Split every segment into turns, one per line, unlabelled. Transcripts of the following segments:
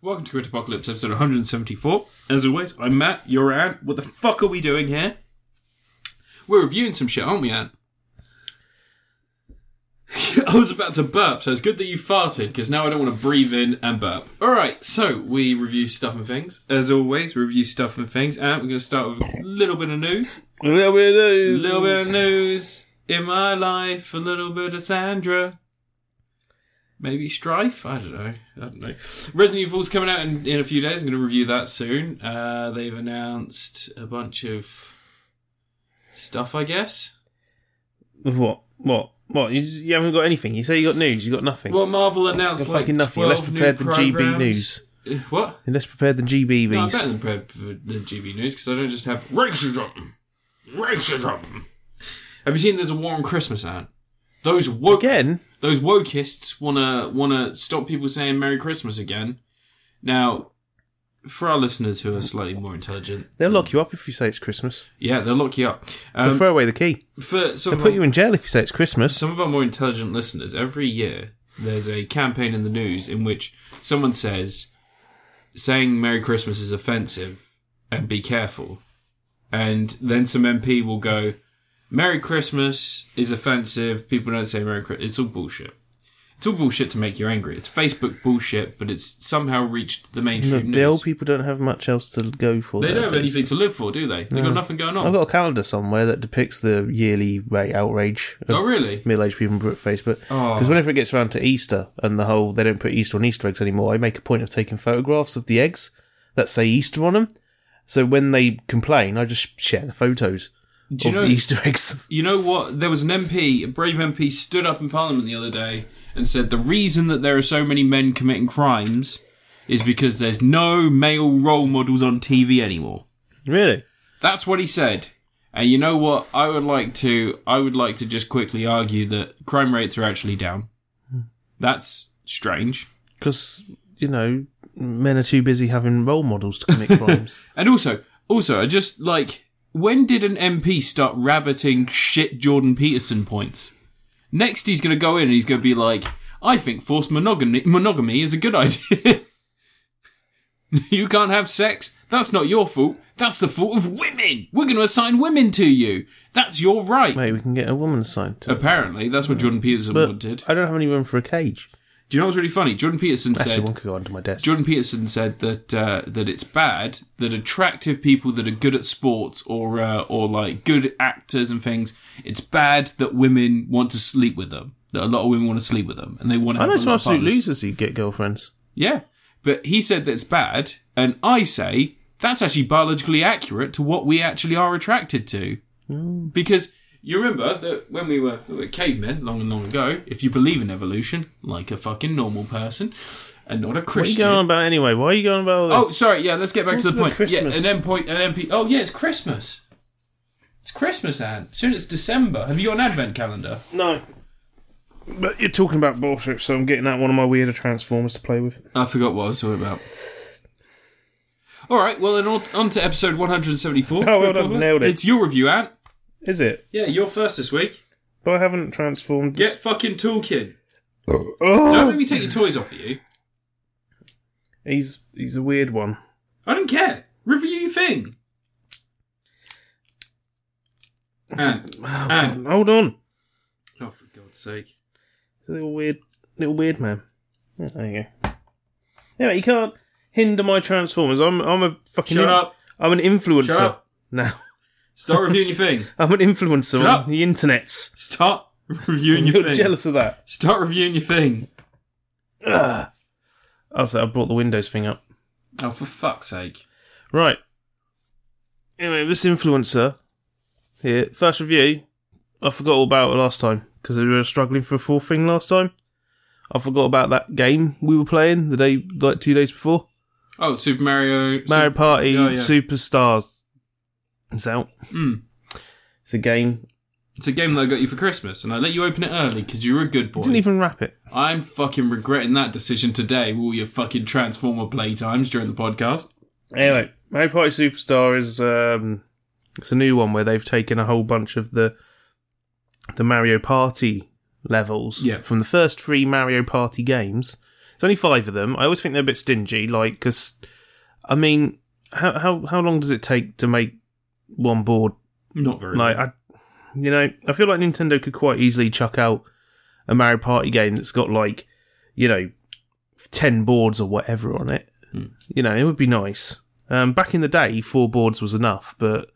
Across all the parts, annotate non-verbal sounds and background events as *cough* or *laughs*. welcome to Grit Apocalypse, episode 174. As always, I'm Matt, you're Ant. What the fuck are we doing here? We're reviewing some shit, aren't we, Ant? *laughs* I was about to burp, so it's good that you farted, because now I don't want to breathe in and burp. Alright, so we review stuff and things. As always, we review stuff and things. Ant, we're going to start with a little bit of news.
A little bit of
A
news.
little bit of news in my life, a little bit of Sandra. Maybe strife. I don't know. I don't know. Resident Evil's coming out in, in a few days. I'm going to review that soon. Uh, they've announced a bunch of stuff, I guess.
Of what? What? What? You, just, you haven't got anything. You say you got news. You got nothing.
Well, Marvel announced
Got
like
fucking nothing.
12
Less prepared
new
than GB
programs.
News.
Uh, What?
You're less prepared than
No, I'm better
GBBs.
than prepared for the GB news because I don't just have racism. Racism. Have you seen there's a war on Christmas, Ant? Those woke
Again,
those wokists wanna wanna stop people saying Merry Christmas again. Now, for our listeners who are slightly more intelligent,
they'll lock you up if you say it's Christmas.
yeah, they'll lock you up.
They'll
Um,
throw away the key.
for some
They'll
of,
put you
our,
in jail if you say it's Christmas.
some of our more intelligent listeners, every year there's a campaign in the news in which someone says saying Merry Christmas is offensive and be careful, and then some MP will go. Merry Christmas is offensive. People don't say Merry Christmas. It's all bullshit. It's all bullshit to make you angry. It's Facebook bullshit, but it's somehow reached the
No,
mainstream
the old
news.
people don't have much else to go for.
They don't have
nowadays.
anything to live for, do they? They've got nothing going
I've
on.
got a calendar somewhere that depicts the yearly rate outrage of
Oh, really?
middle-aged people in Britface, but
Oh.
because whenever it gets around to Easter and the whole they don't put Easter on Easter eggs anymore, I make a point of taking photographs of the eggs that say Easter on them. So when they complain, I just share the photos
Do
of
you know?
the Easter eggs. *laughs*
You know what? There was an MP, a brave MP, stood up in Parliament the other day and said the reason that there are so many men committing crimes is because there's no male role models on TV anymore.
Really?
That's what he said. And you know what? I would like to. I would like to just quickly argue that crime rates are actually down. That's strange.
Because you know men are too busy having role models to commit crimes.
And also, also, I just like when did an MP start rabbiting shit Jordan Peterson points? Next, he's going to go in and he's going to be like, "I think forced monogamy monogamy is a good *laughs* idea. you can't have sex. That's not your fault. That's the fault of women. We're going to assign women to you. That's your right."
*laughs* Mate, we can get a woman assigned. To it.
Apparently, that's what Jordan Peterson
But
wanted.
I don't have any room for a cage.
Do you know what's really funny? Jordan Peterson
Actually,
said.
one could go under my desk.
Jordan Peterson said that uh, that it's bad that attractive people that are good at sports or uh, or like good actors and things. It's bad that women want to sleep with them. That a lot of women want to sleep with them, and they want to.
I know
have a
some
lot of
absolute
partners.
losers who get girlfriends.
Yeah, but he said that it's bad, and I say that's actually biologically accurate to what we actually are attracted to,
Mm.
because you remember that when we were, we were cavemen long and long ago, if you believe in evolution, like a fucking normal person, and not a
What are you
Christian.
going on about anyway? Why are you going about all this?
Oh, sorry. Yeah, let's get back to the
about
point. Yeah,
Christmas?
an M point, an MP. Oh, yeah, it's Christmas. It's Christmas, Anne. Soon it's December. Have you got an advent calendar?
No. But you're talking about bullshit, so I'm getting out one of my weirder Transformers to play with.
I forgot what I was talking about. All right. Well, then on, on to episode 174.
Oh, well done, nailed it.
It's your review, Anne.
Is it?
Yeah, you're first this week.
But I haven't transformed.
Get
This.
fucking talking. Don't
Oh!
let me take your toys off of you.
He's he's a weird one.
I don't care. Review your thing. Anne. Anne.
Hold on,
Oh, for God's sake.
he's a little weird, little weird man. Yeah, there you go. Anyway, you can't hinder my Transformers. I'm I'm a fucking.
Shut up.
I'm an influencer
Shut up.
now. *laughs*
Start reviewing your thing.
I'm an influencer
Shut
on
up.
the internet.
Start *laughs* reviewing your
You're
thing.
jealous of that.
Start reviewing your thing.
Ugh. Also, I brought the Windows thing up.
Oh, for fuck's sake.
Right. Anyway, this influencer here, first review, I forgot all about it last time because we were struggling for a full thing last time. I forgot about that game we were playing the day, like two days before.
Oh, Super Mario.
Mario Party
yeah, yeah.
Superstars. It's out.
Mm.
It's a game.
It's a game that I got you for Christmas, and I let you open it early because you were a good boy.
I didn't even wrap it.
I'm fucking regretting that decision today with all your fucking Transformer playtimes during the podcast.
Anyway, Mario Party Superstar is um, it's a new one where they've taken a whole bunch of the the Mario Party levels
Yeah.
from the first three Mario Party games. There's only five of them. I always think they're a bit stingy, like because I mean, how how how long does it take to make one board?
Not very.
Like
long.
I, you know, I feel like Nintendo could quite easily chuck out a Mario Party game that's got like, you know, ten boards or whatever on it. You know, it would be nice. Um, back in the day, four boards was enough, but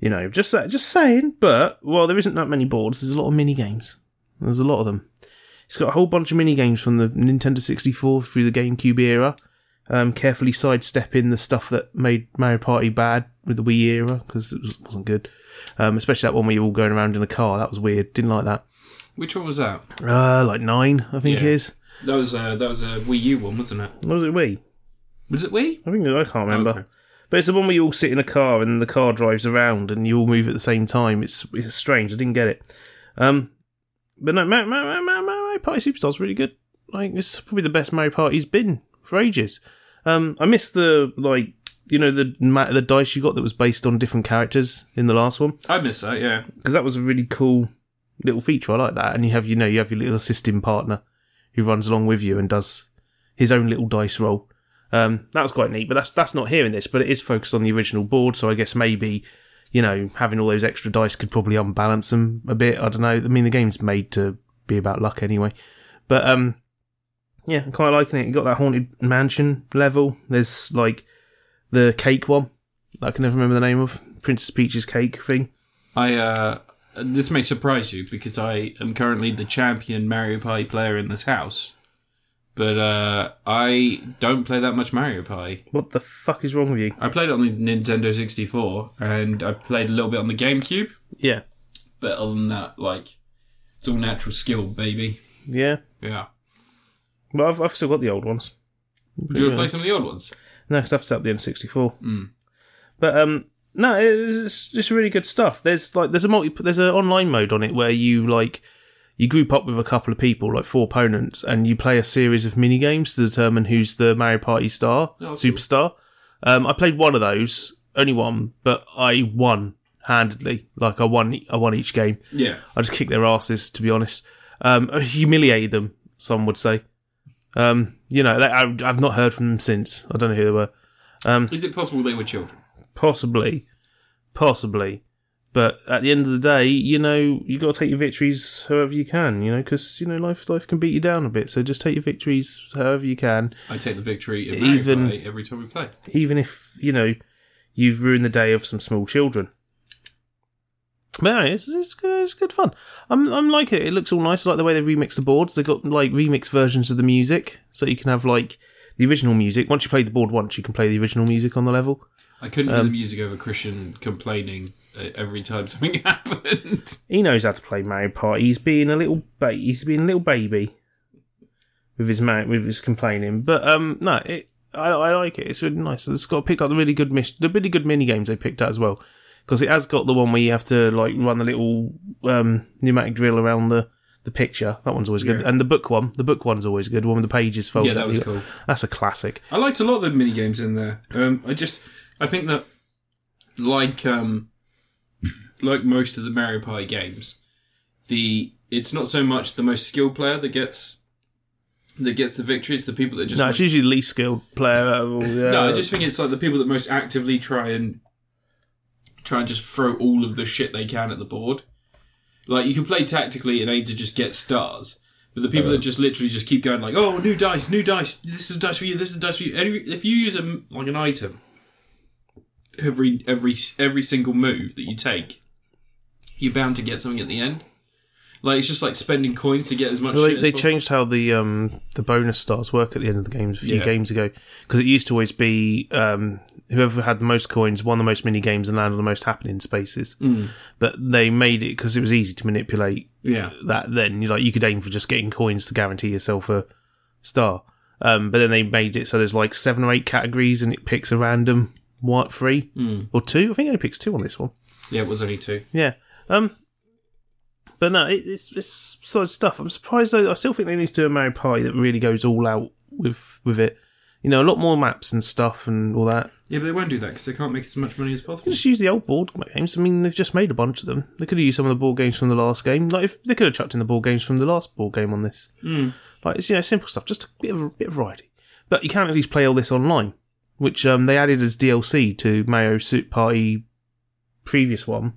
you know, just sa- just saying. But well, there isn't that many boards. There's a lot of mini games. There's a lot of them. It's got a whole bunch of mini games from the Nintendo 64 through the GameCube era. Um, carefully sidestepping the stuff that made Mario Party bad with the Wii era because it was, wasn't good. Um, especially that one where you're all going around in a car. That was weird. Didn't like that.
Which one was that?
Uh, like nine, I think
Yeah.
it is.
That was a, that was a Wii U one, wasn't it?
Or was it Wii?
Was it Wii?
I think I can't remember.
Okay.
But it's the one where you all sit in a car and the car drives around and you all move at the same time. It's it's strange. I didn't get it. Um, but no, Mario, Mario, Mario, Mario Party Superstars really good. Like this is probably the best Mario Party's been for ages. Um, I miss the like you know the ma- the dice you got that was based on different characters in the last one
I miss that. Yeah.
because that was a really cool little feature. I like that. And you have, you know, you have your little assisting partner who runs along with you and does his own little dice roll. Um, that was quite neat, but that's that's not here in this. But it is focused on the original board, so I guess maybe you know having all those extra dice could probably unbalance them a bit. I don't know. I mean, the game's made to be about luck anyway. But um, yeah, I'm quite liking it. You got that haunted mansion level. There's like the cake one. that I can never remember the name of Princess Peach's cake thing.
I uh, this may surprise you because I am currently the champion Mario Party player in this house, but uh, I don't play that much Mario Party.
What the fuck is wrong with you?
I played it on the Nintendo 64 and I played a little bit on the GameCube,
Yeah.
but other than that, like it's all natural skill, baby.
Yeah.
Yeah.
But I've, I've still got the old ones.
Do you want to play some of the old ones?
No, because I've set up the M64. But, um, no, it's, it's just really good stuff. There's like, there's a multi, there's an online mode on it where you like, you group up with a couple of people, like four opponents, and you play a series of mini games to determine who's the Mario Party star,
that's cool.
superstar. Um, I played one of those, only one, but I won handedly. Like I won, I won each game.
Yeah.
I just kicked their asses, to be honest. Um, I humiliated them, some would say. Um, you know, that- I, I've not heard from them since. I don't know who they were.
Hmm. Is it possible they were children?
Possibly, possibly. But at the end of the day, you know, you got to take your victories however you can. You know, because you know life life can beat you down a bit. So just take your victories however you can,
I take the victory in Mario
Even-
Party every time we play.
even if you know you've ruined the day of some small children. But anyway, it's, it's, good, it's good fun. I'm I'm like it. It looks all nice. I like the way they remix the boards. They got like remix versions of the music, so you can have like the original music. Once you play the board once, you can play the original music on the level.
I couldn't hear the music over Christian complaining uh, every time something *laughs* happened.
He knows how to play Mario Party. He's being a little ba- he's being a little baby with his ma- with his complaining. But um no, it I, I like it. It's really nice. It's got picked up the really good mission, the really good mini games they picked out as well. Because it has got the one where you have to like run a little um, pneumatic drill around the, the picture. That one's always good.
Yeah.
And the book one, the book one's always good. The one with the pages folded.
yeah, that was cool.
That's a classic.
I liked a lot of the mini games in there. Um, I just I think that like um, like most of the Mario Party games, the it's not so much the most skilled player that gets that gets the victory. It's the people that just
No, it's usually the least skilled player. uh, Out of all the,
*laughs* no. I just think it's like the people that most actively try and try and just throw all of the shit they can at the board. Like you can play tactically and aim to just get stars. But the people that just literally just keep going like, oh, new dice, new dice. This is a dice for you. This is a dice for you. Any- If you use a m like an item, every every every single move that you take, you're bound to get something at the end. Like it's just like spending coins to get as much.
Well, they,
shit
they
as possible.
changed how the um, the bonus stars work at the end of the games a few
Yeah.
games ago because it used to always be um, whoever had the most coins won the most mini games and landed the most happening spaces.
Hmm.
But they made it because it was easy to manipulate
Yeah,
that. Then you like you could aim for just getting coins to guarantee yourself a star. Um, but then they made it so there's like seven or eight categories and it picks a random one, three
Hmm.
or two. I think it only picks two on this one.
yeah. It was only two.
Yeah. Um. But no, it, it's it's solid stuff. I'm surprised though. I still think they need to do a Mario Party that really goes all out with with it. You know, a lot more maps and stuff and all that.
Yeah, but they won't do that because they can't make as much money as possible.
Just use the old board games. I mean, they've just made a bunch of them. They could have used some of the board games from the last game. Like, if they could have chucked in the board games from the last board game on this. Like it's you know simple stuff, just a bit of a bit of variety. But you can at least play all this online, which um, they added as DLC to Mario Super Party previous one,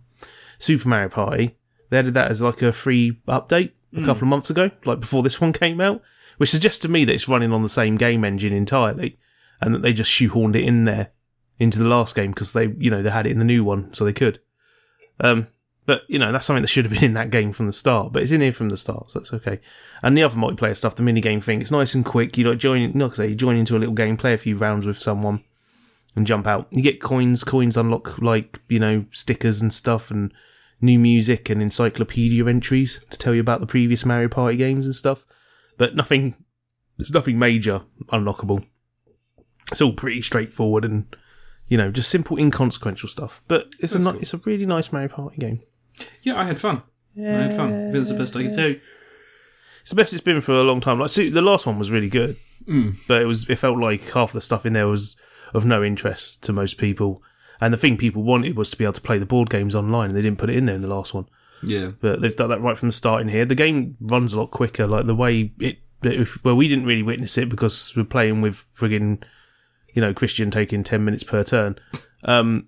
Super Mario Party. They added that as like a free update a couple of months ago, like before this *laughs* one came out, which suggests to me that it's running on the same game engine entirely, and that they just shoehorned it in there into the last game because they you know they had it in the new one, so they could. Um, but you know that's something that should have been in that game from the start, but it's in here from the start, so that's okay. And the other multiplayer stuff, the minigame thing, it's nice and quick. You like join, not say you join into a little game, play a few rounds with someone, and jump out. You get coins. Coins unlock like you know stickers and stuff, and new music and encyclopedia entries to tell you about the previous Mario Party games and stuff. But nothing, there's nothing major unlockable. It's all pretty straightforward and you know just simple inconsequential stuff. But it's a ni- it's a really nice Mario Party game.
Yeah, I had fun. I had fun. I think that's the best I could do.
It's the best it's been for a long time. Like see, the last one was really good, but it was it felt like half the stuff in there was of no interest to most people. And the thing people wanted was to be able to play the board games online, and they didn't put it in there in the last one.
Yeah.
But they've done that right from the start in here. The game runs a lot quicker. Like the way it, if, well, we didn't really witness it because we're playing with friggin', you know, Christian taking ten minutes per turn. Um,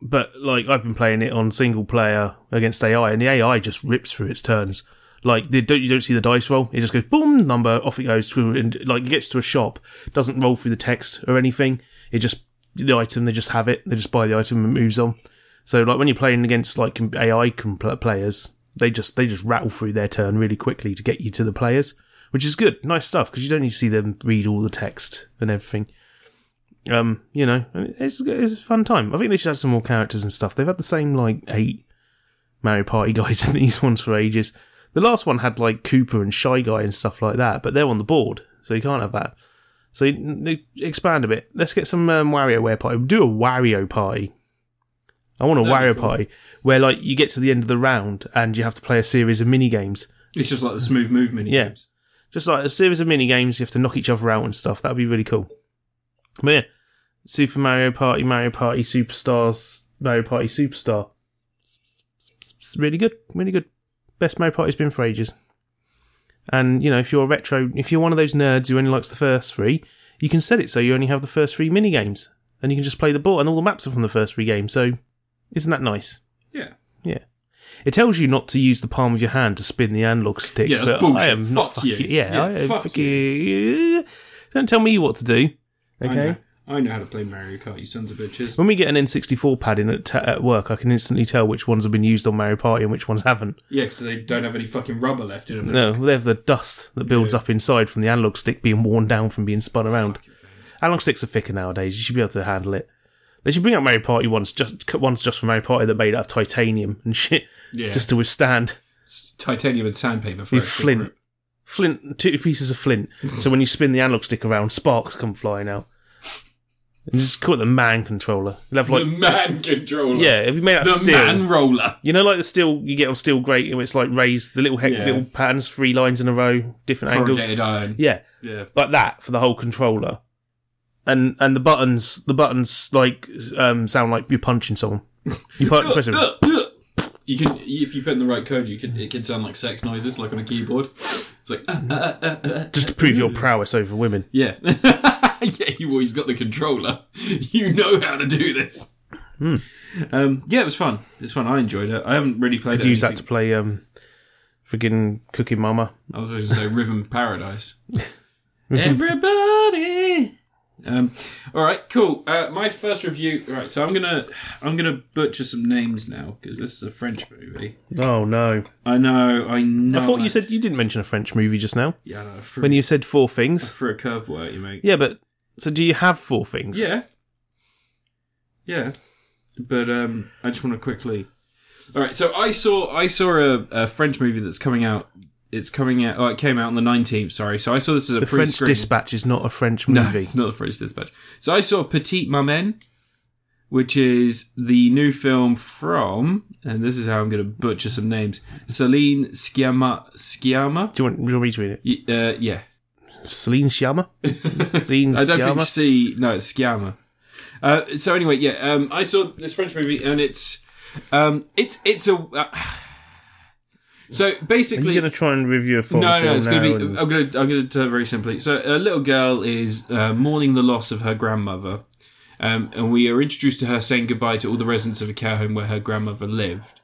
but like I've been playing it on single player against AI, and the AI just rips through its turns. Like they don't, you don't see the dice roll; it just goes boom, number off it goes. through, And like it gets to a shop, doesn't roll through the text or anything. It just the item they just have it. They just buy the item and moves on. So like when you're playing against like com- AI com- pl- players, they just they just rattle through their turn really quickly to get you to the players, which is good, nice stuff because you don't need to see them read all the text and everything um, you know, and it's it's a fun time. I think they should add some more characters and stuff. They've had the same like eight Mario Party *laughs* guys in these ones for ages. The last one had like Cooper and Shy Guy and stuff like that, but they're on the board, so you can't have that. So you, they expand a bit. Let's get some um, WarioWare party. Do a Wario party. I want a Wario party where like you get to the end of the round and you have to play a series of mini games.
It's just like the smooth move mini
Yeah.
games.
Just like a series of mini games, you have to knock each other out and stuff. That'd be really cool. But yeah, Super Mario Party, Mario Party Superstars, Mario Party Superstar. It's really good, really good. Best Mario Party's been for ages. And you know, if you're a retro, if you're one of those nerds who only likes the first three, you can set it so you only have the first three mini games, and you can just play the board, and all the maps are from the first three games. So, isn't that nice?
Yeah.
Yeah. It tells you not to use the palm of your hand to spin the analog stick.
Yeah, that's
but
bullshit.
I am not
Fuck you.
fucking- Yeah,
Yeah,
I am
fuck
fucking- Don't tell me what to do.
I
Okay.
know, I know how to play Mario Kart, you sons of bitches.
When we get an N64 pad in at, ta at work, I can instantly tell which ones have been used on Mario Party and which ones haven't.
Yeah, because they don't have any fucking rubber left in them.
No, they have the dust that builds up inside from the analog stick being worn down from being spun around. Analog sticks are thicker nowadays. You should be able to handle it. They should bring out Mario Party ones just ones just for Mario Party that made out of titanium and shit,
Yeah.
just to withstand.
It's titanium and sandpaper for
With
a quick
flint.
grip.
flint, two pieces of flint. so when you spin the analog stick around, sparks come flying out. And just call it the man controller. You'll have like,
the man controller.
yeah, if you made out of
The
steel,
man roller.
you know, like the steel you get on steel grate, where it's like raised, the little heck,
Yeah.
little patterns, three lines in a row, different angles.
Corrugated iron.
Yeah,
Yeah.
like that for the whole controller. And and the buttons, the buttons like um, sound like you're punching someone. You
*laughs*
punch, press them.
You can, if you put in the right code, you can. It can sound like sex noises, like on a keyboard. It's like, uh, uh, uh, uh, uh.
just to prove your prowess over women.
yeah, *laughs* yeah. You, well, you've got the controller. *laughs* You know how to do this.
Hmm.
Um, yeah, it was fun. It's fun. I enjoyed it. I haven't really played.
I'd use that to play um, friggin' Cooking Mama.
I was going to say Rhythm
*laughs*
Paradise. Everybody. Um, all right, cool. Uh, my first review. All right, so I'm gonna I'm gonna butcher some names now because this is a French movie.
Oh no!
I know. I know.
I thought you said you didn't mention a French movie just now
yeah. No, for,
when you said four things.
for a curveball at you, mate.
Yeah, but so do you have four things?
Yeah. Yeah. But um, I just want to quickly. All right. So I saw I saw a, a French movie that's coming out. It's coming out. Oh, it came out on the nineteenth. Sorry. So I saw this as a
The French
pre-screen.
Dispatch is not a French
No, *laughs*
movie.
it's not the French Dispatch. So I saw Petite Maman, which is the new film from, and this is how I'm going to butcher some names. Celine Sciamma. Sciamma.
Do you want, do you want me to read it?
Y- Uh, yeah. *laughs*
Celine Sciamma. Celine
I don't
Sciamma.
think C. No, it's Sciamma. Uh, so anyway, yeah, um, I saw this French movie, and it's um, it's it's a. Uh, *sighs* So basically,
You're going to try and review a foreign
no,
film
no, it's going
now
to be.
and-
I'm going to. I'm going to tell it very simply. So, a little girl is uh, mourning the loss of her grandmother, um, and we are introduced to her saying goodbye to all the residents of a care home where her grandmother lived,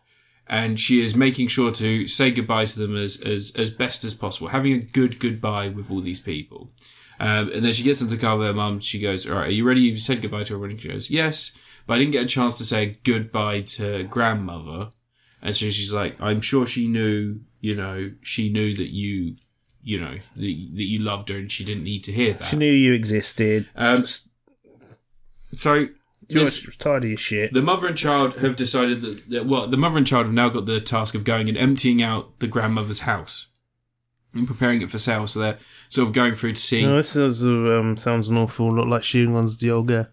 and she is making sure to say goodbye to them as as as best as possible, having a good goodbye with all these people. Um, and then she gets into the car with her mum. She goes, "All right, are you ready? You've said goodbye to everyone." And she goes, "Yes," but I didn't get a chance to say goodbye to grandmother. And so she's like, I'm sure she knew, you know, she knew that you, you know, that, that you loved her and she didn't need to hear that.
She knew you existed.
Um,
Just-
so
you're
this-
tired of your shit.
the mother and child have decided that, that, well, the mother and child have now got the task of going and emptying out the grandmother's house and preparing it for sale. So they're sort of going through to seeing.
No, this is, um, sounds an awful lot like Sheen One's the old girl.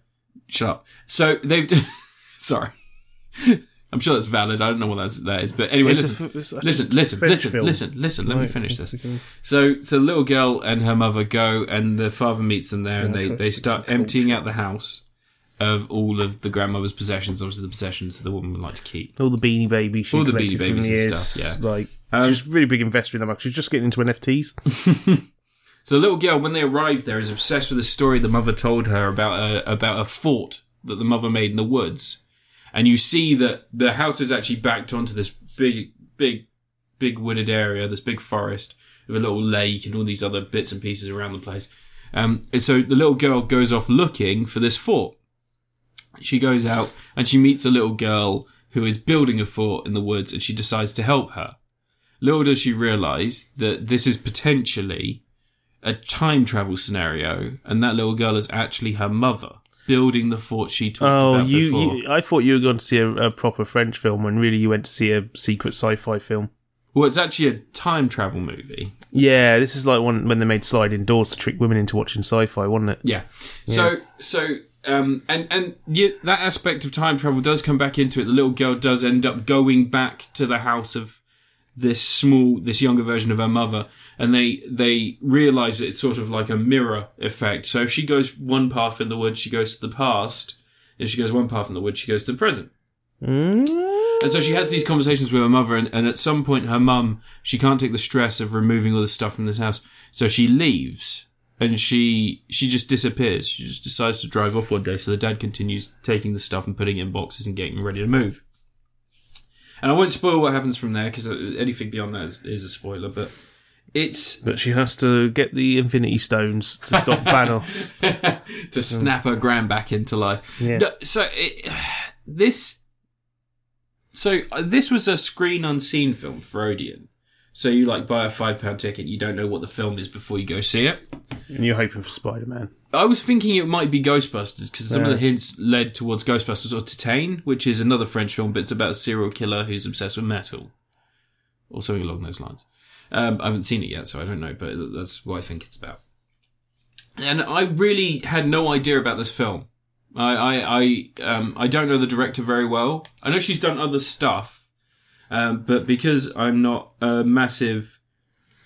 Shut up. So they've. *laughs* sorry. I'm sure that's valid. I don't know what that's, that is. But anyway,
It's a
listen.
f- it's a
listen, listen,
French
listen,
film.
listen, listen. Let me
Right,
finish
that's
this.
okay.
So, so the little girl and her mother go, and the father meets them there, and they, they start emptying out the house of all of the grandmother's possessions, obviously the possessions that the woman would like to keep.
All the Beanie Babies she
All the
collected
Beanie Babies
from the
and
years,
stuff, Um,
Like, she's a really big investor in that market. She's just getting into NFTs.
So the little girl, when they arrive there, is obsessed with the story the mother told her about a, about a fort that the mother made in the woods, and you see that the house is actually backed onto this big, big, big wooded area, this big forest with a little lake and all these other bits and pieces around the place. Um, and so the little girl goes off looking for this fort. She goes out and she meets a little girl who is building a fort in the woods, and she decides to help her. Little does she realize that this is potentially a time travel scenario, and that little girl is actually her mother building the fort she talked
Oh,
about
you,
before.
you! I thought you were going to see a, a proper French film, when really you went to see a secret sci-fi film.
Well, it's actually a time travel movie.
Yeah, this is like one when they made sliding doors to trick women into watching sci-fi, wasn't it?
Yeah. So so um and and yeah, that aspect of time travel does come back into it. The little girl does end up going back to the house of this small this younger version of her mother and they they realize that it's sort of like a mirror effect. So if she goes one path in the woods, she goes to the past. If she goes one path in the woods, she goes to the present. And so she has these conversations with her mother, and, and at some point, her mum, she can't take the stress of removing all this stuff from this house. So she leaves and she she just disappears. She just decides to drive off one day. So the dad continues taking the stuff and putting it in boxes and getting ready to move. And I won't spoil what happens from there because anything beyond that is, is a spoiler, but it's *laughs*
But she has to get the Infinity Stones to *laughs* stop Thanos.
to snap her grand back into life.
Yeah.
No, so it, this, so uh, this was a screen unseen film for Odeon. So you like buy a five pound ticket, you don't know what the film is before you go see it.
And you're hoping for Spider-Man.
I was thinking it might be Ghostbusters because some of
Yeah.
the hints led towards Ghostbusters or Titane, which is another French film, but it's about a serial killer who's obsessed with metal or something along those lines. Um, I haven't seen it yet, so I don't know, but th- that's what I think it's about. And I really had no idea about this film. I I I, um, I don't know the director very well. I know she's done other stuff, um, but because I'm not a massive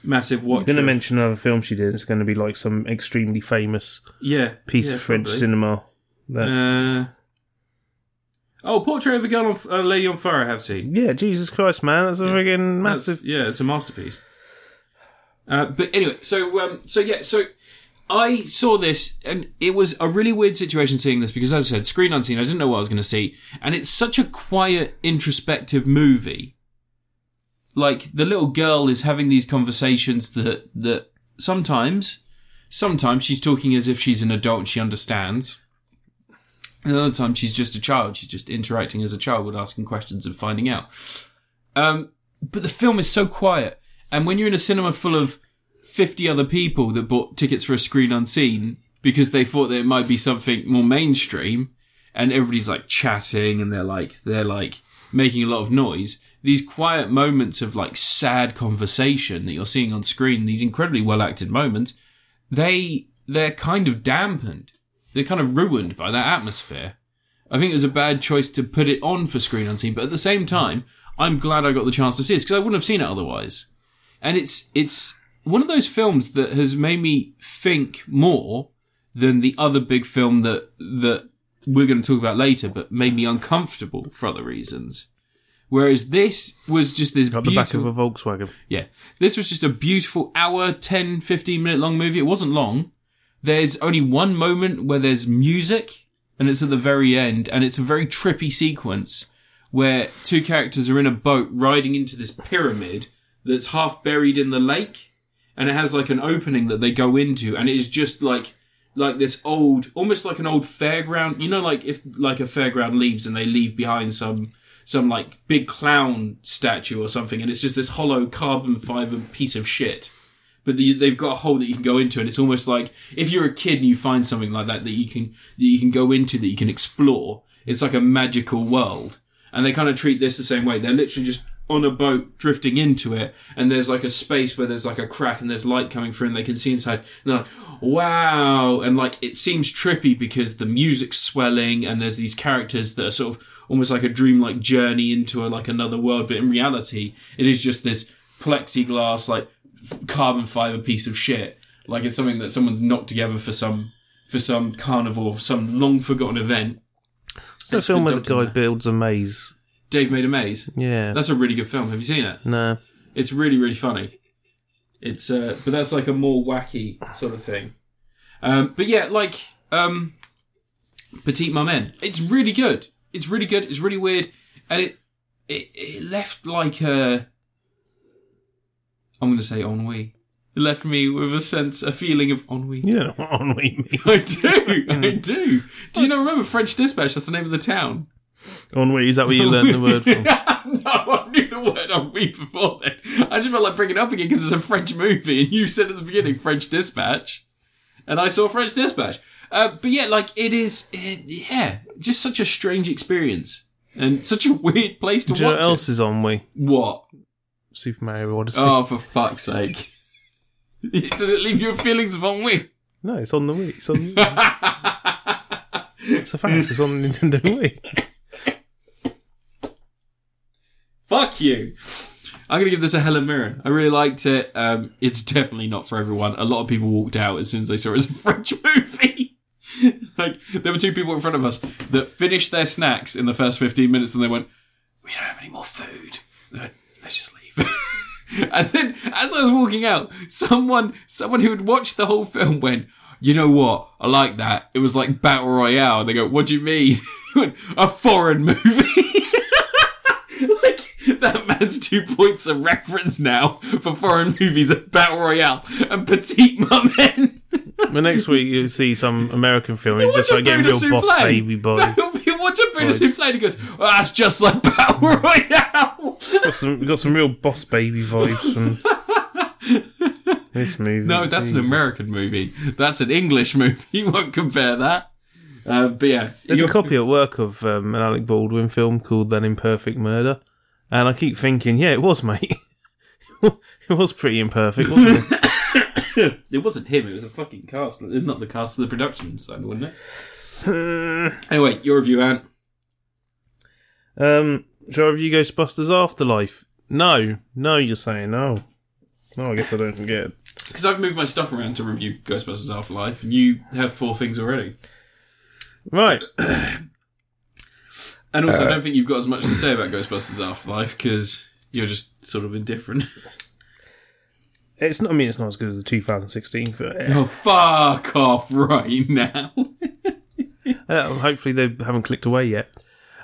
massive watcher,
I'm going to
of-
mention another film she did. It's going to be like some extremely famous
yeah
piece
yeah,
of French
probably.
cinema. That,
Uh, oh, Portrait of a Girl on F- uh, Lady on Fire. I have seen.
yeah, Jesus Christ, man, that's a friggin'
That's-
massive.
yeah, it's a masterpiece. Uh, but anyway, so um, so yeah, so I saw this, and it was a really weird situation seeing this because, as I said, screen unseen. I didn't know what I was going to see, and it's such a quiet, introspective movie. Like the little girl is having these conversations that that sometimes, sometimes she's talking as if she's an adult. And she understands. And Another time she's just a child. She's just interacting as a child, with asking questions and finding out. Um, but the film is so quiet. And when you're in a cinema full of 50 other people that bought tickets for a screen unseen because they thought that it might be something more mainstream and everybody's like chatting and they're like, they're like making a lot of noise. These quiet moments of like sad conversation that you're seeing on screen, these incredibly well acted moments, they, they're kind of dampened. They're kind of ruined by that atmosphere. I think it was a bad choice to put it on for screen unseen, but at the same time, I'm glad I got the chance to see it because I wouldn't have seen it otherwise. And it's it's one of those films that has made me think more than the other big film that that we're going to talk about later, but made me uncomfortable for other reasons. Whereas this was just this
Up the back
beautiful
of a Volkswagen.
yeah. This was just a beautiful hour, 10, 15 minute long movie. It wasn't long. There's only one moment where there's music and it's at the very end and it's a very trippy sequence where two characters are in a boat riding into this pyramid that's half buried in the lake and it has like an opening that they go into and it is just like like this old almost like an old fairground you know like if like a fairground leaves and they leave behind some some like big clown statue or something and it's just this hollow carbon fiber piece of shit but the, they've got a hole that you can go into and it's almost like if you're a kid and you find something like that that you can that you can go into that you can explore it's like a magical world and they kind of treat this the same way they're literally just on a boat drifting into it and there's like a space where there's like a crack and there's light coming through and they can see inside and they're like wow and like it seems trippy because the music's swelling and there's these characters that are sort of almost like a dreamlike journey into a, like another world but in reality it is just this plexiglass like carbon fiber piece of shit. Like it's something that someone's knocked together for some for some carnival, some long forgotten event.
It's a
It's
film
been
where the
dumped in
guy
there.
builds a maze.
Dave made a maze.
Yeah.
That's a really good film. Have you seen it?
no.
It's really really funny. It's uh, but that's like a more wacky sort of thing. Um, but yeah, like um, Petite Maman. It's really good. It's really good. It's really weird, and it it, it left like a. I'm going to say ennui. It left me with a sense, a feeling of ennui.
*laughs* You don't know what ennui means.
*laughs* I do,
Mm.
I do. Do you not remember French Dispatch? That's the name of the town. *laughs*
Ennui, is that where you learned the word from?
no, I knew the word on week before then. I just felt like bringing it up again because it's a French movie, and you said at the beginning French Dispatch, and I saw French Dispatch. Uh, but yeah, like it is, it, yeah, just such a strange experience and such a weird place to
Do you know
watch
what
it.
else is ennui?
What?
Super Mario Odyssey.
Oh, for fuck's sake! *laughs* Does it leave your feelings of ennui?
No, it's on the Wii.
*laughs*
It's on. The... it's a fact. It's on the Nintendo Wii.
Fuck you. I'm gonna give this a hell and mirror. I really liked it. Um, it's definitely not for everyone. A lot of people walked out as soon as they saw it as a *laughs* French movie. like there were two people in front of us that finished their snacks in the first 15 minutes, and they went, "We don't have any more food. They went, Let's just leave." *laughs* and then, as I was walking out, someone, someone who had watched the whole film went, "You know what? I like that. It was like battle royale." And they go, "What do you mean?" *laughs* They went, "A foreign movie." *laughs* like that man's two points of reference now for foreign movies are Battle Royale and Petite Maman. *laughs*
But next week you'll see some American film. and just like getting real boss baby boy.
No, you watch a Buddha Souffle and he goes, oh, that's just like Battle Royale.
Got some, got some real boss baby vibes from
*laughs*
this movie.
no, that's an
Jesus.
American movie. That's an English movie. *laughs* You won't compare that. Uh, but yeah,
There's a
you're-
copy at work of um, an Alec Baldwin film called That Imperfect Murder, and I keep thinking, yeah, it was, mate. *laughs* it was pretty imperfect, wasn't it?
it wasn't him. It was a fucking cast, but not the cast of the production side, wasn't it? *laughs* Anyway, your review, Ant.
Um, shall I review Ghostbusters Afterlife? No, no, you're saying no. No, I guess I don't forget.
Because I've moved my stuff around to review Ghostbusters Afterlife, and you have four things already.
Right,
And also,
Uh,
I don't think you've got as much to say about Ghostbusters Afterlife because you're just sort of *laughs* indifferent.
it's not. I mean, it's not as good as the 2016 film.
oh, fuck off right now.
Uh, hopefully, they haven't clicked away yet.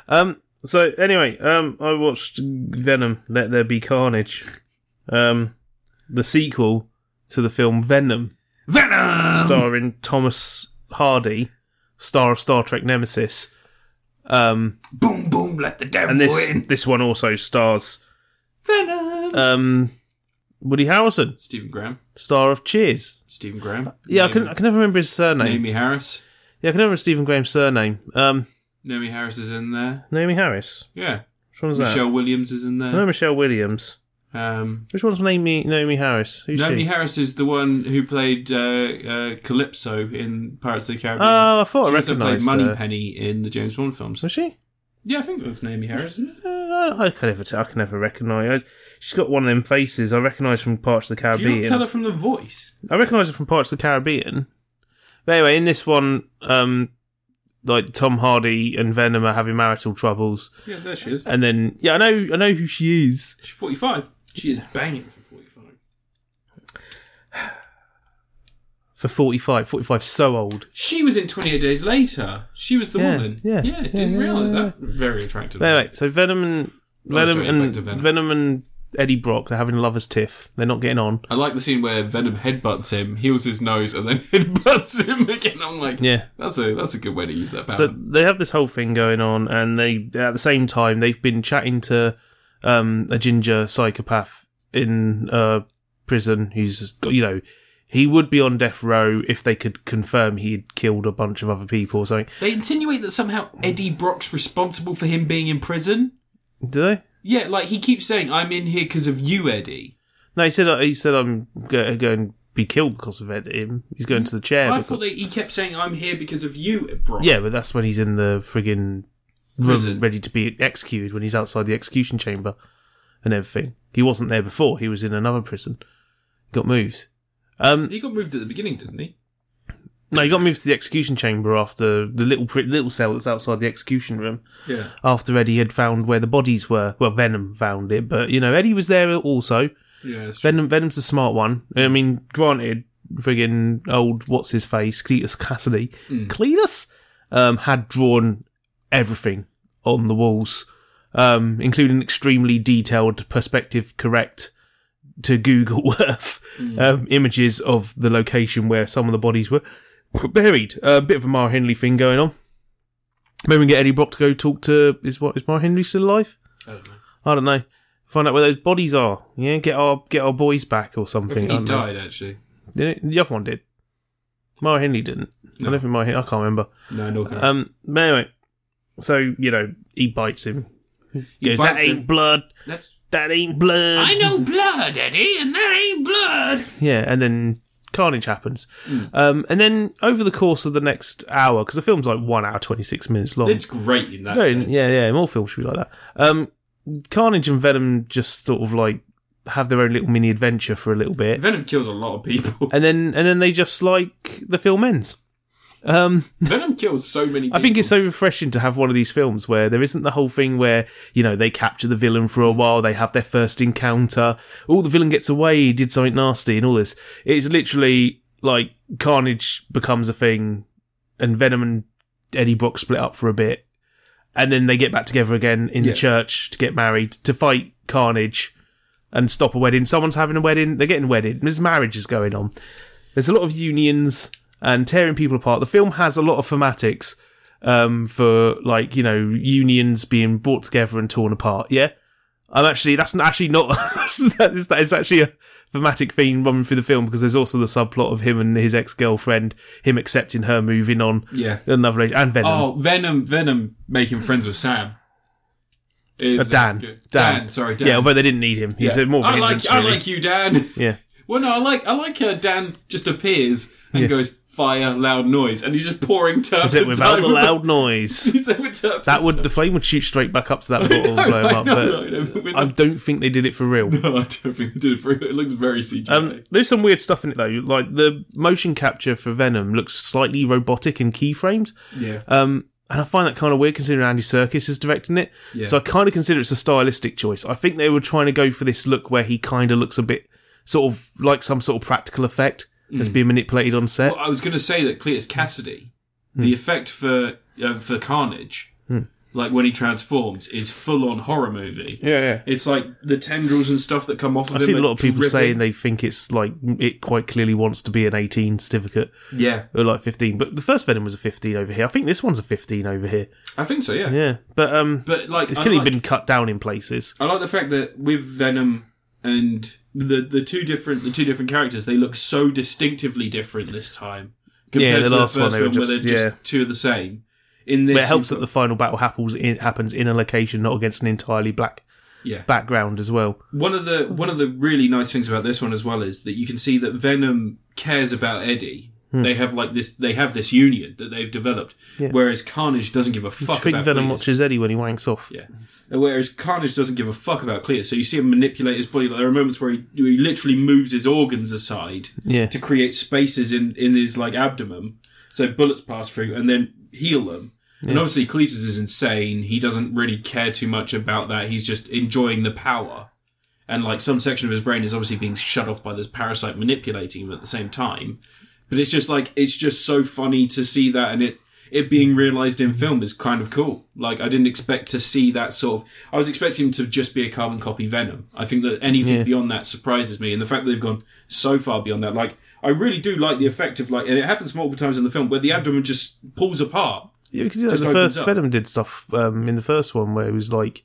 Um. So anyway, um, I watched Venom: Let There Be Carnage, um, the sequel to the film Venom,
Venom!
starring Thomas Hardy, star of Star Trek Nemesis. Um,
Boom, boom, let the devil
and this this one also stars
Venom!
um, Woody Harrelson,
Stephen Graham.
star of Cheers.
Stephen Graham.
Yeah, I can I can never remember his surname.
Naomi Harris.
Yeah, I can never remember Stephen Graham's surname. Um,
Naomi Harris is in there.
Naomi Harris.
Yeah.
Which one's that?
Michelle Williams is in
No,
there.
Michelle Williams.
Um,
Which one's Naomi Naomi Harris? Who's
Naomi
she?
Harris is the one who played uh, uh, Calypso in Pirates of the Caribbean.
Oh, I thought I
she also played
recognised
Money
her.
Penny in the James Bond films.
Was she?
Yeah, I think that's Naomi Harris. Isn't it?
Uh, I can never tell. I can never recognise. I- She's got one of them faces I recognise from Parts of the
Do you
Caribbean.
not tell her from the voice?
I recognise it from Parts of the Caribbean. But anyway, in this one, um, like Tom Hardy and Venom are having marital troubles,
Yeah, there she is.
and then yeah, I know I know who she is.
She's 45. She is banging for 45.
For 45, 45 so old.
She was in 28 Days Later. She was the
Yeah,
woman.
yeah,
yeah.
yeah,
Didn't
yeah,
realise
yeah,
that. Very attractive.
Anyway, so Venom and
Oh,
Venom
sorry, back
and
to Venom.
Venom. and Eddie Brock they're having a lovers tiff. They're not getting on.
I like the scene where Venom headbutts him, heals his nose, and then *laughs* headbutts him again. I'm like,
Yeah.
that's a that's a good way to use that power.
So they have this whole thing going on, and they at the same time they've been chatting to um, a ginger psychopath in uh, prison who's got- you know he would be on death row if they could confirm he had killed a bunch of other people or something.
they insinuate that somehow Eddie Brock's responsible for him being in prison.
Do they?
Yeah, like he keeps saying, "I'm in here because of you, Eddie."
No, he said uh, he said I'm go- going to be killed because of it. him. He's going to the chair.
I
because-
thought that he kept saying, "I'm here because of you, Brock."
Yeah, but that's when he's in the friggin' room
Prison.
ready to be executed when he's outside the execution chamber and everything. He wasn't there before, he was in another prison. Got moved. Um,
he got moved at the beginning, didn't he?
no, he got moved to the execution chamber after the little pri- little cell that's outside the execution room.
Yeah.
After Eddie had found where the bodies were, well, Venom found it, but you know Eddie was there also.
Yeah. that's
Venom, Venom's the smart one. I mean, granted, friggin' old what's his face, Cletus Cassidy, Cletus, um, had drawn everything on the walls, um, including extremely detailed, perspective correct to Google *laughs* Earth um, images of the location where some of the bodies were *coughs* buried. A bit of a Mara Henley thing going on. Maybe we can get Eddie Brock to go talk to is what is Mara Henley still alive?
true. I don't know.
I don't know. Find out where those bodies are. Yeah, get our get our boys back or
I
something.
think
I
he
don't know.
died actually.
Didn't it? The other one did. Mara Henley didn't. I don't think Mara Henley. I can't remember.
No, no. can I?
Um. But anyway, so you know he bites him.
He
Goes, that
bites
ain't
him.
blood.
That's-
That ain't blood.
I know blood, Eddie, and that ain't blood.
Yeah, and then carnage happens.
Hmm.
Um. And then over the course of the next hour, because the film's like one hour twenty six minutes long.
It's great in that
No,
sense.
yeah, yeah, more films should be like that. Um, Carnage and Venom just sort of like have their own little mini adventure for a little bit,
Venom kills a lot of
*laughs*
people.
and then and then they just like the film ends. Um,
Venom kills so many people.
I think it's so refreshing to have one of these films where there isn't the whole thing where you know they capture the villain for a while, they have their first encounter, all the villain gets away, he did something nasty, and all this. It's literally like Carnage becomes a thing, and Venom and Eddie Brock split up for a bit, and then they get back together again in
Yeah.
the church to get married to fight Carnage. And stop a wedding. Someone's having a wedding. They're getting wedded. There's marriage is going on. There's a lot of unions and tearing people apart. The film has a lot of thematics um, for like you know unions being brought together and torn apart. Yeah, I'm actually that's not, actually not *laughs* that's, that is- that is actually a thematic theme running through the film because there's also the subplot of him and his ex girlfriend, him accepting her moving on,
Yeah.
another lady, and Venom.
Oh, Venom, Venom making friends with Sam.
Uh,
Is,
Dan,
uh,
Dan,
good. sorry, Dan.
Yeah, although they didn't need him. He's
Yeah.
a more. of
I
an
like,
hindrance,
I
really.
like you, Dan.
*laughs* Yeah,
Well, no, I like, I like how Dan just appears and goes fire, loud noise, and he's just pouring turpentine. *laughs*
Except without the loud noise.
He's there with turpentine.
That would the flame would shoot straight back up
*laughs*
to that bottle and
No,
blow him
I
up.
know,
but
I know, but we're
I
*laughs* not-
don't think they did it for real.
No, I don't think they did it for real. It looks very CGI.
Um, there's some weird stuff in it though. Like the motion capture for Venom looks slightly robotic in keyframes,
yeah.
um, and I find that kind of weird considering Andy Serkis is directing it.
Yeah.
So I kind of consider it's a stylistic choice. I think they were trying to go for this look where he kind of looks a bit sort of like some sort of practical effect that's being manipulated on set.
Mm. Well, I was going to say that
Hmm.
Cletus Cassidy, the effect for uh, for Carnage,
Hmm.
like when he transforms, is full on horror movie.
yeah, yeah.
It's like the tendrils and stuff that come off of
I've
him.
seen a
are
lot of people
dripping.
saying they think it's like it quite clearly wants to be an 18 certificate
Yeah,
or like 15, but the first Venom was a 15 over here. I think this one's a 15 over here.
I think so. Yeah,
Yeah, but um,
but like,
it's
I
clearly
like,
been cut down in places.
I like the fact that with Venom and the the two different the two different characters, they look so distinctively different this time compared
Yeah, the
to
last
the
one,
first
they were
one, where
just-
they're just
yeah.
two of the same. In this,
But it helps that
you've
the final battle happens in, happens in a location, not against an entirely black
got- yeah.
background as well.
One of the one of the really nice things about this one as well is that you can see that Venom cares about Eddie.
Hmm.
They have like this. They have this union that they've developed. Whereas Carnage doesn't give a
I
fuck
think
about
Venom
Cletus.
watches Eddie when he wanks off.
Yeah. And Whereas Carnage doesn't give a fuck about Cletus. So you see him manipulate his body. Like there are moments where he, he literally moves his organs aside
Yeah.
to create spaces in in his like abdomen, so bullets pass through and then heal them. And obviously, Cletus is insane. He doesn't really care too much about that. He's just enjoying the power. And like some section of his brain is obviously being shut off by this parasite manipulating him at the same time. But it's just like, it's just so funny to see that and it, it being realized in film is kind of cool. Like, I didn't expect to see that sort of. I was expecting him to just be a carbon copy Venom. I think that anything
Yeah.
beyond that surprises me. And the fact that they've gone so far beyond that, like, I really do like the effect of, like, and it happens multiple times in the film where the abdomen just pulls apart.
Yeah, because you know,
Just
the
opens
first
up.
Venom did stuff um, in the first one where he was like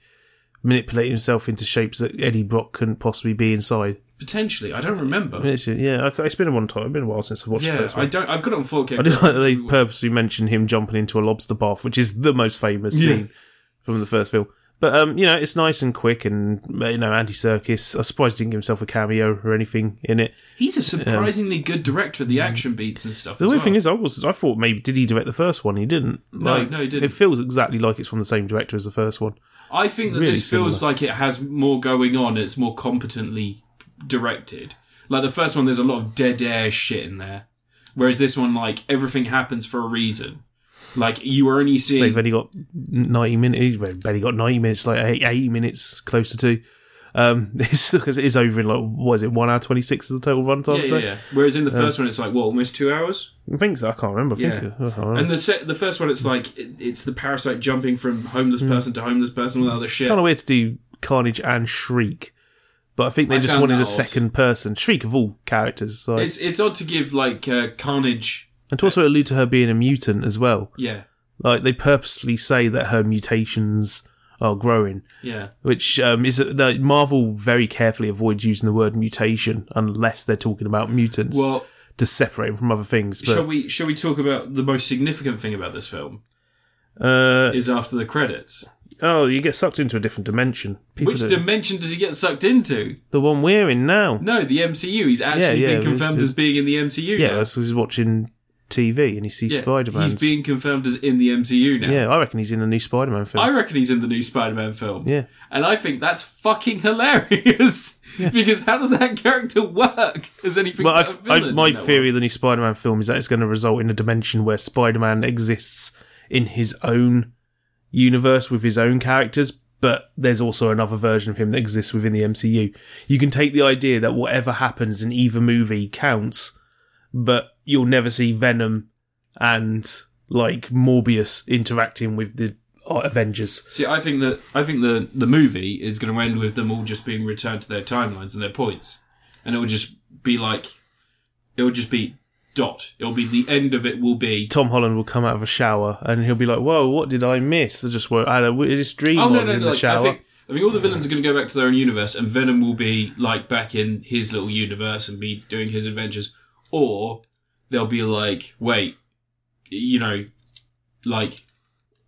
manipulating himself into shapes that Eddie Brock couldn't possibly be inside.
Potentially, I don't remember.
Literally, Yeah, I, it's been a one time. It's been a while since I watched the
Yeah,
first
I
one.
don't. I've got it on 4K.
I, do like that they purposely mentioned him jumping into a lobster bath, which is the most famous
Yeah.
scene from the first film. But um, you know, it's nice and quick, and you know, Andy Circus. I'm surprised he didn't give himself a cameo or anything in it.
He's a surprisingly good director of the action beats and stuff.
The
as
weird
well.
thing is, I was I thought maybe did he direct the first one? He didn't. No,
no, he didn't.
It feels exactly like it's from the same director as the first one.
I think that
really
this feels like it has more going on. It's more competently directed. Like the first one, there's a lot of dead air shit in there, whereas this one, like everything happens for a reason. Like you are only seeing
They've only got ninety minutes. He's barely got ninety minutes, like eight- eighty minutes closer to. Um, *laughs* it's because it is over in like what is it one hour twenty six is the total runtime?
yeah,
so?
yeah, yeah. Whereas in the
Uh,
first one, it's like what almost two hours.
I think so. I can't remember. I think
Yeah.
I can't remember.
And the se- the first one, it's like it, it's the parasite jumping from
Mm.
homeless person to homeless person, all that other shit.
kind of weird to do Carnage and Shriek, but I think they
I
just
found
wanted
that
a
odd.
second person Shriek of all characters, like,
It's it's odd to give like uh, carnage.
and to also allude to her being a mutant as well.
Yeah,
Like they purposely say that her mutations are growing,
yeah.
which um, is that Marvel very carefully avoids using the word mutation unless they're talking about mutants
Well,
to separate them from other things.
shall
But
we shall we talk about the most significant thing about this film
uh,
is after the credits.
oh, you get sucked into a different dimension. People
Which
don't-
dimension does he get sucked into?
the one we're in now.
No, the MCU. He's actually
Yeah, yeah,
been confirmed
it's-
as being in the MCU.
Yeah,
now.
that's 'cause he's watching TV and he sees
Yeah,
Spider Man.
He's being confirmed as in the MCU now.
Yeah, I reckon he's in a new Spider-Man film.
I reckon he's in the new Spider-Man film.
yeah,
And I think that's fucking hilarious *laughs* because how does that character work as anything?
but
but a
I,
villain
I,
in
my
that
theory of the new Spider-Man film is that it's going to result in a dimension where Spider-Man exists in his own universe with his own characters, but there's also another version of him that exists within the MCU. You can take the idea that whatever happens in either movie counts, but you'll never see Venom and like Morbius interacting with the uh, Avengers.
See, I think that I think the the movie is going to end with them all just being returned to their timelines and their points, and it will just be like, it will just be dot. It will be the end of it. Will be
Tom Holland will come out of a shower and he'll be like, "Whoa, what did I miss? I just were I had a this dream I
oh
was
no no
in
no!
the
Like, I
shower."
think I think all the villains are going to go back to their own universe, and Venom will be like back in his little universe and be doing his adventures, or they'll be like, wait, you know, like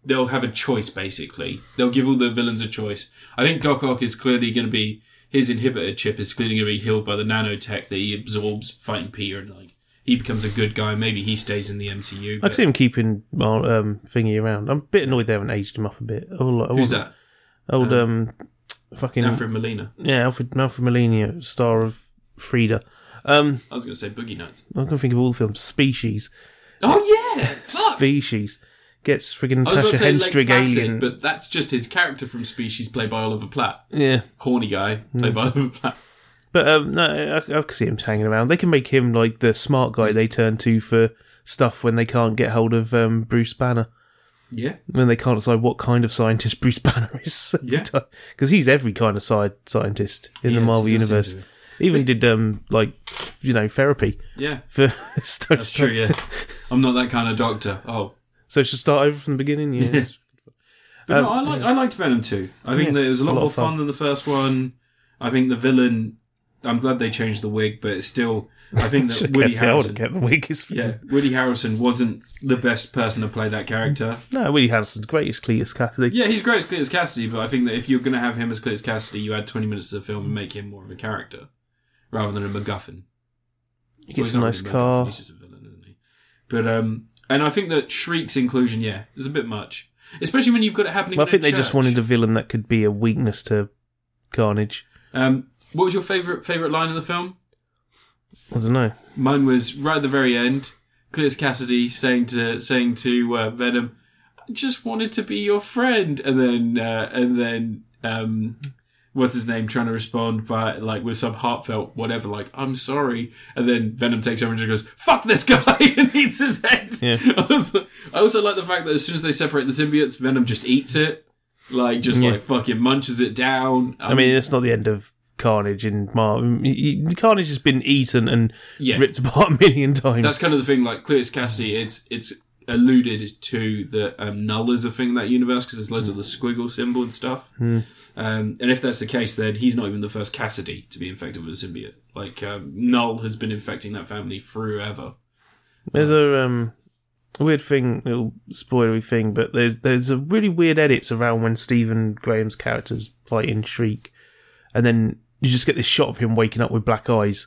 they'll have a choice basically. They'll give all the villains a choice. I think Doc Ock is clearly going to be his inhibitor chip is clearly going to be healed by the nanotech that he absorbs fighting Peter and like he becomes a good guy. Maybe he stays in the MCU.
I
But
can see him keeping well, um, thingy around. I'm a bit annoyed they haven't aged him up a bit. Oh, like,
who's
old-
that? Uh,
Old um, fucking
Alfred Molina.
yeah, Alfred Alfred Molina, star of Frida. Um,
I was going to say Boogie Nights.
I can think of all the films. Species,
Oh yeah, fuck.
Species gets friggin'
I was
Natasha
about to say Lake
Henstrig
Placid,
alien.
but that's just his character from Species, played by Oliver Platt.
yeah,
Horny guy, played by Oliver Platt.
But um, no, I, I can see him hanging around. They can make him like the smart guy they turn to for stuff when they can't get hold of um, Bruce Banner,
Yeah,
when they can't decide what kind of scientist Bruce *laughs* Banner is.
Yeah.
because he's every kind of side scientist in
Yes,
the
he
Marvel
does seem
universe.
to be.
Even did um like you know therapy
yeah,
for *laughs* stuff.
that's true. Yeah, I'm not that kind of doctor. Oh,
So should start over from the beginning.
*laughs*
Yeah,
but no, I like I liked Venom too. I think
Yeah,
that it was a
it's
lot, more fun. than the first one. I think the villain. I'm glad they changed the wig, but it's still. I think
*laughs*
that
Should've
Woody
kept it. I would've
Harrelson.
kept the weakest.
Yeah, Woody Harrelson wasn't the best person to play that character.
no, Woody Harrelson's greatest Cletus Cassidy.
Yeah, he's great as Cletus Cassidy, but I think that if you're going to have him as Cletus Cassidy, you add 20 minutes to the film and make him more of a character rather than a MacGuffin. Well,
he gets
he's not
a nice
really
car.
MacGuffin, He's just a villain, isn't he? But um, and I think that Shriek's inclusion, yeah, is a bit much, especially when you've got it happening.
Well,
in
I think
a
they just
church.
wanted a villain that could be a weakness to Carnage.
Um, what was your favorite favorite line in the film?
I don't know.
Mine was right at the very end. Cletus Cassidy saying to saying to uh, Venom, I just wanted to be your friend. And then, uh, and then, um, what's his name trying to respond by like with some heartfelt whatever, like I'm sorry. And then Venom takes over and just goes, "Fuck this guy!" *laughs* and eats his head.
Yeah.
*laughs* I, also, I also like the fact that as soon as they separate the symbiotes, Venom just eats it, like just
Yeah.
like fucking munches it down.
I mean, it's not the end of Carnage in Marvel. Carnage has been eaten and
yeah,
ripped *laughs* apart a million times.
that's kind of the thing. Like Cleus Cassidy,
Mm.
it's it's alluded to that um, null is a thing in that universe because there's loads
Mm.
of the squiggle symbol and stuff.
Hmm.
Um, and if that's the case, then he's not even the first Cassidy to be infected with a symbiote. Like um, null has been infecting that family forever.
There's a um, weird thing, little spoilery thing, but there's there's a really weird edits around when Stephen Graham's characters fighting Shriek, and then you just get this shot of him waking up with black eyes,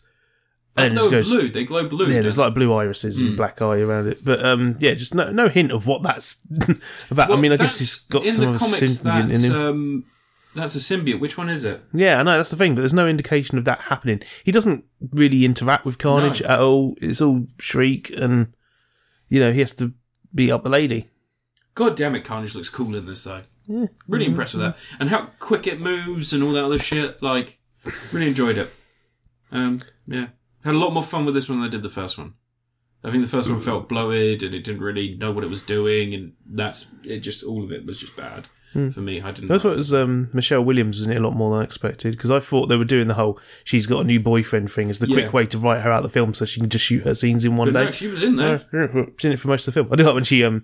and it
no Mm.
just goes.
blue. They glow blue.
Yeah,
don't
there's like blue irises and black eye around it, but um, yeah, just no no hint of what that's *laughs* about.
Well,
I mean, I guess
that's-
he's got
in
some
the
of a
comics.
symbiote in
That's,
him.
um, that's a symbiote. Which one is it?
Yeah, I know that's the thing, but there's no indication of that happening. He doesn't really interact with Carnage at all. It's all shriek, and you know he has to beat up the lady.
God damn it, Carnage looks cool in this though. Really impressed with that, and how quick it moves and all that other shit. Like, really enjoyed it. Um, yeah, had a lot more fun with this one than I did the first one. I think the first one felt bloated and it didn't really know what it was doing, and that's it. Just all of it was just bad for me. I didn't.
That's what
like
it was. Um, Michelle Williams was in it a lot more than I expected because I thought they were doing the whole she's got a new boyfriend thing as the
Yeah.
quick way to write her out of the film so she can just shoot her scenes in one
it.
day.
No, she was in
No,
there.
she's in it for most of the film. I do like when she um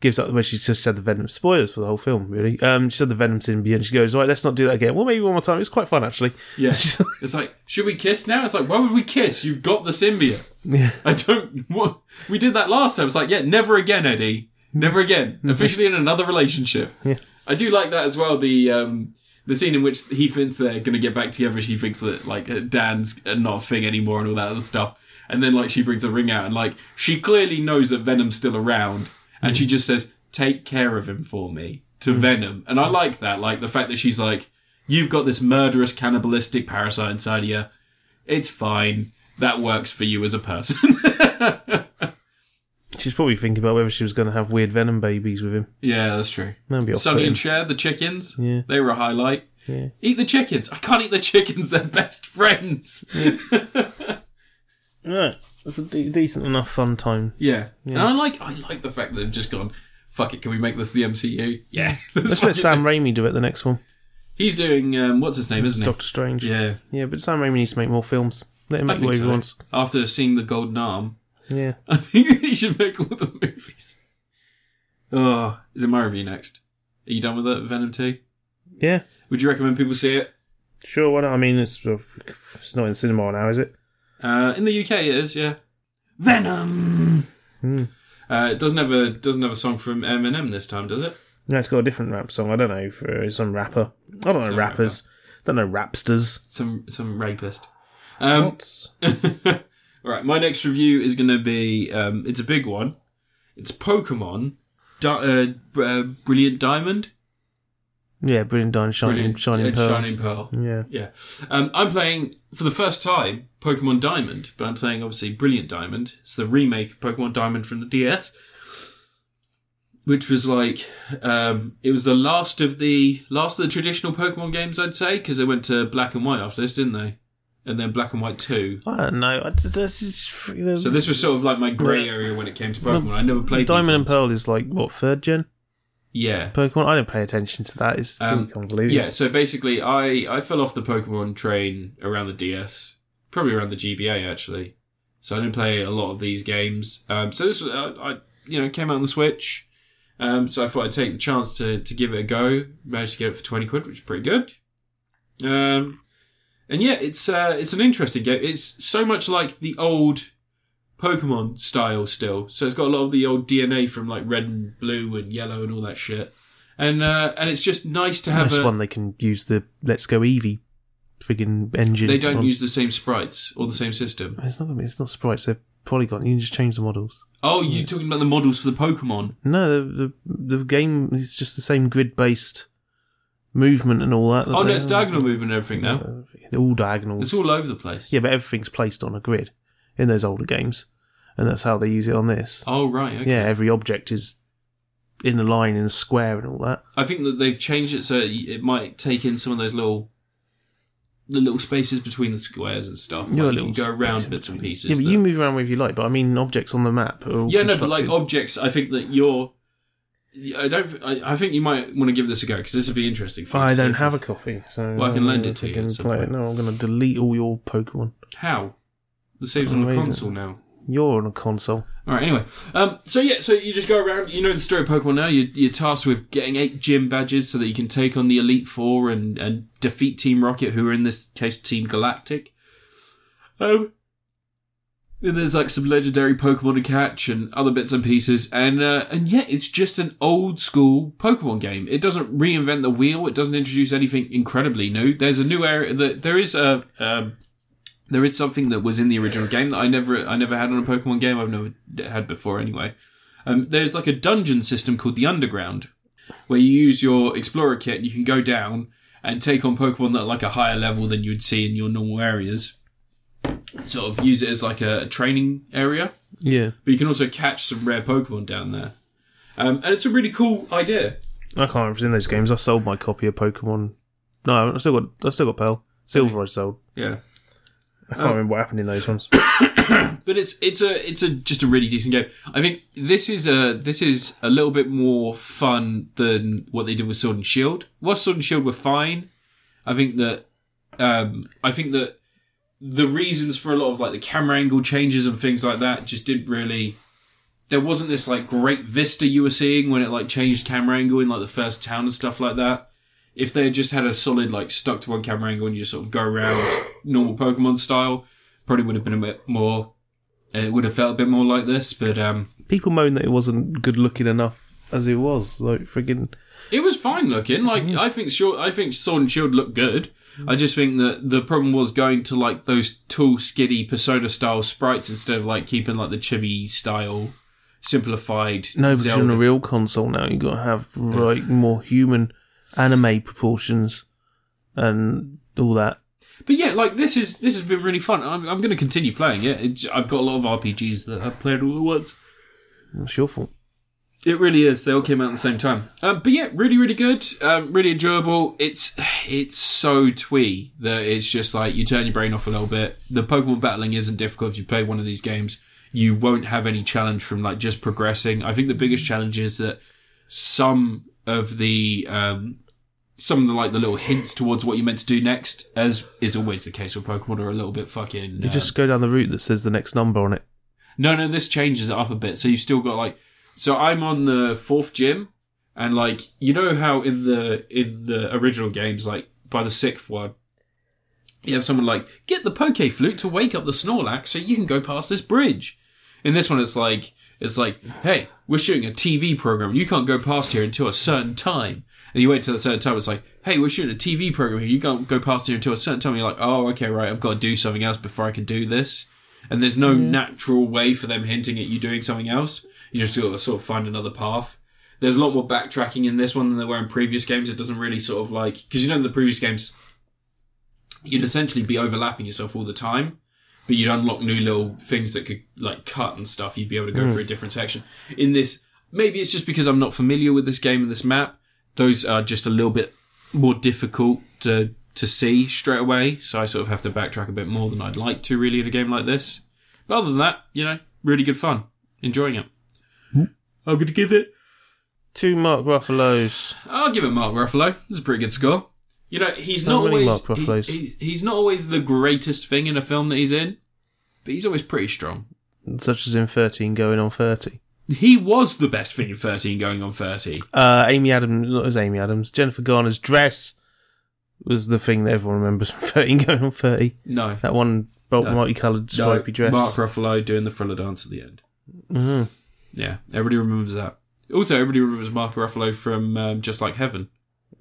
gives up when she just said the venom spoilers for the whole film. Really, um, she said the venom symbiote. and She goes, "All right, let's not do that again. Well, maybe one more time. It's quite fun actually."
Yeah, it's like, should we kiss now? It's like, why would we kiss? You've got the symbiote.
Yeah.
*laughs* I don't. What we did that last time. It's like, yeah, never again, Eddie. Never again. Officially in another relationship.
Yeah.
I do like that as well. The um, the scene in which he thinks they're gonna get back together. She thinks that like uh, Dan's uh, not a thing anymore and all that other stuff. And then like she brings a ring out and like she clearly knows that Venom's still around, and she just says, "Take care of him for me." To Venom, and I like that. Like the fact that she's like, "You've got this murderous, cannibalistic parasite inside of you. It's fine." That works for you as a person. *laughs*
She's probably thinking about whether she was going to have weird venom babies with him.
Yeah, that's true.
That'd be off
Sonny and Cher, the chickens,
Yeah.
they were a highlight.
Yeah.
Eat the chickens. I can't eat the chickens. *laughs* They're best friends. Yeah.
Right. That's a de- decent enough fun time.
And I like, I like the fact that they've just gone. Fuck it. Can we make this the MCU? *laughs* Yeah.
Let's
Let's
let
fucking
Sam
do-
Raimi do it the next one.
He's doing um, what's his name, isn't
Doctor Strange.
he? Yeah.
Yeah, but Sam Raimi needs to make more films. Let him
I
make
think
what he
so.
wants.
After seeing the Golden Arm, *laughs*
Yeah.
I think he should make all the movies. Oh, is it my review next? Are you done with it, Venom Two?
Yeah.
Would you recommend people see it?
Sure, why not? I mean, it's, it's not in cinema now, is it?
Uh, in the UK, it is, yeah. Venom.
Hmm.
Uh, it doesn't have a doesn't have a song from Eminem this time, does it?
No, it's got a different rap song. I don't know. For some rapper. I don't know
Some
rappers. don't know rapsters.
Some some rapist. Um,
What?
all right, my next review is going to be um, it's a big one. It's Pokemon, Di- uh, Br- uh, Brilliant Diamond,
Yeah, Brilliant Dine, Shining,
Brilliant
Shining
uh,
Pearl.
Shining Pearl.
Yeah.
Yeah. Um, I'm playing for the first time Pokemon Diamond, but I'm playing obviously Brilliant Diamond. It's the remake of Pokemon Diamond from the DS, which was like um, it was the last of the last of the traditional Pokemon games, I'd say, because they went to Black and White after this, didn't they? And then Black and White Two.
I don't know. I, this is,
So this was sort of like my grey area when it came to Pokemon. I never played these
Diamond and
ones.
Pearl is like, what, third gen?
Yeah.
Pokemon. I didn't pay attention to that. It's too
Um,
convoluted.
Yeah, so basically, I, I fell off the Pokemon train around the DS, probably around the GBA actually. So I didn't play a lot of these games. Um, so this uh, I you know came out on the Switch. Um, so I thought I'd take the chance to to give it a go. Managed to get it for twenty quid, which is pretty good. Um, and yeah, it's uh, it's an interesting game. It's so much like the old Pokemon style still. So it's got a lot of the old DNA from like Red and Blue and Yellow and all that shit. And uh, and it's just nice to have
This
a,
one they can use the Let's Go Eevee friggin' engine.
They don't
on-
use the same sprites or the same system.
It's not. It's not sprites. They're polygon. You can just change the models.
Oh, you're talking about the models for the Pokemon.
No, the the, the game is just the same grid based movement and all that. Uh,
Oh no, it's diagonal movement and everything now.
All diagonals.
It's all over the place.
yeah, but everything's placed on a grid in those older games, and that's how they use it on this.
Oh right, Oh, okay.
Yeah, every object is in a line in a square and all that.
I think that they've changed it so it might take in some of those little, the little spaces between the squares and stuff.
Yeah,
Like you
little
can go around
spaces
bits and pieces.
Yeah, but
that-
you move around wherever you like. But I mean, objects on the map. Are all
yeah, no, but like
constructed.
objects, I think that you're. I don't. I, I think you might want to give this a go because this would be interesting. For you
I
to see
don't
if-
have a copy, so
Well, I can lend it
if
to
I
you
can
at some
play
point.
it. No, I'm going to delete all your Pokemon.
how. The saves on the
Amazing.
console now.
You're on a console.
All right. Anyway, um, so yeah, so you just go around. You know the story of Pokemon now. You're, you're tasked with getting eight gym badges so that you can take on the Elite Four and and defeat Team Rocket, who are in this case Team Galactic. Um, then there's like some legendary Pokemon to catch and other bits and pieces, and uh, and yeah, it's just an old school Pokemon game. It doesn't reinvent the wheel. It doesn't introduce anything incredibly new. There's a new area that there is a. Um, there is something that was in the original game that I never I never had on a Pokemon game. I've never had before anyway. Um, there's like a dungeon system called the Underground, where you use your Explorer kit and you can go down and take on Pokemon that are like a higher level than you'd see in your normal areas. Sort of use it as like a training area,
Yeah,
but you can also catch some rare Pokemon down there. Um, and it's a really cool idea.
I can't remember if it's in those games. I sold my copy of Pokemon. No, I still got. I still got Pearl. Silver. I sold.
Yeah.
I can't remember what happened in those ones. *coughs*
but it's it's a it's a just a really decent game. I think this is a this is a little bit more fun than what they did with Sword and Shield. Well, Sword and Shield were fine. I think that um, I think that the reasons for a lot of like the camera angle changes and things like that just didn't really. There wasn't this like great vista you were seeing when it like changed camera angle in like the first town and stuff like that. If they had just had a solid like stuck to one camera angle and you just sort of go around normal Pokemon style, probably would have been a bit more it would have felt a bit more like this, but um,
People moan that it wasn't good looking enough as it was. Like friggin'
it was fine looking. Like I think, sure, I think Sword and Shield looked good. I just think that the problem was going to like those tall, skiddy Persona style sprites instead of like keeping like the chibi style, simplified.
no, but you're on
Zelda.
a real console now. You got to have like more human anime proportions and all that.
But yeah, like this is this has been really fun. I'm, I'm going to continue playing it. It's, I've got a lot of RPGs that I've played all at once.
It's your fault.
It really is. They all came out at the same time. Um, but yeah, really, really good. Um, really enjoyable. It's it's so twee that it's just like you turn your brain off a little bit. The Pokemon battling isn't difficult if you play one of these games. You won't have any challenge from like just progressing. I think the biggest challenge is that some of the um, some of the like the little hints towards what you're meant to do next, as is always the case with Pokemon, are a little bit fucking. uh,
Just go down the route that says the next number on it.
no, no, this changes it up a bit. So you've still got like, so I'm on the fourth gym, and like you know how in the in the original games, like by the sixth one, you have someone like get the poke flute to wake up the Snorlax so you can go past this bridge. In this one, it's like it's like, hey, we're shooting a TV program. You can't go past here until a certain time. And you wait till a certain time. It's like, hey, we're shooting a TV program here. You can't go past here until a certain time. And you're like, oh, okay, right. I've got to do something else before I can do this. And there's no natural way for them hinting at you doing something else. You just got to sort of find another path. There's a lot more backtracking in this one than there were in previous games. It doesn't really sort of like because you know in the previous games, you'd essentially be overlapping yourself all the time but you'd unlock new little things that could like cut and stuff. You'd be able to go through a different section. In this, maybe it's just because I'm not familiar with this game and this map. Those are just a little bit more difficult to to see straight away. So I sort of have to backtrack a bit more than I'd like to really in a game like this. But other than that, you know, really good fun, enjoying it. I'm gonna give it.
Two Mark Ruffalo's.
I'll give it Mark Ruffalo. That's a pretty good score. You know, he's
How
not
many
always
Mark Ruffalo's?
he- he- he's not always the greatest thing in a film that he's in, but he's always pretty strong.
such as in 13 going on 30.
He was the best thing in 13 going on 30.
Uh, Amy Adams, not as Amy Adams, Jennifer Garner's dress was the thing that everyone remembers from *laughs* 13 going on 30.
No.
That one bolt
No.
multicoloured stripy
No,
dress.
Mark Ruffalo doing the thriller dance at the end. Mm-hmm. Yeah, everybody remembers that. Also, everybody remembers Mark Ruffalo from um, Just Like Heaven.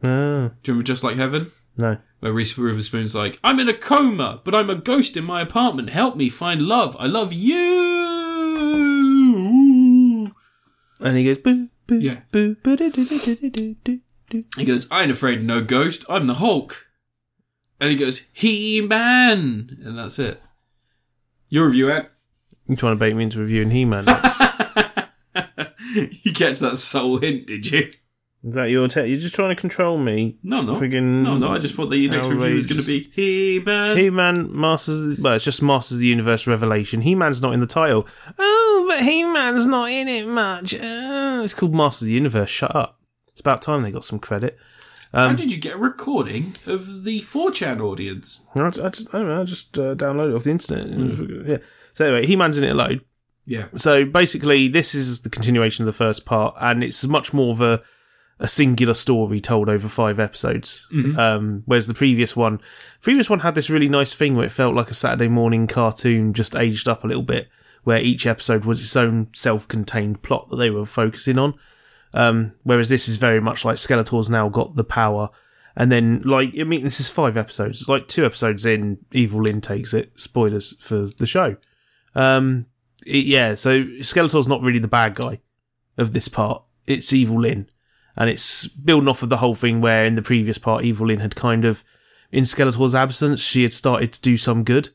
Ah,
Do you remember Just Like Heaven?
no.
Where Reese Witherspoon's like, I'm in a coma, but I'm a ghost in my apartment. Help me find love. I love you.
And he goes, boo, boo,
Yeah.
boo, boo, do, do, do, do, do, do, do.
He goes, I ain't afraid of no ghost. I'm the Hulk. And he goes, He Man. And that's it. Your review, Ed. *laughs*
You're trying to bait me into reviewing He Man.
you catch that subtle hint, did you?
Is that your tech? You're just trying to control me.
No, no.
Friggin'
no, no. I just thought the next review was going to be He Man.
He Man Masters. Well, it's just Masters of the Universe Revelation. He Man's not in the title. Oh, but He Man's not in it much. Oh, it's called Masters of the Universe. Shut up. It's about time they got some credit. um,
How did you get a recording of the 4chan audience?
No, I just, I just, I don't know, I just uh, downloaded it off the internet. Yeah. So anyway, He Man's in it alone.
Yeah.
So basically, this is the continuation of the first part, and it's much more of a, a singular story told over five episodes. Um, whereas the previous one, previous one had this really nice thing where it felt like a Saturday morning cartoon, just aged up a little bit, where each episode was its own self-contained plot that they were focusing on. Um, whereas this is very much like Skeletor's now got the power. And then, like, I mean, this is five episodes. Like, two episodes in, Evil Lynn takes it. Spoilers for the show. Um, it- yeah, so Skeletor's not really the bad guy of this part. It's Evil Lynn. And it's building off of the whole thing where in the previous part, Evil Lynn had kind of, in Skeletor's absence, she had started to do some good.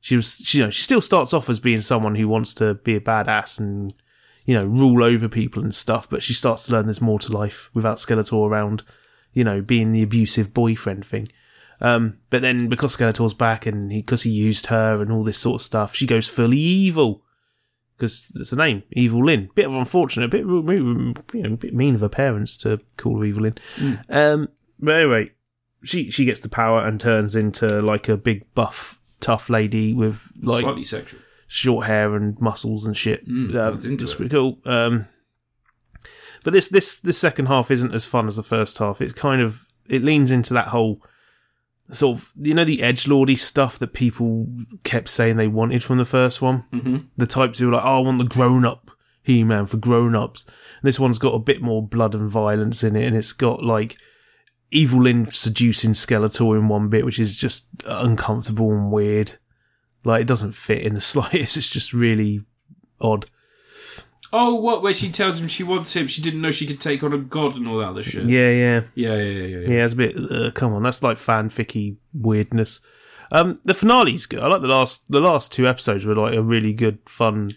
She was, she, you know, she still starts off as being someone who wants to be a badass and, you know, rule over people and stuff, but she starts to learn there's more to life without Skeletor around, you know, being the abusive boyfriend thing. Um, but then because Skeletor's back and because he used her and all this sort of stuff, she goes fully evil because that's the name, Evil Lynn. Bit of unfortunate, bit you know, bit mean of her parents to call her Evil Lynn. Um, but anyway, she she gets the power and turns into like a big buff tough lady with like
Slightly sexual.
short hair and muscles and shit.
Mm, I
uh,
was into
it's
it.
pretty cool. Um, but this this this second half isn't as fun as the first half. It's kind of it leans into that whole sort of you know the edge lordy stuff that people kept saying they wanted from the first one. Mm-hmm. The types who were like, "Oh, I want the grown up He Man for grown ups." This one's got a bit more blood and violence in it, and it's got like Evil Lynn seducing Skeletor in one bit, which is just uncomfortable and weird. Like it doesn't fit in the *laughs* slightest. It's just really odd.
Oh, what? Where she tells him she wants him. She didn't know she could take on a god and all that other shit.
Yeah, yeah,
Yeah, yeah, yeah, yeah. yeah.
yeah. It's a bit. Uh, come on, that's like fanficky weirdness. Um, the finale's good. I like the last. The last two episodes were like a really good, fun,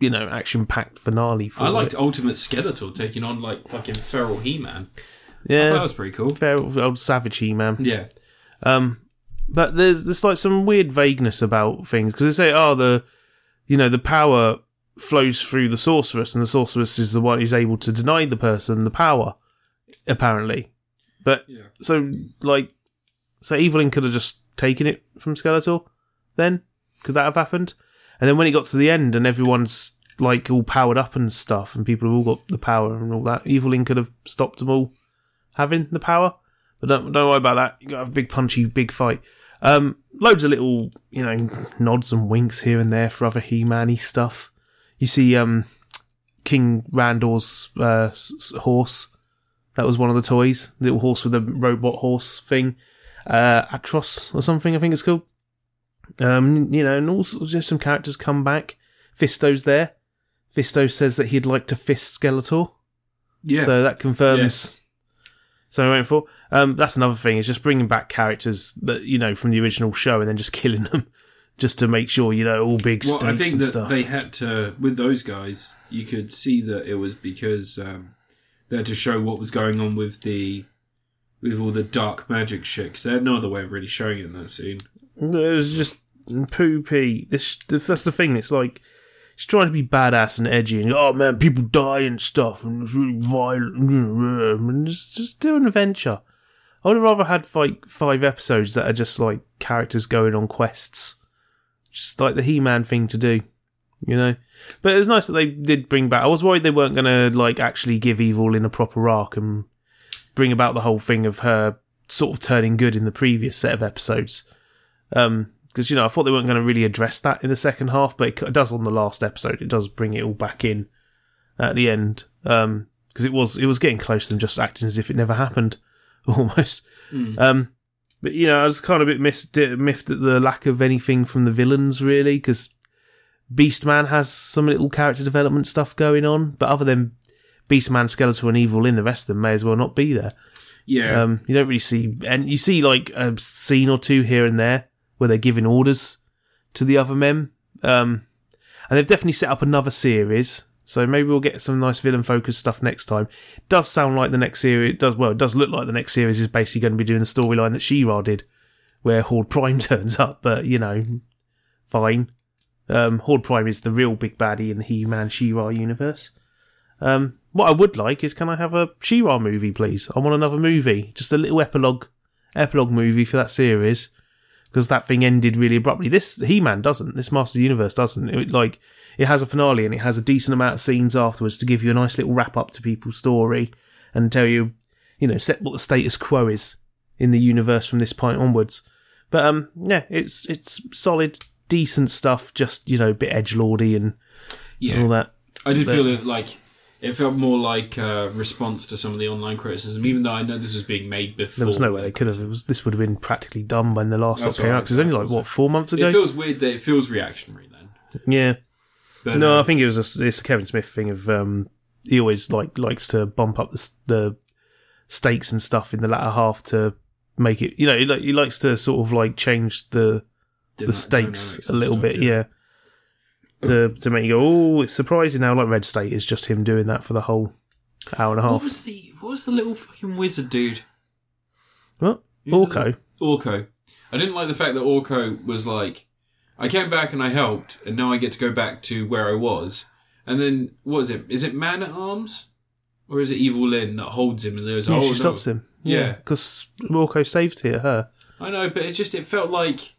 you know, action-packed finale. For
I
it.
liked Ultimate Skeletor taking on like fucking feral He Man.
Yeah,
That was pretty cool.
fair old savage man.
Yeah.
Um, but there's there's like some weird vagueness about things because they say, oh, the you know the power flows through the sorceress, and the sorceress is the one who's able to deny the person the power, apparently. But
Yeah.
so like, so Evelyn could have just taken it from Skeletor. Then could that have happened? And then when it got to the end, and everyone's like all powered up and stuff, and people have all got the power and all that, Evelyn could have stopped them all having the power. But don't don't worry about that. You got to have a big punchy, big fight. Um, loads of little you know nods and winks here and there for other He-Man-y stuff. You see, um, King Randor's uh, s- s- horse. That was one of the toys. Little horse with a robot horse thing. Uh, Atros or something, I think it's called. Um, you know, and all sorts of some characters come back. Fisto's there. Fisto says that he'd like to fist Skeletor.
Yeah.
So that confirms.
Yes.
So I went for. Um, that's another thing is just bringing back characters that you know from the original show and then just *laughs* killing them, just to make sure you know all big
well,
stakes
I think
and
that
stuff.
they had to with those guys. You could see that it was because um, they had to show what was going on with the with all the dark magic shit. 'cause they had no other way of really showing it in that scene.
It was just poopy. This that's the thing. It's like she's trying to be badass and edgy, and oh man, people die and stuff, and it's really violent, and just just do an adventure. I would have rather had like five episodes that are just like characters going on quests, just like the He-Man thing to do, you know. But it was nice that they did bring back. I was worried they weren't gonna like actually give Evil in a proper arc and bring about the whole thing of her sort of turning good in the previous set of episodes because Um, you know I thought they weren't going to really address that in the second half, but it, c- it does on the last episode. It does bring it all back in at the end because it was it was getting close to them just acting as if it never happened *laughs* almost. Um, but you know I was kind of a bit missed, miffed at the lack of anything from the villains really because Beastman has some little character development stuff going on, but other than Beastman, Skeletor, and Evil in the rest of them may as well not be there.
Yeah,
Um, you don't really see, and you see like a scene or two here and there where they're giving orders to the other men. Um, and they've definitely set up another series. So maybe we'll get some nice villain focused stuff next time. Does sound like the next series. It does well. It does look like the next series is basically going to be doing the storyline that She-Ra did, where Horde Prime *laughs* turns up. But you know, fine. Um, Horde Prime is the real big baddie in the He-Man She-Ra universe. Um, what I would like is, can I have a She-Ra movie, please? I want another movie, just a little epilogue, epilogue movie for that series, because that thing ended really abruptly. This He-Man doesn't. This Master of the Universe doesn't. It, like, it has a finale and it has a decent amount of scenes afterwards to give you a nice little wrap up to people's story and tell you, you know, set what the status quo is in the universe from this point onwards. But um, yeah, it's it's solid, decent stuff. Just you know, a bit edge lordy and
Yeah,
all that.
I did
But-
feel it like it felt more like a response to some of the online criticism, even though I know this was being made before.
There was no way they could have. It was, this would have been practically done when the last lot
That's
came
all
out
right,
because only like
wasn't
what four months ago.
It feels weird that it feels reactionary then.
yeah,
But,
no,
uh,
I think it was just, it's a Kevin Smith thing of um, he always like likes to bump up the, s- the stakes and stuff in the latter half to make it. You know, he, like, he likes to sort of like change the the
dyna-
stakes
dynamics
a
and
little
stuff,
bit, yeah. To to make you go, oh, it's surprising how like Red State is just him doing that for the whole hour and a
What
half.
was the what was the little fucking wizard dude?
What?
Who's the-
Orko.
Orko. I didn't like the fact that Orko was like, I came back and I helped, and now I get to go back to where I was. And then what is it? Is it Man at Arms, or is it Evil Lynn that holds him and there's
Yeah,
oh,
she
no.
stops him.
Yeah.
because Orko saved her. her.
I know, but it just it felt like,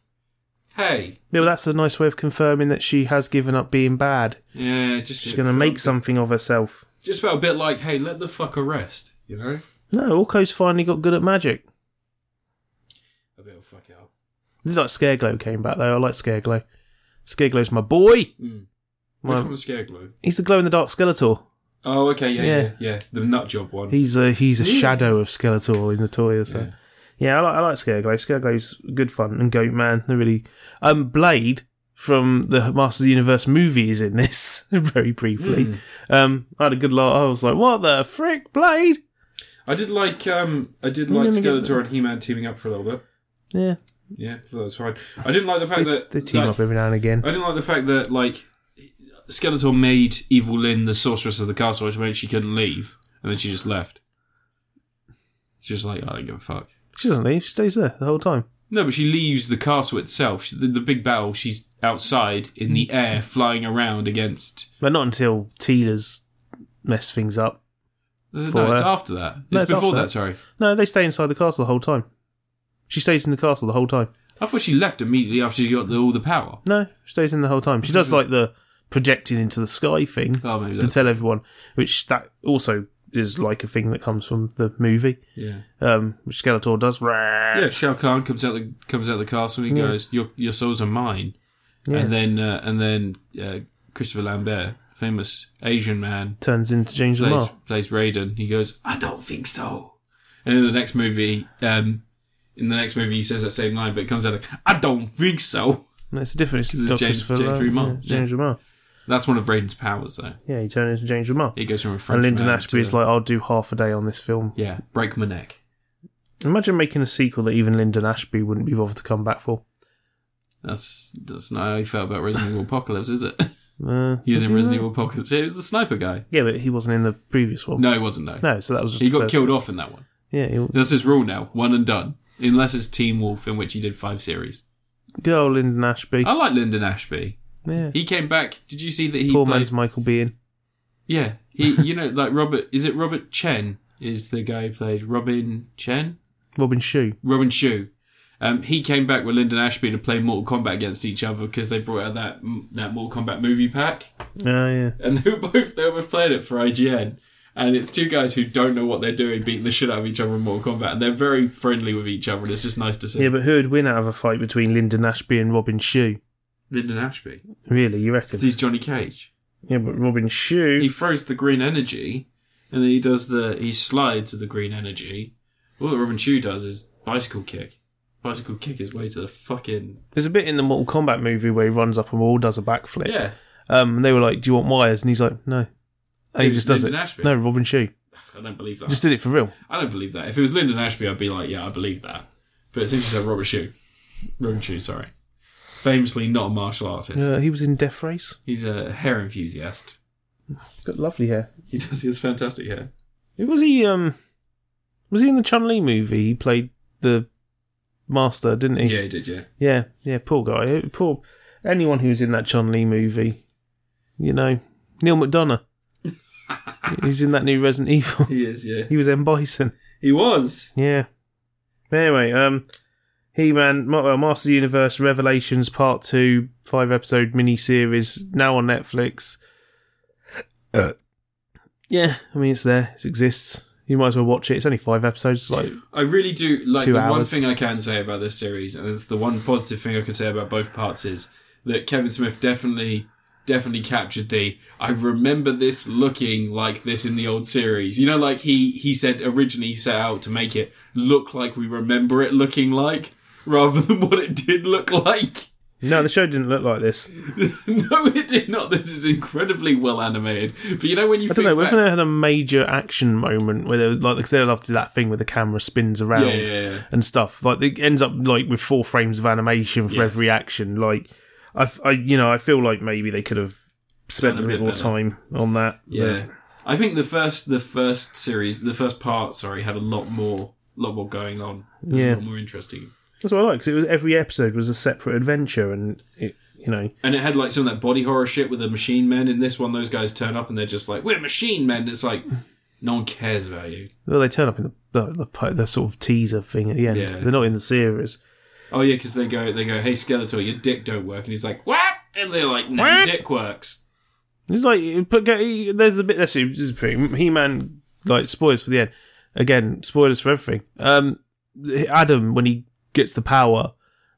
hey,
Yeah, well, that's a nice way of confirming that she has given up being bad.
yeah, it just
She's
it
going to
felt-
make something of herself.
Just felt a bit like, hey, let the fucker rest, you know?
No, Orko's finally got good at magic.
A bit of fuck out.
This is like Scareglow came back though. I like Scareglow. Scareglow's my boy.
Mm. Which
My-
one was Scareglow?
he's the glow in the dark Skeletor.
Oh, okay, yeah,
Yeah.
yeah, yeah, the nut job one.
He's a he's a
Really?
shadow of Skeletor in the toy or so.
Yeah.
Yeah, I like, I like Scareglow. Scareglow's good fun and Goat Man. They're really. Um, Blade from the Masters of the Universe movie is in this *laughs* very briefly.
Mm.
Um, I had a good laugh. I was like, "What the frick, Blade?"
I did like, um, I did
I'm
like
gonna get
Skeletor and He-Man teaming up for a little bit.
Yeah,
Yeah, so that was fine. I didn't like the fact
they,
that
they team
like,
up every now and again.
I didn't like the fact that like Skeletor made Evil Lynn the sorceress of the castle, which meant she couldn't leave, and then she just left. She's just like I don't give a fuck.
She doesn't leave. She stays there the whole time.
No, but she leaves the castle itself. She, the, the big battle. She's outside in the air, flying around against.
But not until Teela's mess things up.
No,
For
it's
her.
after that. It's,
No, it's
before
after
that.
that.
Sorry,
No, they stay inside the castle the whole time. She stays in the castle the whole time.
I thought she left immediately after she got the, all the power.
No, she stays in the whole time. She does like the projecting into the sky thing
Oh, maybe
to
that's
tell everyone, which that also is like a thing that comes from the movie,
yeah.
um, which Skeletor does.
Yeah, Shao Kahn comes out the comes out the castle and he goes, "Your your souls are mine."
Yeah.
And then uh, and then uh, Christopher Lambert, famous Asian man,
Turns into James
plays
Lamar.
plays Raiden. He goes, "I don't think so." And in the next movie, um, in the next movie, he says that same line, but it comes out like, "I don't think so."
No, It's a different. It's,
it's
Dr.
James-
Christopher
James
Lam-
Lamar,
yeah, it's James Lamar.
That's one of Raiden's powers, though.
Yeah, he turned into James Lamar.
He goes from a French
And Lyndon
man
Ashby's
to,
like, I'll do half a day on this film.
"Yeah, break my neck."
Imagine making a sequel that even Lyndon Ashby wouldn't be bothered to come back for.
That's that's not how he felt about Resident Evil Apocalypse, is it? *laughs*
Uh,
he was
was
in
he
Resident
there?
Evil Apocalypse. He was the sniper guy.
Yeah, but he wasn't in the previous one.
No, he wasn't. No,
No, so that was just
he
the
got
first-
killed off in that one.
Yeah, he,
That's his rule now. One and done. Unless it's Team Wolf, in which he did five series.
good old Lyndon Ashby.
I like Lyndon Ashby.
yeah,
He came back. Did you see that he
poor
played?
man's Michael Bean.
Yeah, he. You know, like Robert. Is it Robert Chen? Is the guy who played Robin Chen?
Robin Shue.
Robin Shu. Um, he came back with Lyndon Ashby to play Mortal Kombat against each other because they brought out that that Mortal Kombat movie pack,
Oh yeah,
and *laughs* they were both they were playing it for IGN. And it's two guys who don't know what they're doing, beating the shit out of each other in Mortal Kombat, and they're very friendly with each other, and it's just nice to see.
yeah. But who would win out of a fight between Lyndon Ashby and Robin Shue?
Lyndon Ashby,
Really, you reckon?
'Cause he's Johnny Cage.
Yeah, but Robin Shue.
he throws the green energy, and then he does the he slides with the green energy. All that Robin Chu does is bicycle kick. Bicycle kick his way to the fucking
There's a bit in the Mortal Kombat movie where he runs up a wall, does a backflip.
yeah.
Um, and they were like, "Do you want wires?" And he's like, "No." And he
Who's
just does
Lyndon
it.
Ashby? Ah.
No, Robin Shue
I don't believe that.
just did it for real.
I don't believe that. If it was Lyndon Ashby, I'd be like, yeah, I believe that. But it's interesting. Robin Chu, Robin Chu, sorry, famously not a martial artist.
Uh, he was in Death Race.
He's a hair enthusiast.
Got lovely hair.
He does. He has fantastic hair.
Who was he? Um, was he in the Chun Li movie? He played the master, didn't he?
Yeah, he did. Yeah.
yeah, yeah. Poor guy. Poor anyone who was in that Chun Li movie. You know, Neil McDonough. He's in that new Resident Evil. *laughs*
He is. Yeah.
he was M Bison.
He was.
Yeah. Anyway, um, He Man, well, Master of the Universe Revelations Part Two, five episode mini series, now on Netflix. Uh. Yeah, I mean it's there, it exists. You might as well watch it. It's only five episodes. Like,
I really do like
Two
the one
hours.
thing I can say about this series, and it's the one positive thing I can say about both parts is that Kevin Smith definitely, definitely captured the. I remember this looking like this in the old series. You know, like he he said originally he set out to make it look like we remember it looking like, rather *laughs* than what it did look like. *laughs*
no, the show didn't look like this.
no, it did not. This is incredibly well animated. But you know when you
I don't
think
know. Whether
back-
they had a major action moment where they was like, because they love to do that thing where the camera spins around
yeah, yeah, yeah.
and stuff. Like, it ends up like with four frames of animation for
Yeah.
every action. Like, I, I, you know, I feel like maybe they could have spent a
Done a
little
bit
more time on that.
Yeah. I think the first the first series the first part sorry had a lot more lot more going on. It was
Yeah.
a lot more interesting.
That's what I like because it was every episode was a separate adventure, and it, you know,
And it had like some of that body horror shit with the machine men. In this one, those guys turn up and they're just like, "We're machine men." It's like no one cares about you.
well, they turn up in the the, the, po- the sort of teaser thing at the end.
Yeah.
They're not in the series.
Oh yeah, because they go they go, "Hey Skeletor, your dick don't work," and he's like, "What?" And they're like, "No, your
What?
dick works."
It's like, but go- he- there's a bit. That's it. This is pretty. He Man, like spoilers for the end. Again, spoilers for everything. Um, Adam when he gets the power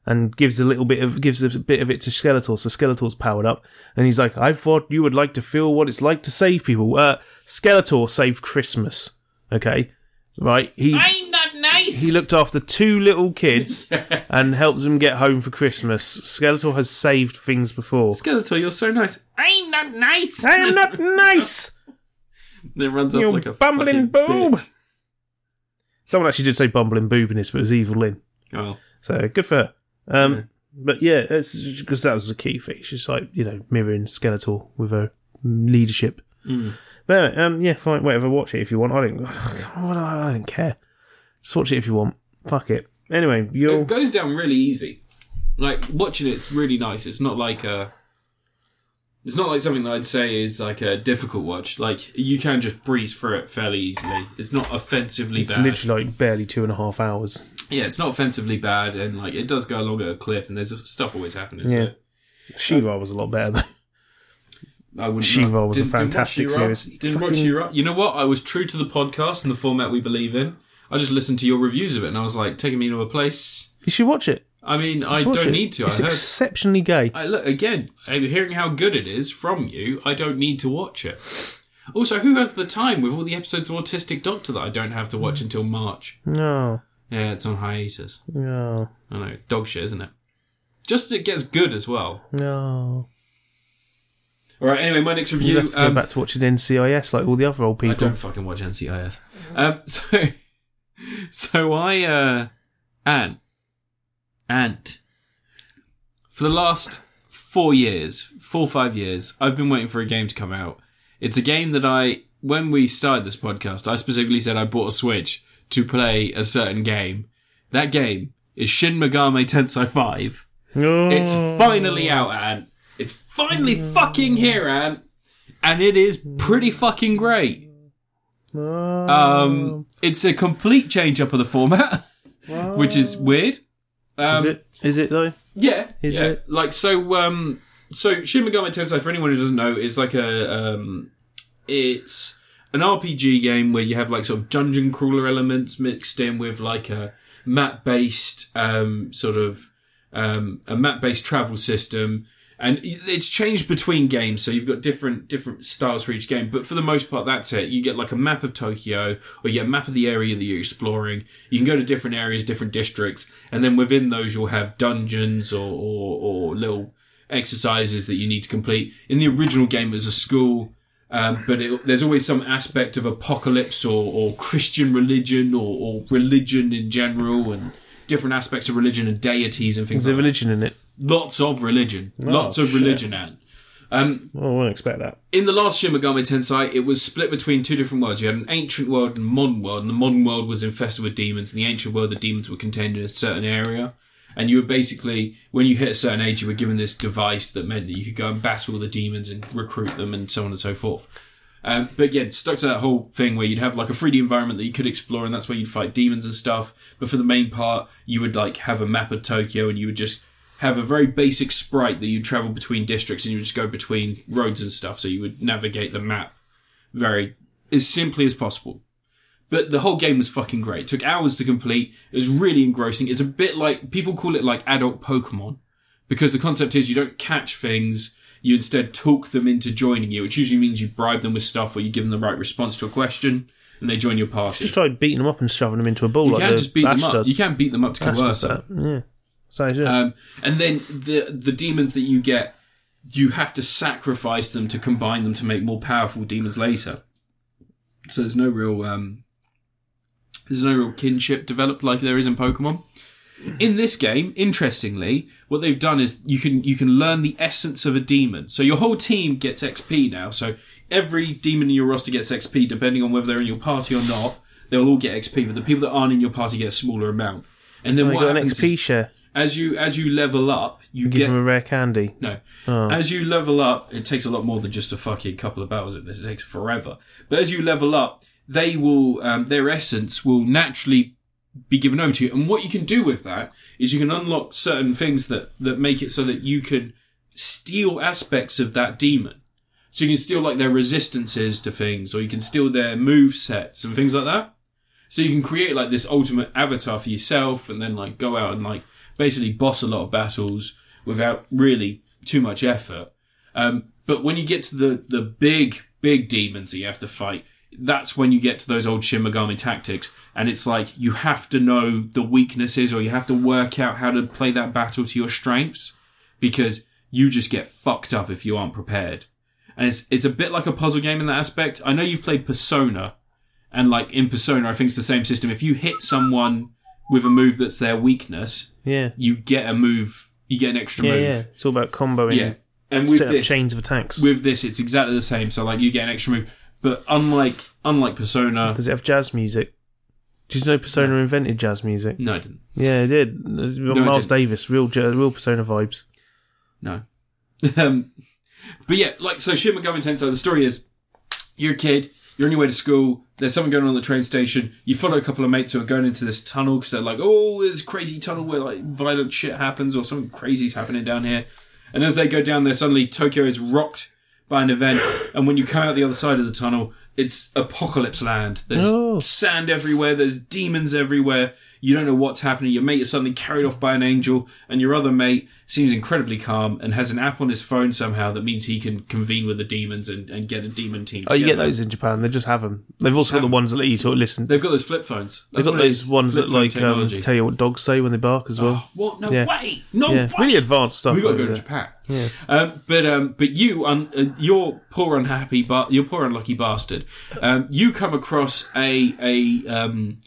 and gives a little bit of gives a bit of it to Skeletor, so Skeletor's powered up, and he's like, "I thought you would like to feel what it's like to save people." Uh, Skeletor saved Christmas. Okay, right? He
*laughs* I'm not nice.
he looked after two little *laughs* kids and helped them get home for Christmas. Skeletor has saved things before.
Skeletor, you're so nice. I'm not *laughs* nice.
I am not nice,
Then runs
you
off like a fucking
bumbling boob.
bitch.
Someone actually did say bumbling boob in this, but it was Evil Lynn.
Oh,
So good for her. Um, But yeah, it's because that was the key thing. She's like, you know, mirroring Skeletor with her leadership.
Hmm.
But anyway, um, yeah, fine, whatever. Watch it if you want. I *sighs* don't, I don't care. Just watch it if you want. Fuck it. Anyway, you're.
it goes down really easy. Like watching it's really nice. It's not like a. It's not like something that I'd say is like a difficult watch. Like you can just breeze through it fairly easily. It's not offensively
It's
bad.
literally like barely two and a half hours.
yeah, it's not offensively bad, and like it does go along at a clip, and there's stuff always happening.
Yeah. She-Ra was a lot better though.
So I wouldn't.
She-Ra was a
Didn't- didn't watch
fantastic
She-Ra.
series.
Didn't watch
Fucking-
She-Ra. You know what? I was true to the podcast and the format we believe in. I just listened to your reviews of it, and I was like, taking me to a place.
You should watch it.
I mean, I
Just watch
don't
it.
need to.
It's
I heard
exceptionally gay.
I look again. I'm hearing how good it is from you. I don't need to watch it. Also, who has the time with all the episodes of Autistic Doctor that I don't have to watch until March?
No,
Yeah, it's on hiatus.
no,
I know, dog shit, isn't it? Just as it gets good as well.
no.
All right. Anyway, my next
You
review.
have to go
um,
back to watching NCIS like all the other old
I
people.
don't fucking watch NCIS. Um, *laughs* so, so I, uh, Ant, Ant, for the last four years, four or five years, I've been waiting for a game to come out. It's a game that I, when we started this podcast, I specifically said I bought a Switch to play a certain game. That game is Shin Megami Tensei 5.
No.
It's finally out, Ant. It's finally
Mm.
fucking here, Ant. And it is pretty fucking great.
No.
Um, it's a complete change up of the format, *laughs* which is weird. Um,
is it? Is it though?
Yeah,
Mm. Is
yeah.
it?
Like so. Um, so Shin Megami Tensei, for anyone who doesn't know, is like a um, it's an RPG game where you have like sort of dungeon crawler elements mixed in with like a map based um, sort of um, a map based travel system. And it's changed between games, so you've got different different styles for each game. But for the most part, that's it. You get like a map of Tokyo, or you get a map of the area that you're exploring. You can go to different areas, different districts, and then within those, you'll have dungeons or or, or little exercises that you need to complete. In the original game, it was a school, um, but it, there's always some aspect of apocalypse or, or Christian religion or, or religion in general and different aspects of religion and deities and things
Is there
like that.
religion in it?
Lots of religion. Lots of
shit.
religion, Anne. Um,
Well, Oh, I wouldn't expect that.
in the last Shin Megami Tensei, it was split between two different worlds. You had an ancient world and a modern world, and the modern world was infested with demons. In the ancient world, the demons were contained in a certain area, and you were basically, when you hit a certain age, you were given this device that meant that you could go and battle the demons and recruit them, and so on and so forth. Um, but again, stuck to that whole thing where you'd have like a 3D environment that you could explore, and that's where you'd fight demons and stuff. But for the main part, you would like have a map of Tokyo, and you would just have a very basic sprite that you travel between districts, and you would just go between roads and stuff. So you would navigate the map very as simply as possible. But the whole game was fucking great. It took hours to complete. It was really engrossing. It's a bit like people call it like adult Pokemon because the concept is you don't catch things. You instead talk them into joining you, which usually means you bribe them with stuff or you give them the right response to a question and they join your party.
Just try beating them up and shoving them into a ball
You
like
can't
the
just beat
Ash
them up.
does.
You can't beat them up to
Ash does
coerce them.
that. Yeah. So, yeah.
Um, and then the the demons that you get, you have to sacrifice them to combine them to make more powerful demons later. So there's no real um, there's no real kinship developed like there is in Pokemon. In this game, interestingly, what they've done is you can you can learn the essence of a demon. So your whole team gets XP now. So every demon in your roster gets XP, depending on whether they're in your party or not. They'll all get XP, but the people that aren't in your party get a smaller amount. And then
you
what
got an
happens is-
XP share.
as you as you level up, you
Give
get
them a Oh. rare candy.
no. As you level up, it takes a lot more than just a fucking couple of battles at this. It takes forever. But as you level up, they will um, their essence will naturally be given over to you. And what you can do with that is you can unlock certain things that that make it so that you can steal aspects of that demon. So you can steal like their resistances to things, or you can steal their move sets and things like that. So you can create like this ultimate avatar for yourself, and then like go out and like basically boss a lot of battles without really too much effort. Um, but when you get to the the big big demons that you have to fight, that's when you get to those old Shin Megami tactics, and it's like you have to know the weaknesses, or you have to work out how to play that battle to your strengths, because you just get fucked up if you aren't prepared. And it's it's a bit like a puzzle game in that aspect. I know you've played Persona, and like in Persona, I think it's the same system. If you hit someone with a move that's their weakness,
Yeah.
you get a move, you get an extra
Yeah,
move.
yeah. It's all about comboing.
Yeah. And with
Set up
this,
chains of attacks.
with this, it's exactly the same. So like you get an extra move, but unlike unlike Persona,
Does it have jazz music? Did you know Persona invented jazz music?
no, I didn't.
Yeah, it did. It was
it
Miles
didn't.
Davis, real ja- real Persona vibes.
No. *laughs* um, but yeah, like so, Shin Megami Tensei. The story is you're a kid, you're on your way to school. There's something going on at the train station. You follow a couple of mates who are going into this tunnel because they're like, "Oh, there's a crazy tunnel where like violent shit happens or something crazy's happening down here." And as they go down there, suddenly Tokyo is rocked by an event. and when you come out the other side of the tunnel, it's apocalypse land. There's
Oh.
sand everywhere. There's demons everywhere. You don't know what's happening. Your mate is suddenly carried off by an angel, and your other mate seems incredibly calm and has an app on his phone somehow that means he can convene with the demons and, and get a demon team.
Oh, you get
together.
those in Japan. They just have them. They've also got the ones that let you talk. Listen,
They've got those flip phones.
they've got those ones that like um,
technology.
tell you what dogs say when they bark as well.
what? No
yeah.
way! No
yeah,
way!
really advanced stuff.
we got to
over
go to
there.
Japan. Um, but um, but you, un- uh, your poor unhappy, but your poor unlucky bastard. Um, you come across a a um,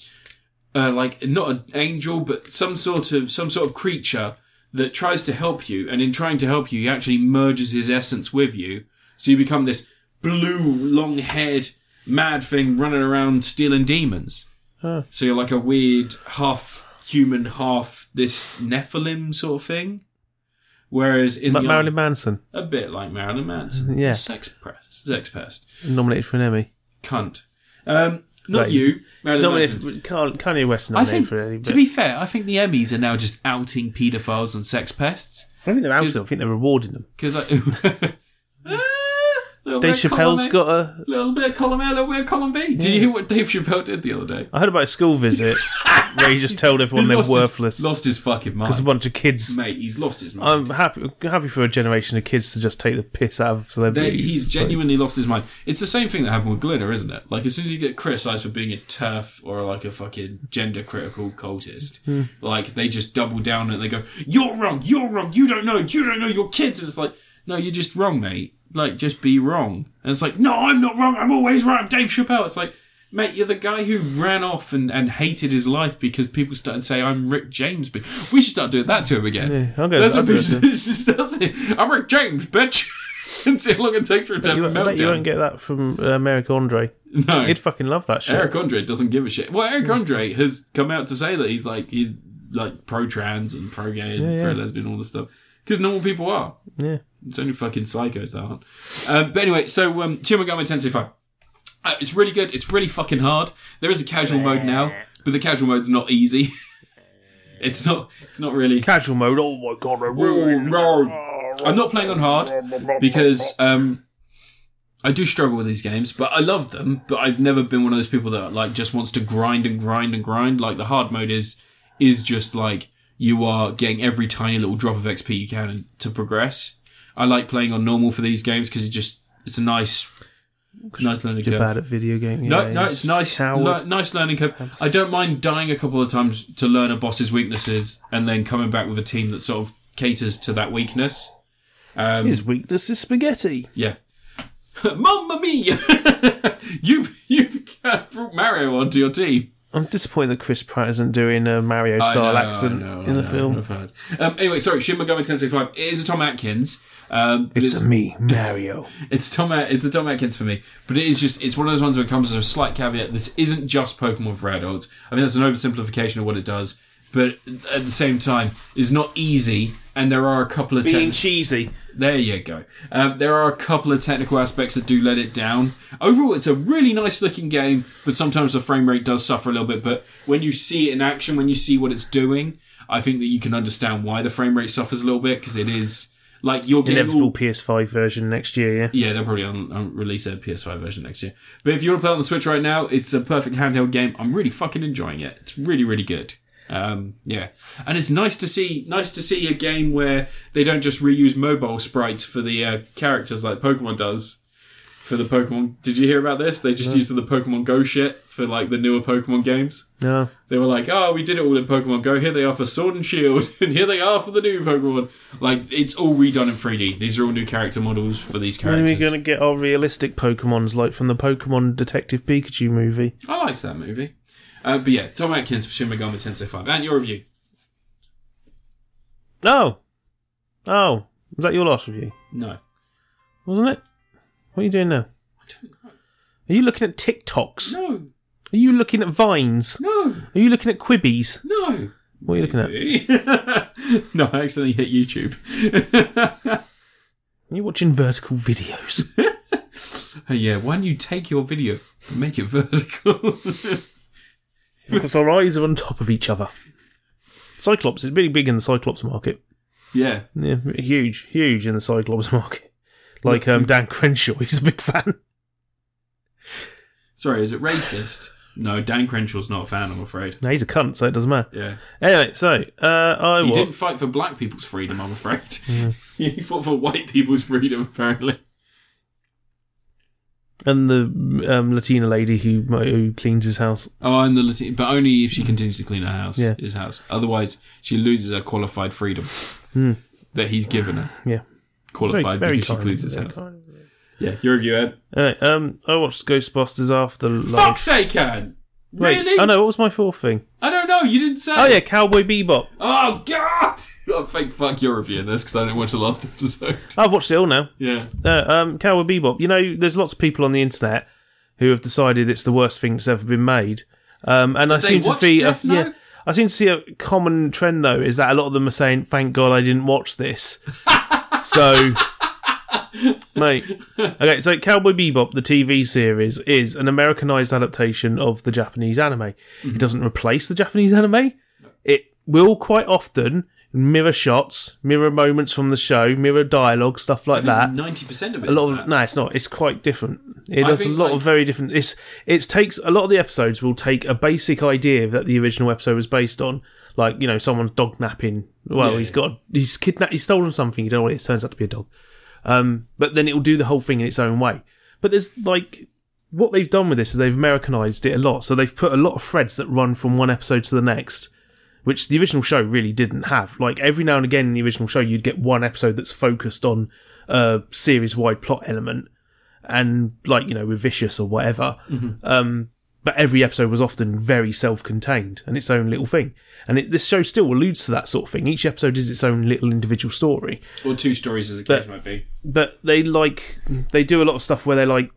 uh, like not an angel, but some sort of some sort of creature that tries to help you, and in trying to help you, he actually merges his essence with you, so you become this blue, long-haired, mad thing running around stealing demons. So you're like a weird half human, half this Nephilim sort of thing. Whereas in
Like
the
Marilyn Manson,
a bit like Marilyn Manson,
*laughs* Yeah.
sex pest, sex pest,
nominated for an Emmy.
cunt. Um, not
Right.
you, Marilyn
Nominated
Manson.
for Kanye Kanye West
I
nominated
think,
for an Emmy.
to be fair, I think the Emmys are now just outing paedophiles and sex pests
I think they're out.
'cause-
there. I think they're rewarding them.
because I. *laughs* Ah, little
Dave
bit of column
Chappelle's
A,
got a
little bit of column A, little bit of column B. Did you hear what Dave Chappelle did the other day?
I heard about a
*laughs*
school visit where he just told everyone
He
they're
lost his-
worthless.
lost his fucking
It's a
mind,
bunch of kids.
mate. He's lost his mind.
I'm happy happy for a generation of kids to just take the piss out of
They-
celebrities.
he's genuinely lost his mind. It's the same thing that happened with Glitter, isn't it? Like as soon as you get criticised for being a turf or like a fucking gender critical cultist,
Hmm.
like they just double down and they go, "You're wrong. You're wrong. You don't know. You don't know your kids." And it's like, no, you're just wrong, mate. Like just be wrong. And it's like, no, I'm not wrong. I'm always right. I'm Dave Chappelle. It's like. Mate, you're the guy who ran off and, and hated his life because people started saying, I'm Rick James. But we should start doing that to him again.
Yeah, I'll go-
That's *laughs*
I'll
what
do
people
it to him.
should start saying. I'm Rick James, bitch. *laughs* and see how long it takes for it to have
You,
a
I bet you won't
meltdown.
get that from uh, America Andre.
*laughs* no,
He'd fucking love that shit.
Eric Andre doesn't give a shit. Well, Eric Andre has come out to say that he's like he's like pro trans and pro gay and
yeah.
pro lesbian, all this stuff. Because normal people are.
Yeah.
It's only fucking psychos that aren't. Um, but anyway, so um, Shin Megami Tensei 5. Uh, it's really good. It's really fucking hard. There is a casual mode now, but the casual mode's not easy. *laughs* it's not. It's not really.
Casual mode. Oh my god, I ruined.
I'm not playing on hard because um, I do struggle with these games, but I love them. But I've never been one of those people that like just wants to grind and grind and grind. Like the hard mode is is just like you are getting every tiny little drop of XP you can to progress. I like playing on normal for these games because it just it's a nice nice learning
You're
curve.
bad at video game.
No,
yeah,
no,
you're
it's
just a
nice.
coward.
le- nice learning curve. I don't mind dying a couple of times to learn a boss's weaknesses and then coming back with a team that sort of caters to that weakness. um,
His weakness is spaghetti.
Yeah. *laughs* Mamma mia! *laughs* you've you've *laughs* brought Mario onto your team.
I'm disappointed that Chris Pratt isn't doing a Mario
I
style
know,
accent
I know,
in
I
the
know,
film.
I've heard. Um, anyway, sorry, Shin Megami Tensei 5. It is a Tom Atkins. Um, but
It's
it's,
a me,
*laughs*
Mario.
it's Tom. A- It's a Tom Atkins for me, but it is just. It's one of those ones where it comes as a slight caveat. This isn't just Pokemon for adults. I mean, that's an oversimplification of what it does, but at the same time, it's not easy. And there are a couple of
Being
ten-
cheesy.
there you go. Um, there are a couple of technical aspects that do let it down. Overall, it's a really nice looking game, but sometimes the frame rate does suffer a little bit. But when you see it in action, when you see what it's doing, I think that you can understand why the frame rate suffers a little bit because it is like you're getting all
Inevitable PS5 version next year, yeah?
yeah, they'll probably un- un- release a PS5 version next year. But if you want to play on the Switch right now, it's a perfect handheld game. I'm really fucking enjoying it. It's really, really good. Um, yeah, and it's nice to see nice to see a game where they don't just reuse mobile sprites for the uh, characters like Pokemon does. For the Pokemon, did you hear about this? They just used the Pokemon Go shit for like the newer Pokemon games.
No.
They were like, "Oh, we did it all in Pokemon Go. Here they are for Sword and Shield, *laughs* and here they are for the new Pokemon." Like it's all redone in 3D. These are all new character models for these
When are
characters.
we going to get our realistic Pokemons like from the Pokemon Detective Pikachu movie?
I liked that movie. Uh, but yeah, Tom Atkins for Shin Megami Tensei 5. And your review.
Oh! Oh. Was that your last review?
No.
Wasn't it? What are you doing now?
I don't know.
Are you looking at TikToks?
No.
Are you looking at Vines?
No.
Are you looking at Quibbies?
*laughs* No.
What are you looking at?
no, I accidentally hit YouTube.
Are you watching vertical
*laughs*
videos?
Hey, *laughs* yeah, why don't you take your video and make it *laughs* vertical?
because our eyes are on top of each other. Cyclops is really big in the Cyclops market.
yeah.
Yeah, huge, huge in the Cyclops *laughs* market. Like um, Dan Crenshaw, *laughs* he's a big fan.
Sorry, is it racist? No, Dan Crenshaw's not a fan, I'm afraid.
No, he's a cunt, so it doesn't matter.
Yeah.
Anyway, so uh, I
You
wa-
didn't fight for black people's freedom, I'm afraid. *laughs* you fought for white people's freedom, apparently.
and the um, Latina lady who who cleans his house.
Oh, and the Latin, but only if she continues to clean her house,
Yeah.
his house. Otherwise, she loses her qualified freedom
Hmm.
that he's given her.
Yeah,
Qualified because
kind,
she cleans his
very
house.
kind.
Yeah, your review, Ed.
Anyway, um, I watched Ghostbusters after. live-
Fuck's sake, Ed!
Wait,
Really?
Oh no, what was my fourth thing?
I don't know. You didn't say.
Oh yeah, Cowboy Bebop.
Oh god! *laughs* I think fuck your review in this because I didn't watch the last *laughs* episode.
I've watched it all now.
yeah.
Uh, um, Cowboy Bebop. You know, there's lots of people on the internet who have decided it's the worst thing that's ever been made. Um, and I
they
seem to
watch
see,
Death
a, yeah,
Note?
I seem to see a common trend though is that a lot of them are saying, "Thank God I didn't watch this."
*laughs*
so, mate, okay. So, Cowboy Bebop, the TV series, is an Americanized adaptation of the Japanese anime.
Mm-hmm.
It doesn't replace the Japanese anime. It will quite often mirror shots, mirror moments from the show, mirror dialogue, stuff like that
Ninety percent of it.
a
is
lot of
that.
no, it's not. It's quite different. It
I
does a
think,
lot
like-
of very different. It's it takes a lot of the episodes will take a basic idea that the original episode was based on, like you know someone dog napping. Well,
Yeah,
he's
yeah.
got he's kidnapped, he's stolen something. You don't know what it is, turns out to be a dog. Um, but then it'll do the whole thing in its own way. But there's like what they've done with this is they've Americanized it a lot. So they've put a lot of threads that run from one episode to the next. Which the original show really didn't have. Like every now and again in the original show, you'd get one episode that's focused on a series-wide plot element, and like you know with vicious or whatever um but every episode was often very self-contained and its own little thing. And it, this show still alludes to that sort of thing. Each episode is its own little individual story.
Or two stories, as the case might be.
But they like they do a lot of stuff where they're like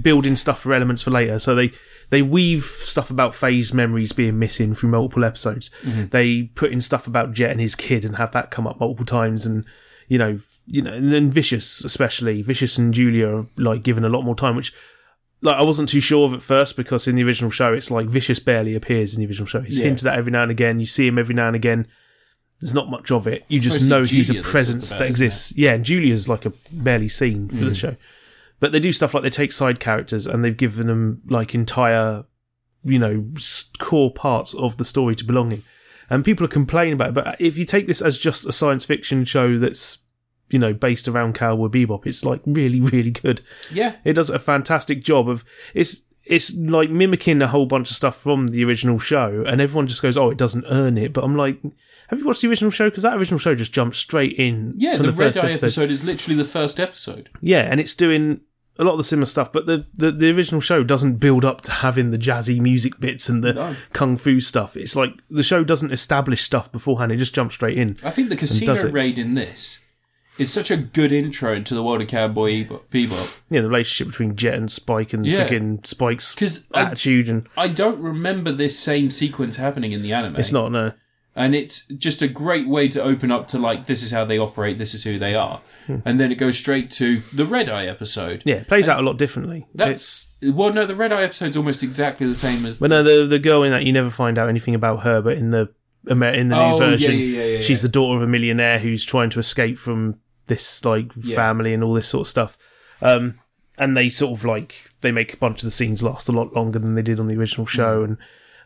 building stuff for elements for later. So they they weave stuff about Faye's memories being missing through multiple episodes. They put in stuff about Jet and his kid and have that come up multiple times and you know you know and then Vicious especially Vicious and Julia are like given a lot more time which like I wasn't too sure of at first because in the original show it's like Vicious barely appears in the original show. He's
Yeah.
hinted at every now and again. You see him every now and again. There's not much of it. You just
Mostly
know he's
Julia
a
that's
presence
talked about,
that
isn't it? Mm.
exists. Yeah, and Julia's like a barely seen for the show. But they do stuff like they take side characters and they've given them like entire, you know, s- core parts of the story to belong in. And people are complaining about it. But if you take this as just a science fiction show that's, you know, based around Cowboy Bebop, it's like really, *laughs* really good.
Yeah.
It does a fantastic job of it's it's like mimicking a whole bunch of stuff from the original show, and everyone just goes, "Oh, it doesn't earn it." But I'm like, "Have you watched the original show? Because that original show just jumped straight in
Yeah,
from
the,
the,
Red
first
Eye
episode.
episode is literally the first episode.
Yeah, and it's doing a lot of the similar stuff, but the, the, the original show doesn't build up to having the jazzy music bits and the
No.
kung fu stuff. It's like the show doesn't establish stuff beforehand; it just jumps straight in.
I think the casino
does it.
raid in this is such a good intro into the world of Cowboy Bebop- Bebop
Yeah, the relationship between Jet and Spike and
Yeah. uh,
freaking Spike's
because I,
attitude, and
I don't remember this same sequence happening in the anime.
it's not no.
and it's just a great way to open up to like this is how they operate, this is who they are, and then it goes straight to the Red Eye episode.
Hmm. Yeah, it plays out a lot differently. It's-
That's well, no, the Red Eye episode's almost exactly the same as
But no, the the girl in that you never find out anything about her, but in the Amer- in the
Oh,
new
yeah,
version,
yeah, yeah, yeah, yeah.
she's the daughter of a millionaire who's trying to escape from this like family and all this sort of stuff. Um, and they sort of like they make a bunch of the scenes last a lot longer than they did on the
Mm.
original show, and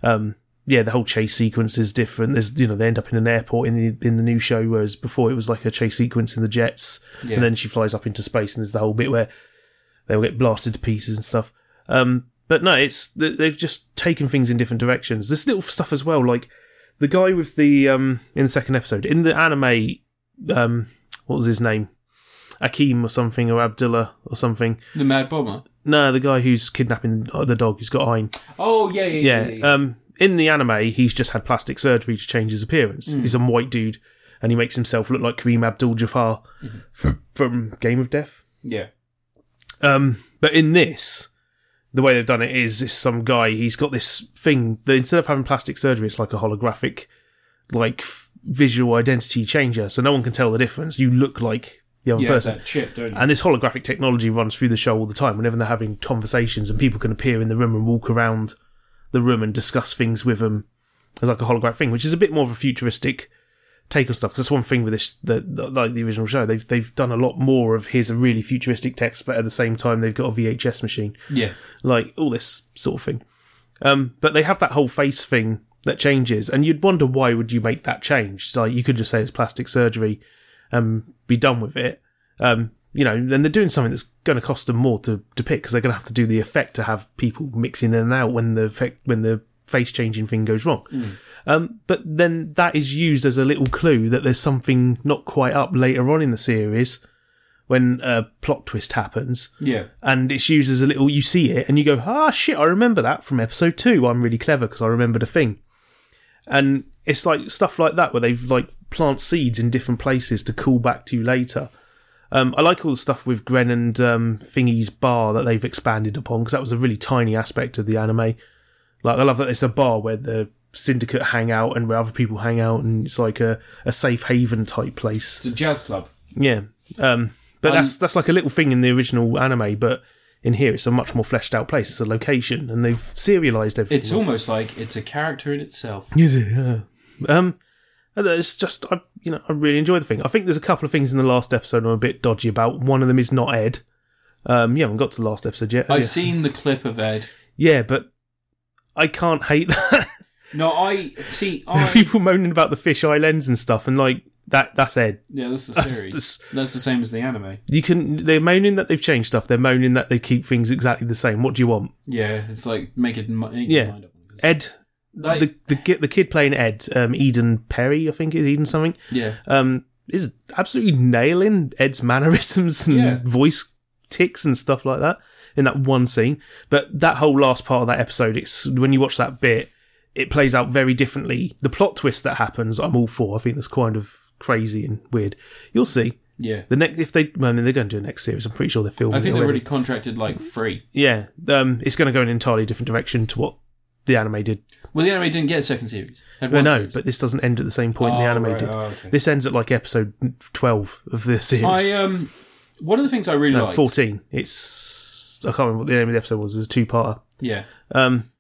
um, yeah, the whole chase sequence is different. There's you know they end up in an airport in the in the new show, whereas before it was like a chase sequence in the jets,
Yeah.
and then she flies up into space, and there's the whole bit where they'll get blasted to pieces and stuff. Um, but no, it's th- they've just taken things in different directions. This little stuff as well, like the guy with the um in the second episode in the anime, um, what was his name, Akeem or something or Abdullah or something.
the Mad Bomber.
No, the guy who's kidnapping uh, the dog who's got iron.
Oh yeah, yeah, yeah.
Yeah. Um, in the anime, he's just had plastic surgery to change his appearance. He's a white dude, and he makes himself look like Kareem Abdul-Jabbar from, from Game of Death.
yeah.
Um, but in this, the way they've done it is, is some guy he's got this thing that instead of having plastic surgery, it's like a holographic, like f- visual identity changer, so no one can tell the difference. You look like the other
Yeah,
person.
that chip, don't you?
And this holographic technology runs through the show all the time. Whenever they're having conversations, and people can appear in the room and walk around the room and discuss things with them, as like a holographic thing, which is a bit more of a futuristic take on stuff. 'Cause that's one thing with this, the, the, like the original show, they've they've done a lot more of here's a really futuristic text, but at the same time they've got a VHS machine,
yeah,
like all this sort of thing. Um, but they have that whole face thing that changes, and you'd wonder why would you make that change? Like you could just say it's plastic surgery and be done with it. Um, you know, then they're doing something that's going to cost them more to depict because they're going to have to do the effect to have people mixing in and out when the effect, when the face changing thing goes wrong. Um, but then that is used as a little clue that there's something not quite up later on in the series when a plot twist happens
yeah.
and it's used as a little you see it and you go ah shit i remember that from episode 2 i'm really clever because i remembered a thing and it's like stuff like that where they've like plant seeds in different places to call back to later um, i like all the stuff with gren and um, thingy's bar that they've expanded upon because that was a really tiny aspect of the anime like i love that it's a bar where the syndicate hang out and where other people hang out and it's like a, a safe haven type place
It's a jazz club.
yeah. Um, but that's that's like a little thing in the original anime, but in here it's a much more fleshed out place. It's a location, and they've serialized everything.
It's almost like it's a character in itself.
Is it? Yeah. Um, and it's just I you know I really enjoy the thing. I think there's a couple of things in the last episode I'm a bit dodgy about. One of them is not Ed. Um, you haven't got to the last episode yet. have
I've
you?
seen the clip of Ed.
Yeah, but I can't hate *laughs* that.
No, I
*laughs*
see. I
People moaning about the fisheye lens and stuff, and like that that's Ed.
yeah, that's the
That's-
series.
that's-
That's, the same as the anime.
You can they're moaning that they've changed stuff. They're moaning that they keep things exactly the same. What do you want?
Yeah, it's like make it. mi- Make
Yeah.
Mind up.
Ed
Like-
the the ki- the kid playing Ed, um, Eden Perry, I think it is Eden something,
yeah,
um, is absolutely nailing Ed's mannerisms and
Yeah.
voice ticks and stuff like that. in that one scene. But that whole last part of that episode, it's when you watch that bit, it plays out very differently. The plot twist that happens, I'm all for. I think that's kind of crazy and weird. You'll see.
Yeah.
The next, if they, well, I mean, they're going to do a next series. I'm pretty sure they're filming.
I think
it
they
already.
already contracted like three.
Yeah, um, it's going to go in an entirely different direction to what the anime did.
Well, the anime didn't get a second series. Had
Well,
one
no,
series.
but this doesn't end at the same point
Oh,
the anime
right.
did.
Oh, okay.
This ends at like episode twelve of the series.
I um, one of the things I really
No,
liked.
fourteen. It's I can't remember what the name of the episode was. It's a two-parter.
Yeah,
Um,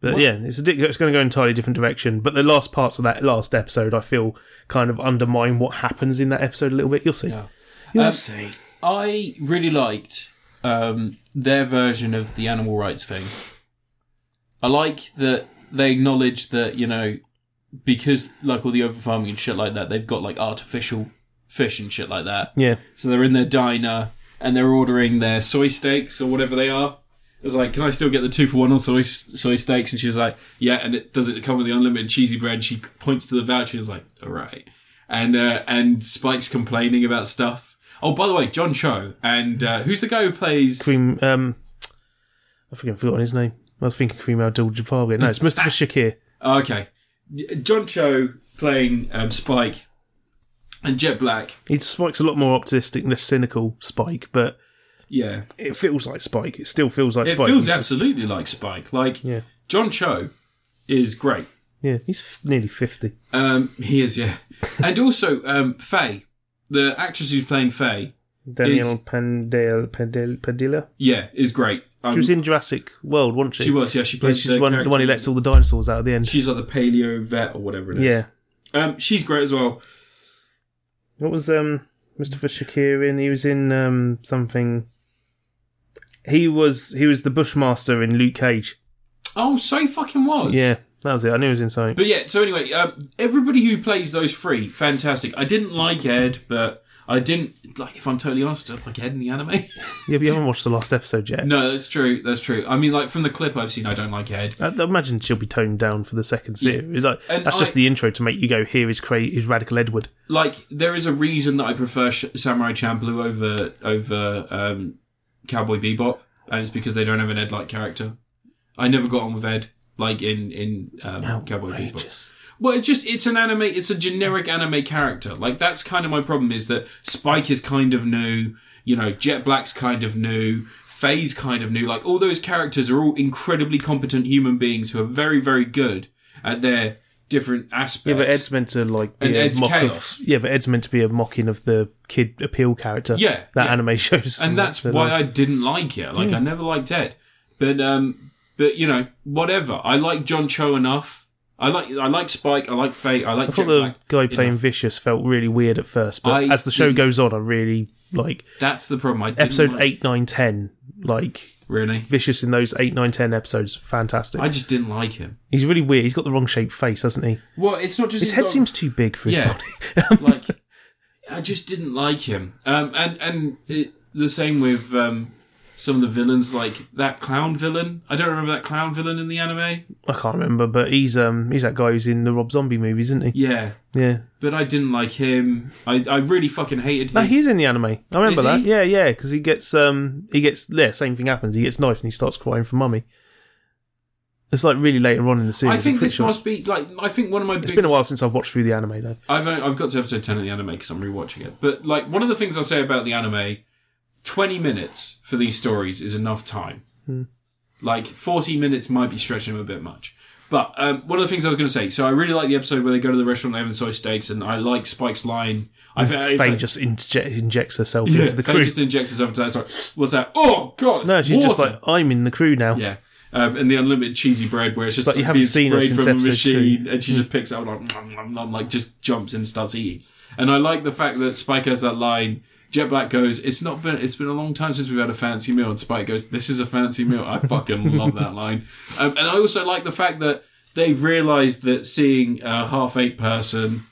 but
What?
yeah, it's a dic- it's going to go entirely different direction. But the last parts of that last episode, I feel, kind of undermine what happens in that episode a little bit. You'll see.
Yeah.
You'll
Um,
see.
I really liked um, their version of the animal rights thing. I like that they acknowledge that you know because like all the over farming and shit like that, they've got like artificial fish and shit like that.
Yeah,
So they're in their diner and they're ordering their soy steaks or whatever they are. It's like, can I still get the two for one on soy soy steaks? And she's like, yeah. And it does it come with the unlimited cheesy bread? She points to the voucher. She's like, all right. And uh, and Spike's complaining about stuff. Oh, by the way, John Cho and uh, who's the guy who plays?
Cream. Um, I forget. I've forgotten his name. I was thinking Cream Abdul
*laughs*
Jabbar. No, it's Mustafa Shakir.
Oh, okay, John Cho playing um, Spike and Jet Black.
He Spike's a lot more optimistic, less cynical Spike, but
Yeah,
it feels like Spike. It still feels like
it
Spike.
feels
He's-
absolutely like Spike. Like
Yeah.
John Cho is great.
yeah, he's f- nearly fifty.
Um, he is, yeah. and also, um, Faye, the actress who's playing Faye,
Daniel Pandel, Pandel, Pandela.
yeah, is great. Um,
She was in Jurassic World, wasn't she?
she was, yeah. She
Yeah,
plays
she's
the
the one, the
character-
one who lets all the dinosaurs out at the end.
She's like the paleo vet or whatever it is.
yeah.
Um, she's great as well.
What was um Mustafa Shakir in? He was in um something. He was he was the Bushmaster in Luke Cage.
Oh, so he fucking was.
Yeah, that was it. I knew he was in something.
But yeah, so anyway, um, everybody who plays those three, fantastic. I didn't like Ed, but I didn't, like, if I'm totally honest, I don't like Ed in the anime. *laughs*
Yeah, but you haven't watched the last episode yet.
no, that's true. That's true. I mean, like, from the clip I've seen, I don't like Ed.
I, I imagine she'll be toned down for the second series. Like,
And
that's just
I-
the intro to make you go. Here is cra- is Radical Edward.
like there is a reason that I prefer Sh- Samurai Champloo over over um, Cowboy Bebop, and it's because they don't have an Ed like character. I never got on with Ed like in in um, Cowboy Bebop.
Outrageous.
Well, it's just it's an anime. It's a generic anime character. Like that's kind of my problem is that Spike is kind of new. You know, Jet Black's kind of new. Faye's kind of new. Like all those characters are all incredibly competent human beings who are very very good at their different aspects.
Yeah, but Ed's meant to like be
And
a
Ed's
mock
chaos.
of. Yeah, but Ed's meant to be a mocking of the kid appeal character.
Yeah,
that
yeah.
anime shows,
and that's
that
why I didn't like it.
Hmm.
Like I never liked Ed, but um, but you know, whatever. I like John Cho enough. I like I like Spike. I like Fate. I like
I thought
Jet
the
Black.
guy playing Vicious felt really weird at first, but
I
as the show
didn't-
goes on, I really like
That's the problem. I didn't
episode
like,
eight, nine, ten. Like
Really,
Vicious in those eight, nine, ten episodes, fantastic.
I just didn't like him.
He's really weird. He's got the wrong shaped face, hasn't he?
Well, it's not just
His head seems too big for his
Yeah.
body. *laughs*
like I just didn't like him. Um, and and it, the same with um. Some of the villains, like that clown villain. I don't remember that clown villain in the anime.
I can't remember, but he's um he's that guy who's in the Rob Zombie movies, isn't he?
Yeah,
Yeah.
but I didn't like him. I, I really fucking hated him.
No, he's in the anime. I remember
Is
that.
he?
Yeah, yeah, because he gets um he gets yeah, same thing happens. He gets knifed and he starts crying for mummy. It's like really later on in the series.
I think
I'm pretty
this
sure.
must be like I think one of my biggest.
It's been a while since I've watched through the anime though.
I've only, I've got to episode ten of the anime because I'm rewatching it. But like one of the things I say about the anime, twenty minutes for these stories is enough time.
Hmm.
Like forty minutes might be stretching them a bit much. But um, one of the things I was going to say, so I really like the episode where they go to the restaurant and they have the soy steaks, and I like Spike's line. I think
Faye just inje- injects herself
*laughs* yeah,
Mm, into the
Faye
crew.
just injects herself into that. Sorry, what's that? Oh God! it's
no, she's just
water.
like, I'm in the crew now.
Yeah. Um, and the unlimited cheesy bread, where it's just
But you
like
haven't
being
seen it
sprayed
since
from a
episode Hmm.
machine, and she just picks it up like, nom, nom, nom, like just jumps and starts eating. And I like the fact that Spike has that line. Jet Black goes, "It's not been. It's been a long time since we've had a fancy meal." And Spike goes, "This is a fancy meal." I
*laughs*
fucking love that line. Um, and I also like the fact that they've realised that seeing a half-eight person,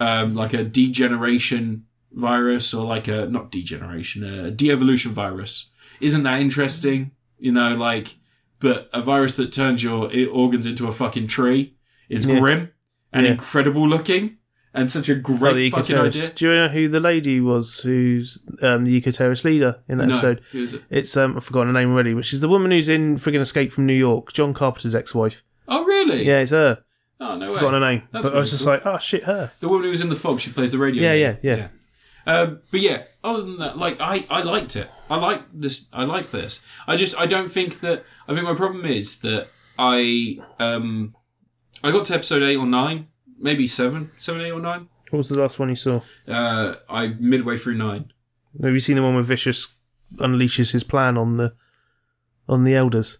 um, like a degeneration virus or like a not degeneration, a de-evolution virus, isn't that interesting? You know, like, but a virus that turns your i- organs into a fucking tree is
Yeah.
grim and
Yeah.
incredible looking. and such a
Oh, the
great
eco
fucking idea.
terrorist. Do you know who the lady was who's um, the eco terrorist leader in that
No,
episode?
who is it?
It's um I've forgotten her name already, which is the woman who's in friggin' Escape from New York, John Carpenter's ex-wife.
Oh really?
Yeah, it's her.
Oh no way.
Forgotten her name,
That's
but I
really
was just
cool.
like, oh shit, her.
The woman who was in the fog, she plays the radio.
Yeah,
lady.
yeah,
yeah.
yeah.
Um, but yeah, other than that, like I, I liked it. I like this. I like this. I just I don't think that. I think my problem is that I um I got to episode eight or nine, maybe seven, seven, eight or nine.
What was the last one you saw?
Uh, I midway through nine.
Have you seen the one where Vicious unleashes his plan on the on the elders?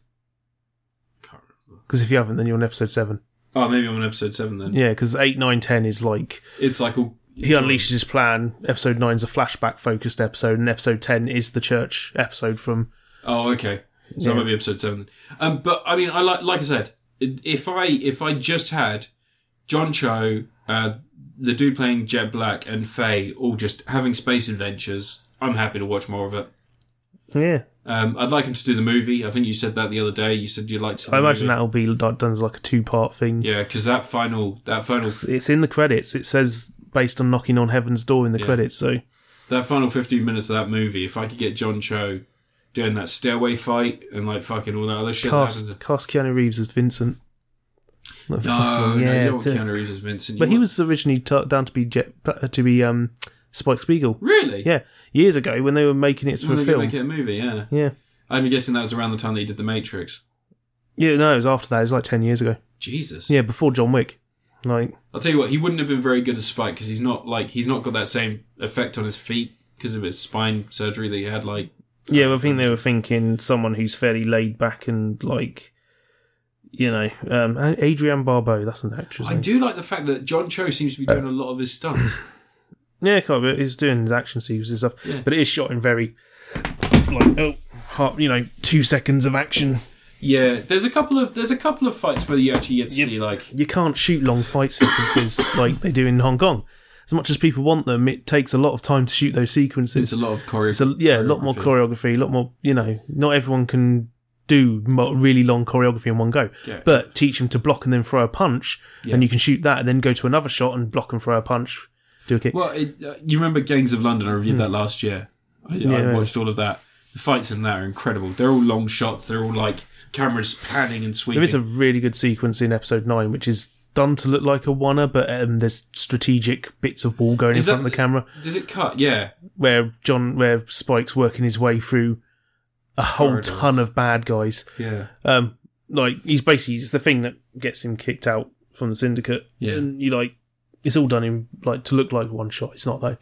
Can't remember.
Because if you haven't, then you're on episode seven.
Oh, maybe I'm on episode seven then.
Yeah, because eight, nine, ten is like
It's like all
he unleashes his plan. Episode nine's a flashback focused episode, and episode ten is the church episode from.
Oh, okay. So that might be episode seven. Um, but I mean, I like like I said, if I if I just had John Cho, uh, the dude playing Jet Black, and Faye all just having space adventures, I'm happy to watch more of it.
Yeah,
Um, I'd like him to do the movie. I think you said that the other day. You said you'd like to. See
I
the
imagine
movie.
that'll be like, done as like a two part thing.
Yeah, because that final that final
It's in the credits. It says based on knocking on heaven's door in the credits. So
that final 15 minutes of that movie. If I could get John Cho doing that stairway fight and like fucking all that other shit. that happens-
cast cast Keanu Reeves as Vincent. Like,
No,
fucking-
no, you
yeah,
know what
do-
Keanu Reeves is Vincent.
But
You
he
want-
was originally t- down to be Jet, to be um, Spike Spiegel.
really
Yeah, years ago when they were making it
Well,
for a
they could
film.
Make it a movie, yeah.
Yeah,
I'm guessing that was around the time that he did The Matrix.
yeah. No, it was after that. It was like ten years ago.
Jesus.
Yeah, before John Wick. Like,
I'll tell you what, he wouldn't have been very good as Spike because he's not like he's not got that same effect on his feet because of his spine surgery that he had. Like,
yeah, I think they were thinking someone who's fairly laid back and like, you know, um, A- Adrienne Barbeau. That's an actress.
I
name.
do like the fact that John Cho seems to be doing a lot of his stunts.
Yeah, kind of, he's doing his action scenes and stuff,
Yeah.
but it is shot in very like oh, hot, you know, two seconds of action.
yeah, there's a couple of there's a couple of fights where you actually get to see like
You can't shoot long fight sequences
*coughs*
like they do in Hong Kong. As much as people want them, it takes a lot of time to shoot those sequences.
it's a lot of choreo.
It's a, yeah, a lot more choreography, a lot more, you know, not everyone can do mo- really long choreography in one go.
Yeah.
But teach them to block and then throw a punch, and you can shoot that and then go to another shot and block and throw a punch, do a kick.
Well, it, uh, you remember Gangs of London? I reviewed that last year. I, I
Hmm. yeah.
watched all of that. The fights in that are incredible. They're all long shots. They're all like cameras panning and sweeping.
There is a really good sequence in episode nine, which is done to look like a wanna, but um, there's strategic bits of wall going
Is
in front
that-
of the camera
Does it cut? Yeah.
where John, where Spike's working his way through a whole
Corridors.
ton of bad guys.
Yeah.
Um, like he's basically it's the thing that gets him kicked out from the syndicate.
Yeah.
and you like it's all done in like to look like one shot. It's not though.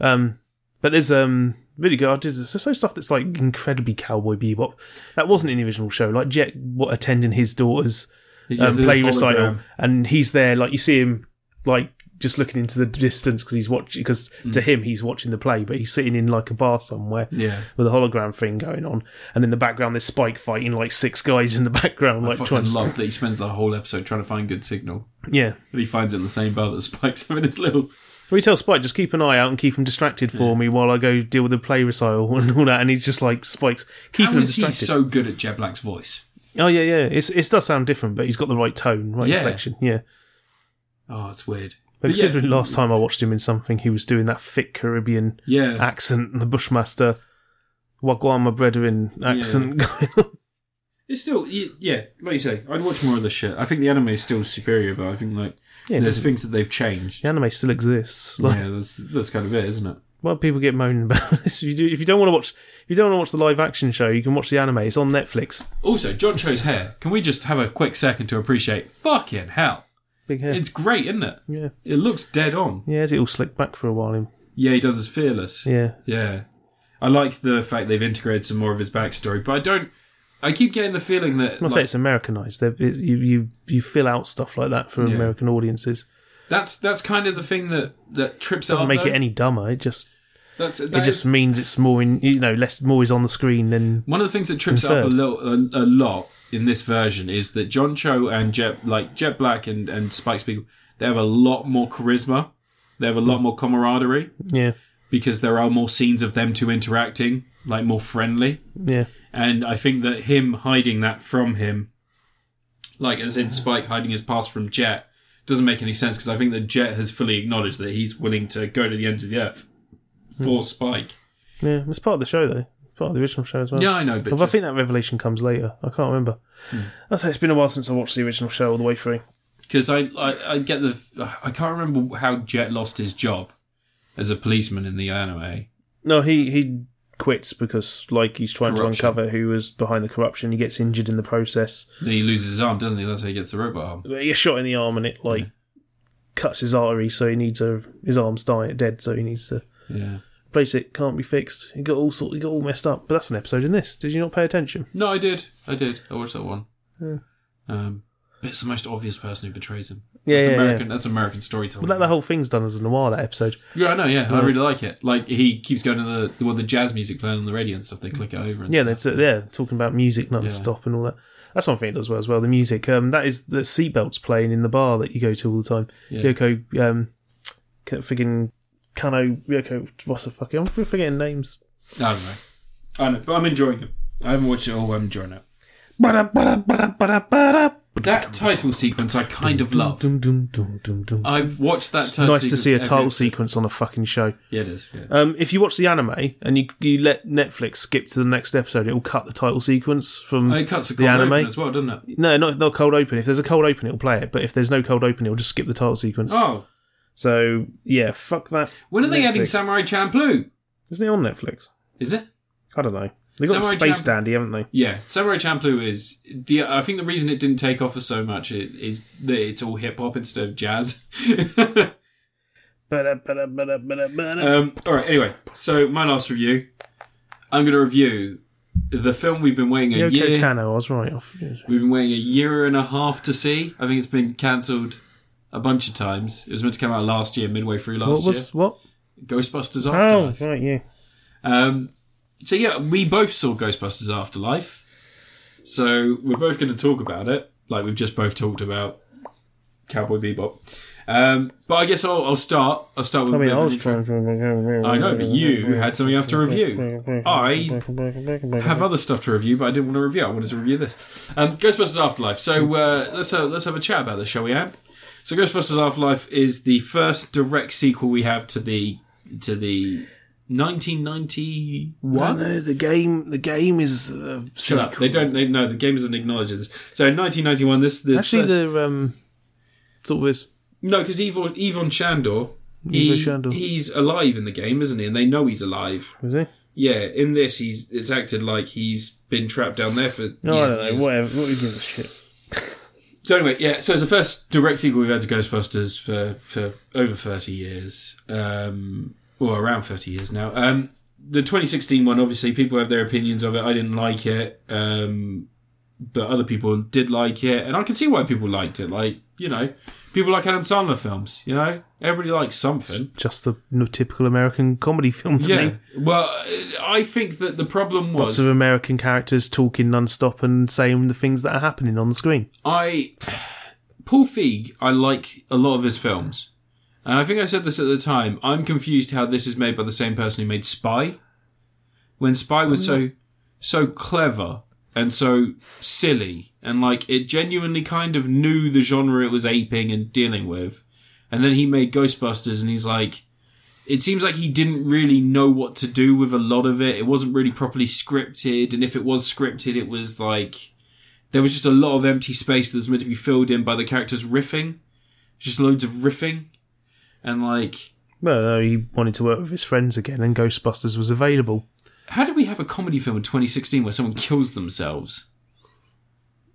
Um, but there's um really good. I did there's so stuff that's like incredibly cowboy bebop. That wasn't in the original show. Like Jet wa- attending his daughter's
Yeah,
um,
the
play
hologram.
recital, and he's there. Like you see him, like just looking into the distance because he's watching. Because
Mm.
to him, he's watching the play, but he's sitting in like a bar somewhere
Yeah.
with a hologram thing going on, and in the background, there's Spike fighting like six guys in the *laughs* background, like
Fucking
trying to
love that he spends the whole episode trying to find good signal.
yeah.
And he finds it in the same bar that *laughs* Spike's having his little.
We tell Spike just keep an eye out and keep him distracted for me while I go deal with the play recital *laughs* and all that, and he's just like Spike's keeping
How
him
is he
distracted.
so good at Jet Black's voice?
oh yeah, yeah. It's it does sound different, but he's got the right tone, right
Yeah.
inflection, yeah.
Oh, it's weird. But
But
yeah.
considering last time I watched him in something, he was doing that thick Caribbean
Yeah.
accent and the Bushmaster Wagwama Brethren accent going on.
It's still, y- yeah, like you say, I'd watch more of the shit. I think the anime is still superior, but I think, like,
Yeah, it
there's
doesn't-
things that they've changed.
*laughs* the anime still exists. Like,
Yeah, that's, that's kind of it, isn't it?
Well, people get moaning about *laughs* this. If you, do, if you don't want to watch, if you don't want to watch the live action show, you can watch the anime. It's on Netflix.
Also, John Cho's hair. Can we just have a quick second to appreciate? Fucking hell.
Big hair.
It's great, isn't it?
yeah,
It looks dead on.
yeah. Is it all slicked back for a while? Him.
Yeah, he does his fearless.
Yeah.
Yeah. I like the fact they've integrated some more of his backstory, but I don't. I keep getting the feeling that
I'm not saying
like,
it's Americanized. They're- It's, you you you fill out stuff like that for
Yeah.
American audiences.
that's that's kind of the thing that that trips it up.
Doesn't make it
though.
any dumber. It just
that's Oh, that
it just
is-
means it's more in you know less more is on the screen than
one of the things that trips it up a
inferred.
little a, a lot in this version is that John Cho and Jet like Jet Black and and Spike Spiegel they have a lot more charisma. They have a lot more camaraderie
yeah
because there are more scenes of them two interacting, like more friendly.
yeah
And I think that him hiding that from him, like as in Spike hiding his past from Jet, doesn't make any sense because I think that Jet has fully acknowledged that he's willing to go to the ends of the earth for Spike.
Yeah, it's part of the show though. It's Part of the original show as well.
Yeah, I know, but
But I
just-
think that revelation comes later. I can't remember. I say it's been a while since I watched the original show all the way through.
because I, I I get the I can't remember how Jet lost his job as a policeman in the anime.
No, he he quits because like he's trying
Corruption.
to uncover who was behind the corruption. He gets injured in the process.
Then he loses his arm, doesn't he? That's how he gets the robot arm.
He gets shot in the arm and it like cuts his artery, so he needs a his arm's dying dead, so he needs to
Yeah.
replace it. Can't be fixed. He got all sort. He got all messed up. But that's an episode in this. Did you not pay attention?
No, I did. I did. I watched that one. Um, but it's the most obvious person who betrays him.
Yeah,
that's
yeah,
American. That's American storytelling.
But that the whole thing's done as a noir. That episode.
yeah, I know. Yeah, I really like it. Like he keeps going to the well, the jazz music playing on the radio and stuff. They click it over. And
Yeah,
stuff.
that's it. Yeah, talking about music non-stop and all that. That's one thing it does well as well. The music. Um, that is the seatbelts playing in the bar that you go to all the time.
Yeah.
Yoko, um, c- friggin' Kano, Yoko, what's the fucking? I'm forgetting names.
I don't know. I know, but I'm enjoying it. I haven't watched it all. but I'm enjoying it.
Ba-da, ba-da, ba-da, ba-da, ba-da.
That title sequence I kind of love.
Dum, dum, dum, dum, dum.
I've watched that. Title
Nice to
sequence
see a
every-
title sequence on a fucking show.
Yeah, it is. Yeah.
Um, if you watch the anime and you, you let Netflix skip to the next episode, it will cut the title sequence from
Oh, it cuts the,
the
cold
anime.
open as well, doesn't it?
No, not not cold open. If there's a cold open, it'll play it. But if there's no cold open, it'll just skip the title sequence.
Oh,
So yeah, fuck that.
when are they adding
Netflix.
Samurai Champloo?
Isn't it on Netflix?
Is it?
I don't know. They got
Samurai
Space
Champ-
Dandy, haven't they?
Yeah, Samurai Champloo is the. I think the reason it didn't take off for so much i- is that it's all hip hop instead of jazz. *laughs*
Ba-da, ba-da, ba-da, ba-da, ba-da.
um, all right. Anyway, so my last review, I'm going to review the film we've been waiting a
Yoko
year.
Kano, I was right. I forget.
We've been waiting a year and a half to see. I think it's been cancelled a bunch of times. It was meant to come out last year, midway through last
What was what?
year. Ghostbusters
Oh,
Afterlife.
right, yeah.
Um, so yeah, we both saw Ghostbusters Afterlife. So we're both going to talk about it, like we've just both talked about Cowboy Bebop. Um, but I guess I'll, I'll start. I'll start with.
I
a
mean,
bit
I
of
was
an intro.
trying to.
I know, but you had something else to review.
*laughs*
I have other stuff to review, but I didn't want to review. I wanted to review this. Um, Ghostbusters Afterlife. So uh, let's uh, let's have a chat about this, shall we, Anne? So Ghostbusters Afterlife is the first direct sequel we have to the to the 1991.
I know the game. The game is uh,
Shut up. They don't. They, no, the game doesn't acknowledge this. So in 1991, this this
actually
first-
the um sort of is
no, because Yvon, Yvon Shandor, he,
Yvon Shandor.
he's alive in the game, isn't he? And they know he's alive.
was he?
Yeah, in this, he's it's acted like he's been trapped down there for.
No,
years
I
and
don't know.
years.
Whatever. What gives a shit?
So anyway, yeah. So it's the first direct sequel we've had to Ghostbusters for for over 30 years, um, or around 30 years now. Um, the 2016 one, obviously, people have their opinions of it. I didn't like it. Um, but other people did like it, and I can see why people liked it. Like you know, people like Adam Sandler films. You know, everybody likes something.
Just the no, typical American comedy film to
Yeah.
me.
Well, I think that the problem
Lots
was
of American characters talking non-stop and saying the things that are happening on the screen.
I Paul Feig, I like a lot of his films. And I think I said this at the time. I'm confused how this is made by the same person who made Spy. When Spy was so so clever and so silly and like it genuinely kind of knew the genre it was aping and dealing with. And then he made Ghostbusters and he's like it seems like he didn't really know what to do with a lot of it. It wasn't really properly scripted and if it was scripted it was like there was just a lot of empty space that was meant to be filled in by the characters riffing. Just loads of riffing. And like,
No, no, uh, he wanted to work with his friends again, and Ghostbusters was available.
how did we have a comedy film in 2016 where someone kills themselves?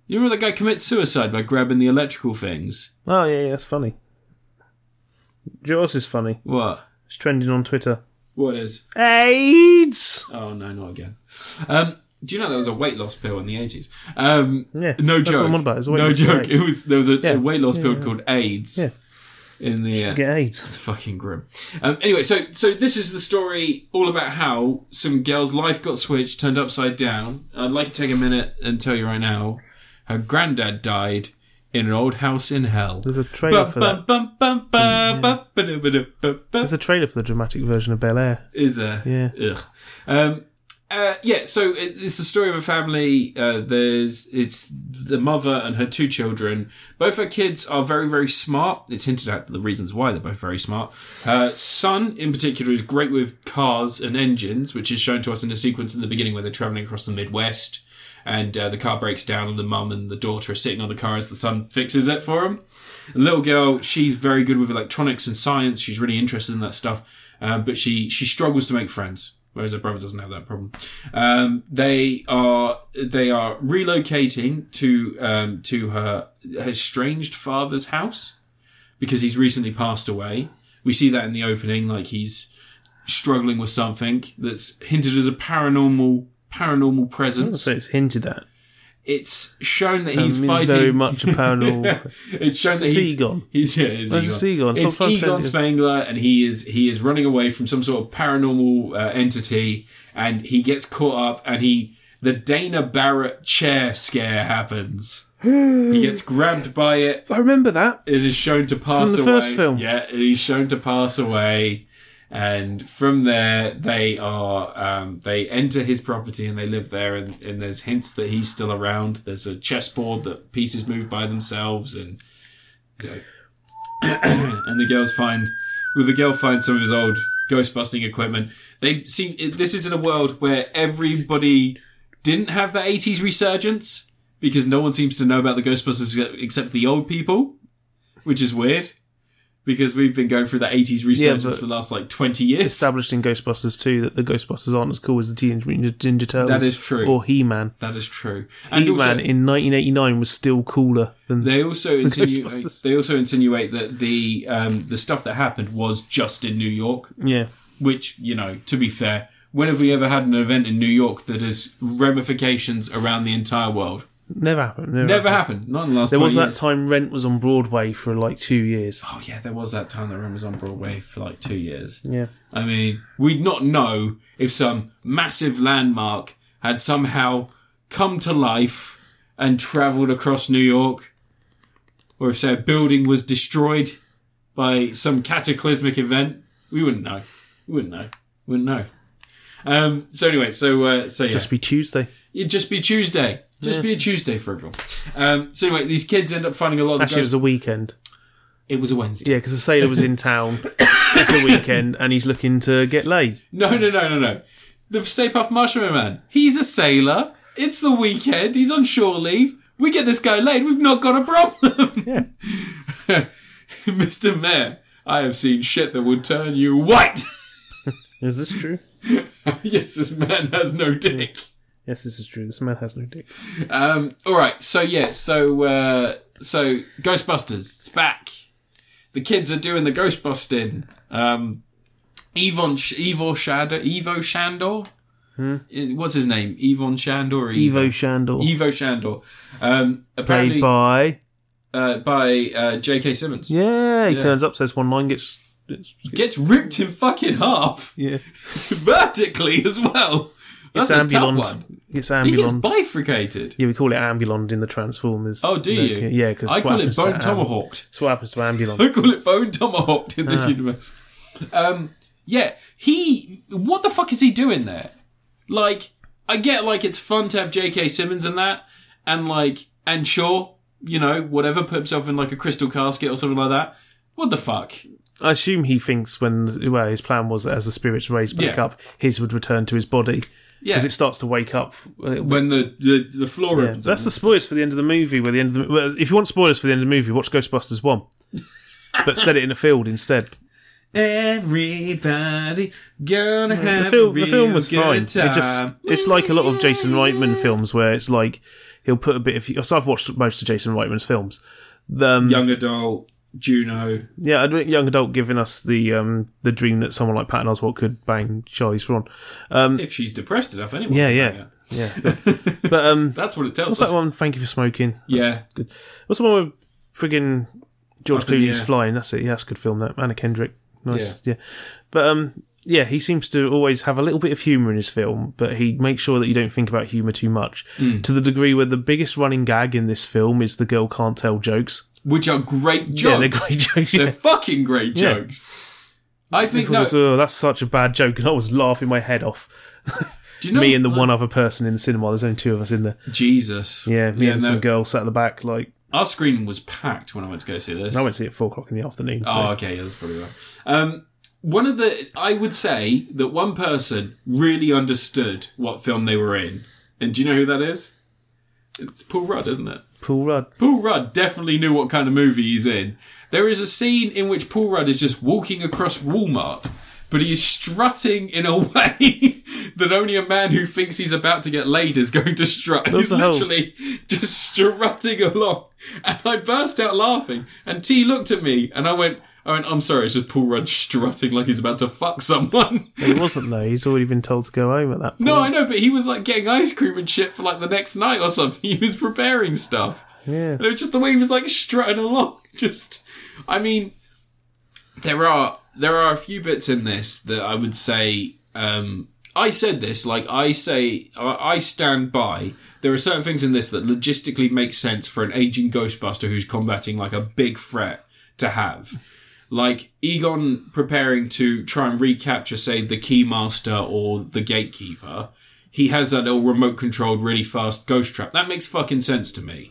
You remember that guy commits suicide by grabbing the electrical things?
Oh yeah, yeah that's funny. Do you know what else is funny?
What?
It's trending on Twitter.
What is?
AIDS.
Oh no, not again. Um, do you know there was a weight loss pill in the 80s? Um,
Yeah,
no
that's what
joke.
I'm on about, it's a weight
no
loss pill,
joke.
AIDS.
It was there was a,
Yeah.
a weight loss pill called AIDS
Yeah.
in the uh,
Get AIDS.
It's fucking grim. Um, anyway, so so this is the story all about how some girl's life got switched, turned upside down. I'd like to take a minute and tell you right now, her granddad died in an old house in hell.
There's a trailer for that. There's
that.
a trailer for the dramatic version of Bel Air.
Is there?
Yeah.
Ugh. Um, Uh, yeah, so it- it's the story of a family. Uh, there's it's the mother and her two children. Both her kids are very, very smart. It's hinted at the reasons why they're both very smart. Her son, in particular, is great with cars and engines, which is shown to us in a sequence in the beginning where they're traveling across the Midwest, and uh, the car breaks down, and the mum and the daughter are sitting on the car as the son fixes it for them. The little girl, she's very good with electronics and science. She's really interested in that stuff, um, but she she struggles to make friends. Whereas her brother doesn't have that problem. Um, they are they are relocating to um, to her, her estranged father's house because he's recently passed away. We see that in the opening, like he's struggling with something that's hinted as a paranormal paranormal presence.
So it's hinted at.
It's shown that he's
I mean,
fighting
very much
*laughs*
a paranormal.
it's shown that he's
Seagon.
He's yeah, it's
That's just
Egon.
Seagon.
It's
Sometimes
Egon
it is.
Spangler, and he is he is running away from some sort of paranormal uh, entity, and he gets caught up, and he the Dana Barrett chair scare happens. he gets grabbed by it.
I remember that.
It is shown to pass
the
away.
first film.
Yeah, it is shown to pass away. And from there, they are um, they enter his property and they live there. And, and there's hints that he's still around. There's a chessboard that pieces move by themselves, and you know. and the girls find well, the girl finds some of his old ghost busting equipment. They seem it- this is in a world where everybody didn't have the 80s resurgence because no one seems to know about the Ghostbusters except the old people, which is weird because we've been going through the 80s resurgence
but-
for the last like 20 years.
Established in Ghostbusters 2 that the Ghostbusters aren't as cool as the Teenage Mutant Ninja Turtles.
That is true.
Or He Man.
That is true.
He
And
E Man
also,
in 1989 was still cooler than.
they also insinuate
Ghostbusters.
they also insinuate that the um, the stuff that happened was just in New York,
yeah.
which you know, to be fair, when have we ever had an event in New York that has ramifications around the entire world?
Never happened. Never.
Never
happened.
happened. Not in the last.
There was
20
that
years.
time Rent was on Broadway for like two years.
Oh yeah, there was that time that Rem was on Broadway for like two years.
Yeah.
I mean, we'd not know if some massive landmark had somehow come to life and travelled across New York, or if say a building was destroyed by some cataclysmic event. We wouldn't know. We wouldn't know. We wouldn't know. Um, so anyway, so uh, so yeah.
Just be Tuesday.
it'd just be Tuesday. Just be a Tuesday for everyone. Um, so anyway, these kids end up finding a lot of
Actually, it
ghosts.
was a weekend.
It was a Wednesday.
Yeah, because the sailor was in town. *coughs* it's a weekend, and he's looking to get laid.
No, no, no, no, no. The Stay Puft Marshmallow Man. He's a sailor. It's the weekend. He's on shore leave. We get this guy laid. We've not got a problem. *laughs*
Yeah.
Mr. Mayor, I have seen shit that would turn you white. *laughs*
Is this true?
yes, this man has no dick.
Yes, this is true. This man has no dick.
Um, all right. So yeah. So uh, so Ghostbusters. It's back. The kids are doing the Ghostbusting. Um, Evon Sh- Evo Shadow Evo Shandor. Eh, What's his name? Evon Shandor. Or
Evo Hmm? Shandor,
Evo Shandor. Um, apparently
played
by,
by
uh, by uh, J.K. Simmons.
yeah. He turns up, says one line, gets, gets
Gets ripped in fucking half *laughs*
yeah.
vertically as well. That's
It's
a tough
ambulant.
one.
It's
He gets
ambulant.
bifurcated.
Yeah, we call it ambulant in the Transformers.
Oh, do
Look,
you?
Yeah, because
I call it bone
um,
tomahawked.
That's what happens to ambulant.
*laughs* I call it bone tomahawked in this
Ah.
universe. Um, yeah, he. What the fuck is he doing there? Like, I get like it's fun to have J.K. Simmons and that, and like, and sure, you know, whatever, put himself in like a crystal casket or something like that. What the fuck?
I assume he thinks when well his plan was that as the spirits raise back
Yeah.
up, his would return to his body
Yeah,
because it starts to wake up. uh,
when the the, the floor
Yeah,
opens.
that's the spoilers for the end of the movie. Where the end of the, well, if you want spoilers for the end of the movie, watch Ghostbusters one, but set it in a
*laughs*
field instead.
Everybody gonna have
The film,
a real
the film was
good uh,
fine.
Time.
It just it's like a lot of Jason Reitman films where it's like he'll put a bit of. So I've watched most of Jason Reitman's films. The, um,
young adult Juno.
yeah, I'd- young adult giving us the um, the dream that someone like Patton Oswalt could bang Charlize Theron.
If she's depressed enough, anyway.
Mm. Yeah, yeah, yeah. good. but um,
That's what it tells
what's
us.
that one? Thank you for smoking. That's
Yeah.
good. What's the one with friggin' George
in the
Clooney's
air.
flying? That's it. Yeah, that's a good film. That Anna Kendrick. Nice. Yeah. But um, yeah, he seems to always have a little bit of humour in his film, but he makes sure that you don't think about humour too much.
Hmm.
To the degree where the biggest running gag in this film is the girl can't tell jokes.
Which are great jokes.
Yeah, they're great *laughs* jokes.
They're
Yeah.
fucking great
Yeah. uh,
jokes. I think
People
no,
go, "Oh, that's such a bad joke, and I was laughing my head off.
Do you know-
me and the
like-
one other person in the cinema. There's only two of us in there.
Jesus.
Yeah, me and
no,
some girl sat at the back. Like
Our screen was packed when I went to go see this.
I went to see it at four o'clock in the afternoon. So.
Oh, okay, yeah, that's probably right. Um, one of the, I would say that one person really understood what film they were in, and do you know who that is? It's Paul Rudd, isn't it?
Paul Rudd.
Paul Rudd definitely knew what kind of movie he's in. There is a scene in which Paul Rudd is just walking across Walmart, but he is strutting in a *laughs* way that only a man who thinks he's about to get laid is going to strut. he's
the whole-
literally just strutting along. And I burst out laughing, and T looked at me, and I went, I went, I'm sorry, it's just Paul Rudd strutting like he's about to fuck someone. *laughs*
He wasn't though. He's already been told to go home at that point.
no, I know, but he was like getting ice cream and shit for like the next night or something. *laughs* He was preparing stuff.
Yeah.
And it was just the way he was like strutting along. *laughs* Just, I mean, there are there are a few bits in this that I would say. Um, I said this, like I say, I I stand by. There are certain things in this that logistically make sense for an aging Ghostbuster who's combating like a big threat to have. Like Egon preparing to try and recapture, say, the Keymaster or the Gatekeeper. He has that little remote controlled, really fast ghost trap. That makes fucking sense to me.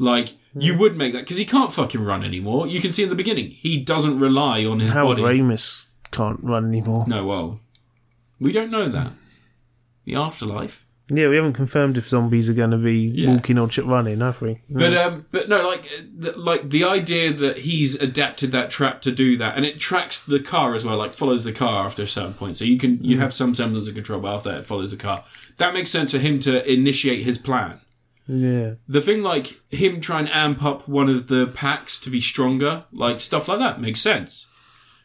Like you would make that because he can't fucking run anymore. You can see in the beginning he doesn't rely on his
Harold
body.
Ramis can't run anymore.
No, well, we don't know that. The afterlife,
Yeah, we haven't confirmed if zombies are going to be walking or ch- running, have we?
but um, but no, like uh, th- like the idea that he's adapted that trap to do that, and it tracks the car as well, like follows the car after a certain point, so you can you have some semblance of control, but after that it follows the car. That makes sense for him to initiate his plan.
Yeah.
the thing like him trying to amp up one of the packs to be stronger, like stuff like that makes sense.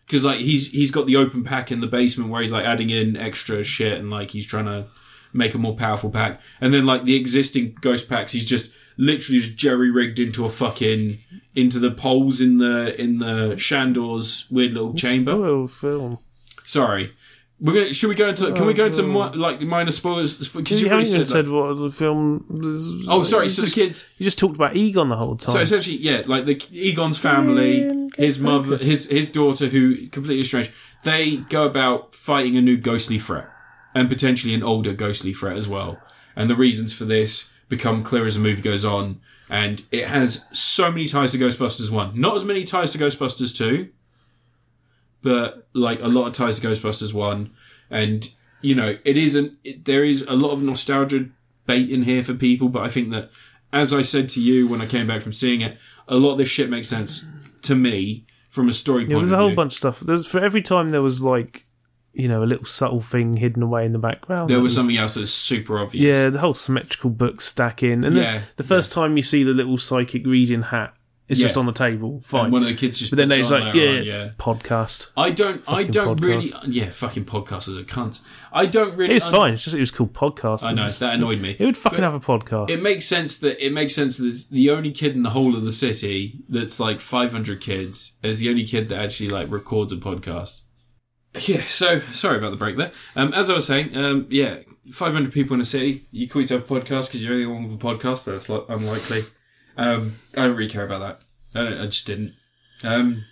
Cause like he's, he's got the open pack in the basement where he's like adding in extra shit and like he's trying to make a more powerful pack. And then like the existing ghost packs, he's just literally just jerry rigged into a fucking, into the poles in the, in the Shandor's weird little chamber.
Well, film.
Sorry. We're gonna, should we go into, can we go into mi- like minor spoilers? Cause Oh,
You,
you
haven't
already
even
said,
said
like-
what the film.
oh, sorry.
You
So
just,
kids.
you just talked about Egon the whole time.
So essentially, yeah, like the Egon's family, his mother, his his daughter, who completely estranged, they go about fighting a new ghostly threat and potentially an older ghostly threat as well. And the reasons for this become clear as the movie goes on. And it has so many ties to Ghostbusters one, not as many ties to Ghostbusters two, but like a lot of ties to Ghostbusters one. And you know, it isn't. It, there is a lot of nostalgia bait in here for people, but I think that, as I said to you when I came back from seeing it, a lot of this shit makes sense to me from a story point
There was a
of
whole
view.
bunch of stuff. There's for every time there was like, you know, a little subtle thing hidden away in the background.
There
That
was something else that's super obvious.
Yeah, the whole symmetrical book stacking, and the-
Yeah,
the, first time you see the little psychic reading hat, it's
Yeah.
just on the table.
And
Fine.
one of the kids just
but then
puts
it's
on
like,
there,
yeah,
right? yeah.
podcast.
I don't. I
Fucking
don't
podcast.
really. Yeah, fucking podcasters are cunts. I don't really.
It's
un-
fine. It's just it was called podcast.
I know that annoyed me.
It would fucking
But-
have a podcast.
it makes sense that it makes sense that it's the only kid in the whole of the city that's like 500 kids is the only kid that actually like records a podcast. Yeah, so sorry about the break there. Um, as I was saying, um, yeah, 500 people in a city, you call yourself a podcast because you're the only one with a podcast. That's like unlikely. Um, I don't really care about that. I, don't, I just didn't. Um,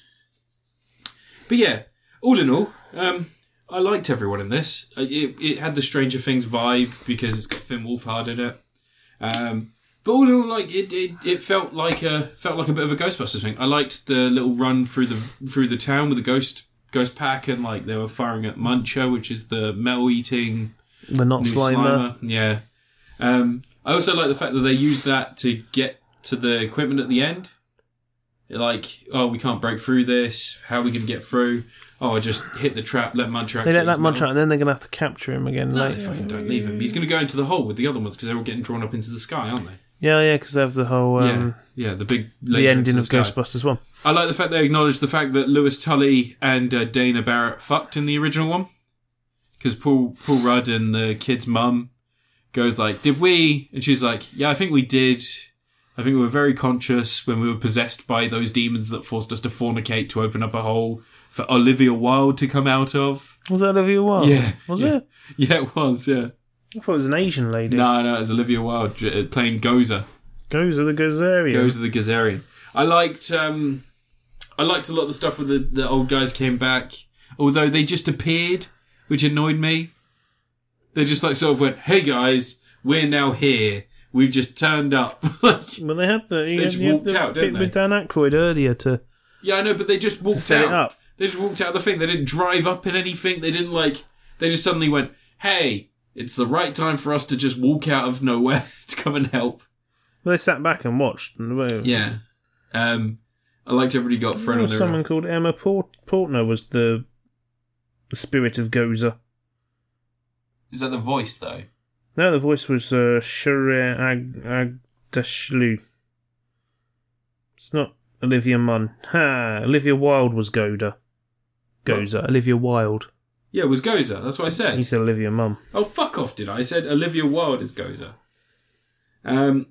but yeah, all in all, um, I liked everyone in this. Uh, It, it had the Stranger Things vibe because it's got Finn Wolfhard in it. Um, but all in all, like it, it, it felt like a felt like a bit of a Ghostbusters thing. I liked the little run through the through the town with the ghost ghost pack and like they were firing at Muncher, which is the metal eating
the not slimer.
Yeah. Um, I also like the fact that they used that to get to the equipment at the end. Like, oh, we can't break through this. How are we going to get through? Oh, I just hit the trap, let Muncher
They
access
let that
metal.
munch out, and then they're gonna have to capture him again
No, they
later.
fucking don't leave him. He's going to go into the hole with the other ones because they're all getting drawn up into the sky, aren't they?
Yeah, yeah, because they have the whole um,
yeah, yeah, the big
the
laser into
ending
the
of
sky.
Ghostbusters one.
I like the fact they acknowledge the fact that Lewis Tully and uh, Dana Barrett fucked in the original one because Paul Paul Rudd and the kid's mum goes like, "Did we?" And she's like, "Yeah, I think we did. I think we were very conscious when we were possessed by those demons that forced us to fornicate to open up a hole for Olivia Wilde to come out of." *laughs*
Was that Olivia Wilde?
Yeah,
was
yeah.
it?
Yeah, it was. Yeah,
I thought it was an Asian lady.
no, no, it was Olivia Wilde uh, playing Gozer.
Goes of the Gozerian.
goes to the Gazarian. I liked um, I liked a lot of the stuff where the, the old guys came back, although they just appeared, which annoyed me. They just like sort of went, "Hey guys, we're now here. We've just turned up." *laughs* like,
Well, they had the you
just
you had
walked
the
out,
bit
didn't
with Dan Aykroyd earlier to
yeah, I know, but they just walked
set
out.
it up.
They just walked out of the thing. They didn't drive up in anything. They didn't like. They just suddenly went, "Hey, it's the right time for us to just walk out of nowhere *laughs* to come and help."
Well, they sat back and watched. And well,
Yeah. Um, I liked everybody got thrown on their
someone called Emma Port- Portner was the, the spirit of Goza.
Is that the voice though?
No, the voice was uh, Shire Ag- Agdashlu. It's not Olivia Munn. Ha! Olivia Wilde was Goda. Goza. Olivia Wilde.
Yeah, it was Goza. That's what I
He
said.
said Olivia Munn.
Oh fuck off! Did I? I said Olivia Wilde is Goza. Um,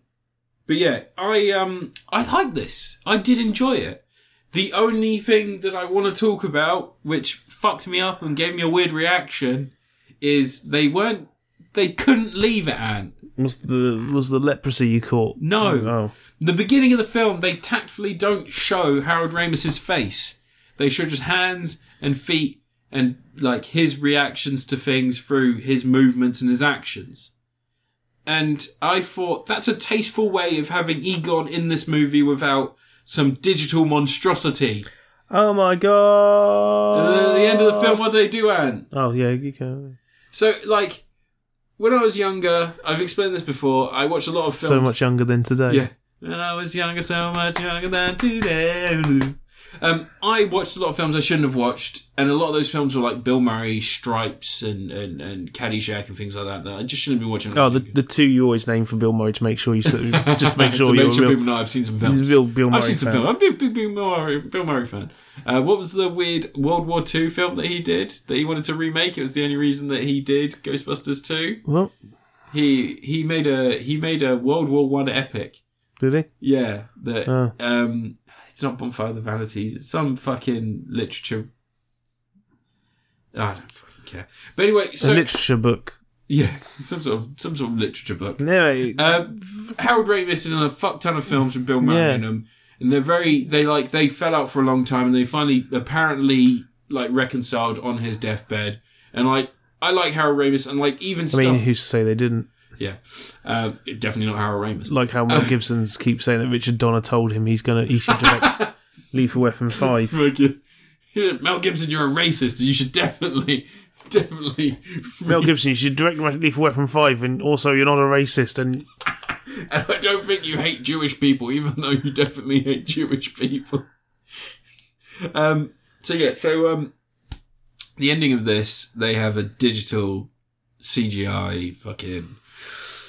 but yeah, I um, I liked this. I did enjoy it. The only thing that I want to talk about, which fucked me up and gave me a weird reaction, is they weren't. They couldn't leave it, Ant.
Was the was the leprosy you caught?
No.
Oh.
The beginning of the film, they tactfully don't show Harold Ramis's face. They show just hands and feet and like his reactions to things through his movements and his actions. And I thought that's a tasteful way of having Egon in this movie without some digital monstrosity.
Oh my
And then
god!
at the end of the film, what do they do, Anne?
Oh yeah, you can.
So, like, when I was younger, I've explained this before, I watched a lot of films.
So much younger than today.
Yeah. When I was younger, so much younger than today. Um, I watched a lot of films I shouldn't have watched, and a lot of those films were like Bill Murray, Stripes, and, and, and Caddyshack, and things like that that I just shouldn't have been watching. when I
Oh,
was
the,
*laughs* younger.
the two you always name for Bill Murray to make
*laughs*
sure you sort of- just make sure
to
you're
make sure
a real,
people know I've seen some
he's
films.
a real Bill Murray
I've seen some
fan.
film. I'm a big, big, big Bill Murray, Bill Murray fan. Uh, what was the weird World War II film that he did that he wanted to remake? It was the only reason that he did Ghostbusters 2.
Well,
He he made a he made a World War One epic.
did he?
Yeah, that
Oh.
um, it's not Bonfire of the Vanities. It's some fucking literature. I don't fucking care. But anyway,
a
so
literature book.
yeah, some sort of some sort of literature book.
Anyway,
Um, Harold Ramis is in a fuck ton of films with Bill Murray
Yeah.
in them, and they're very they like they fell out for a long time, and they finally apparently like reconciled on his deathbed. And like I like Harold Ramis, and like even
I
stuff,
mean, who's to say they didn't?
yeah, uh, definitely not Harold Ramis.
Like how Mel Gibson's keep saying that Richard Donner told him he's gonna he
*laughs*
should direct Lethal Weapon Five.
Fucking- *laughs* Mel Gibson, you're a racist. You should definitely, *laughs* definitely.
Mel Gibson, you should direct Lethal Weapon Five, and also you're not a racist. And
And I don't think you hate Jewish people, even though you definitely hate Jewish people. *laughs* Um. So yeah. So um, the ending of this, they have a digital CGI fucking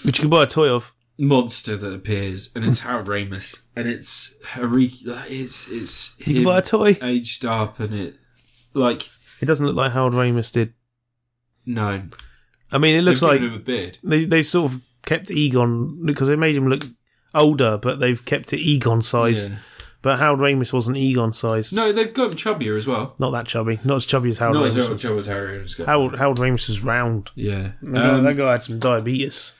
which you can buy a toy of.
monster that appears, and
*laughs*
it's Harold Ramis, and it's a re- it's it's
You can buy a
him
toy.
aged up, and it like
It doesn't look like Harold Ramis did.
no,
I mean, it looks
They've
like
given him a beard.
they they sort of kept Egon because they made him look older, but they've kept it Egon sized.
Yeah.
But Harold Ramis wasn't Egon sized.
No, they've got him chubbier as well.
Not that chubby. Not as chubby as Harold
Not
Ramis.
as
was.
old as Harry and Scott.
Harold, Harold Ramis was round.
Yeah.
Oh, that
Um,
guy had some diabetes.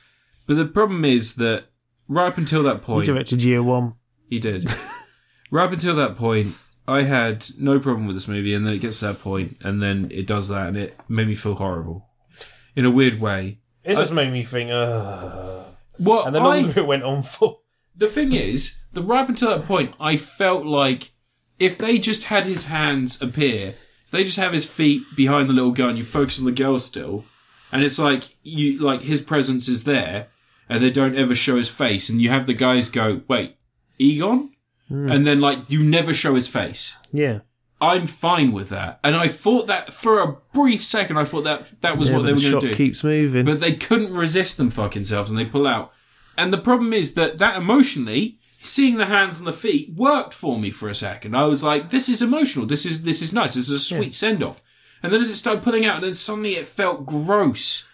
but the problem is that right up until that
He
point,
directed Year One.
he did. right up until that point, I had no problem with this movie, and then it gets to that point, and then it does that, and it made me feel horrible in a weird way.
It just made me think, uh
What
And the
I-
longer it went on for,
the thing is, the right up until that point, I felt like if they just had his hands appear, if they just have his feet behind the little girl, and you focus on the girl still, and it's like you like his presence is there, and they don't ever show his face, and you have the guys go, "Wait, Egon,"
Hmm.
and then like you never show his face.
yeah,
I'm fine with that, and I thought that for a brief second, I thought that that was
yeah
what they
but
were
the
going to
shot
do.
keeps moving.
But they couldn't resist them fucking selves and they pull out. And the problem is that that emotionally, seeing the hands and the feet worked for me for a second. I was like, this is emotional. This is, this is nice. This is a sweet send off. And then as it started pulling out, and then suddenly it felt gross.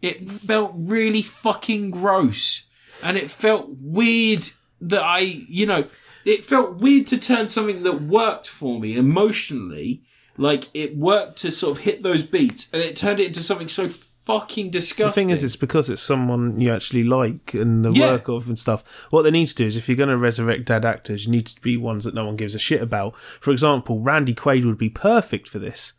It felt really fucking gross. And it felt weird that I, you know, it felt weird to turn something that worked for me emotionally. Like it worked to sort of hit those beats and it turned it into something so fucking
the
disgusting.
thing is, it's because it's someone you actually like and the
Yeah.
work of and stuff. What they need to do is, if you're going to resurrect dead actors, you need to be ones that no one gives a shit about. For example, Randy Quaid would be perfect for this.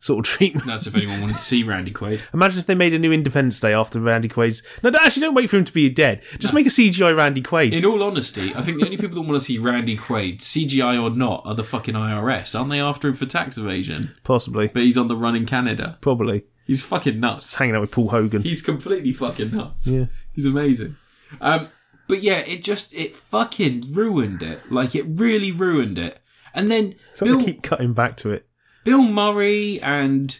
sort of *laughs* treatment.
That's if anyone wanted to see Randy Quaid.
Imagine if they made a new Independence Day after Randy Quaid's. No, don't- actually, don't wait for him to be dead. Just make a CGI Randy Quaid.
In all honesty, I think the only people that want to see Randy Quaid, CGI or not, are the fucking IRS. Aren't they after him for tax evasion?
Possibly.
But he's on the run in Canada.
Probably.
He's fucking nuts.
Just hanging out with Paul Hogan.
He's completely fucking nuts.
Yeah.
He's amazing. Um, but yeah, it just it fucking ruined it. Like it really ruined it. And then
So
Bill,
they keep cutting back to it.
Bill Murray and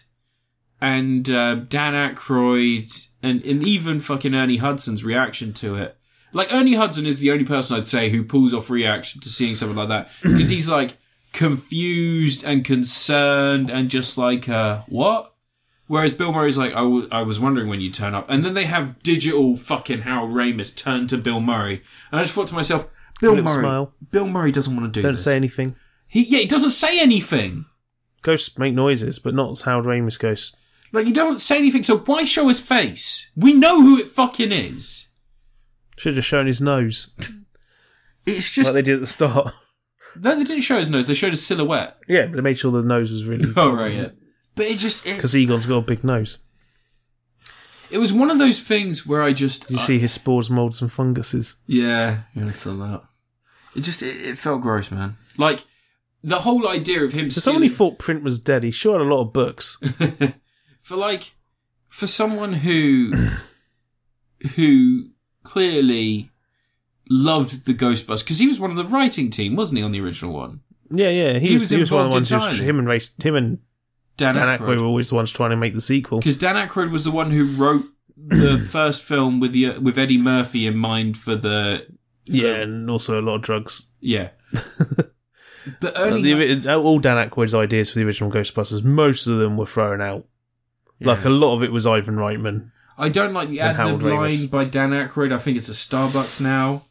and uh, Dan Aykroyd and and even fucking Ernie Hudson's reaction to it. Like Ernie Hudson is the only person I'd say who pulls off reaction to seeing something like that because he's like confused and concerned and just like uh, what. Whereas Bill Murray's like, I, w- I was wondering when you turn up, and then they have digital fucking Harold Ramis turn to Bill Murray, and I just thought to myself, Bill
Little
Murray,
smile.
Bill Murray doesn't want to do
Don't
this.
say anything.
he, yeah, he doesn't say anything.
Ghosts make noises, but not as Harold Ramis ghosts.
Like he doesn't say anything, so why show his face? We know who it fucking is.
Should have shown his nose, *laughs*
It's
like
just
they did at the start. *laughs*
no, they didn't show his nose. They showed his silhouette.
Yeah, but they made sure the nose was really
*laughs* Oh right, yeah. But it just it,
because Egon's got a big nose.
it was one of those things where I just
You
I-
see his spores, molds, and funguses.
yeah, yeah, I feel that. It just it, it felt gross, man. Like the whole idea of him
So somebody
stealing
thought print was dead. He sure had a lot
*laughs*
of books.
for like for someone who *clears throat* who clearly loved the Ghostbusters because he was one of the writing team, wasn't he, on the original one?
Yeah, yeah. He,
He
was,
was
he was one of
involved
the ones who was,
entirely.
him and race him and Dan Aykroyd were always the ones trying to make the sequel.
because Dan Aykroyd was the one who wrote the first film with the with Eddie Murphy in mind for the
Yeah, and also a lot of drugs.
yeah. but
Uh,
Ernie,
the, ori- all Dan Aykroyd's ideas for the original Ghostbusters, most of them were thrown out. Like a lot of it was Ivan Reitman.
I don't like the ad lib
Harold Ramis.
line by Dan Aykroyd. I think it's a Starbucks now.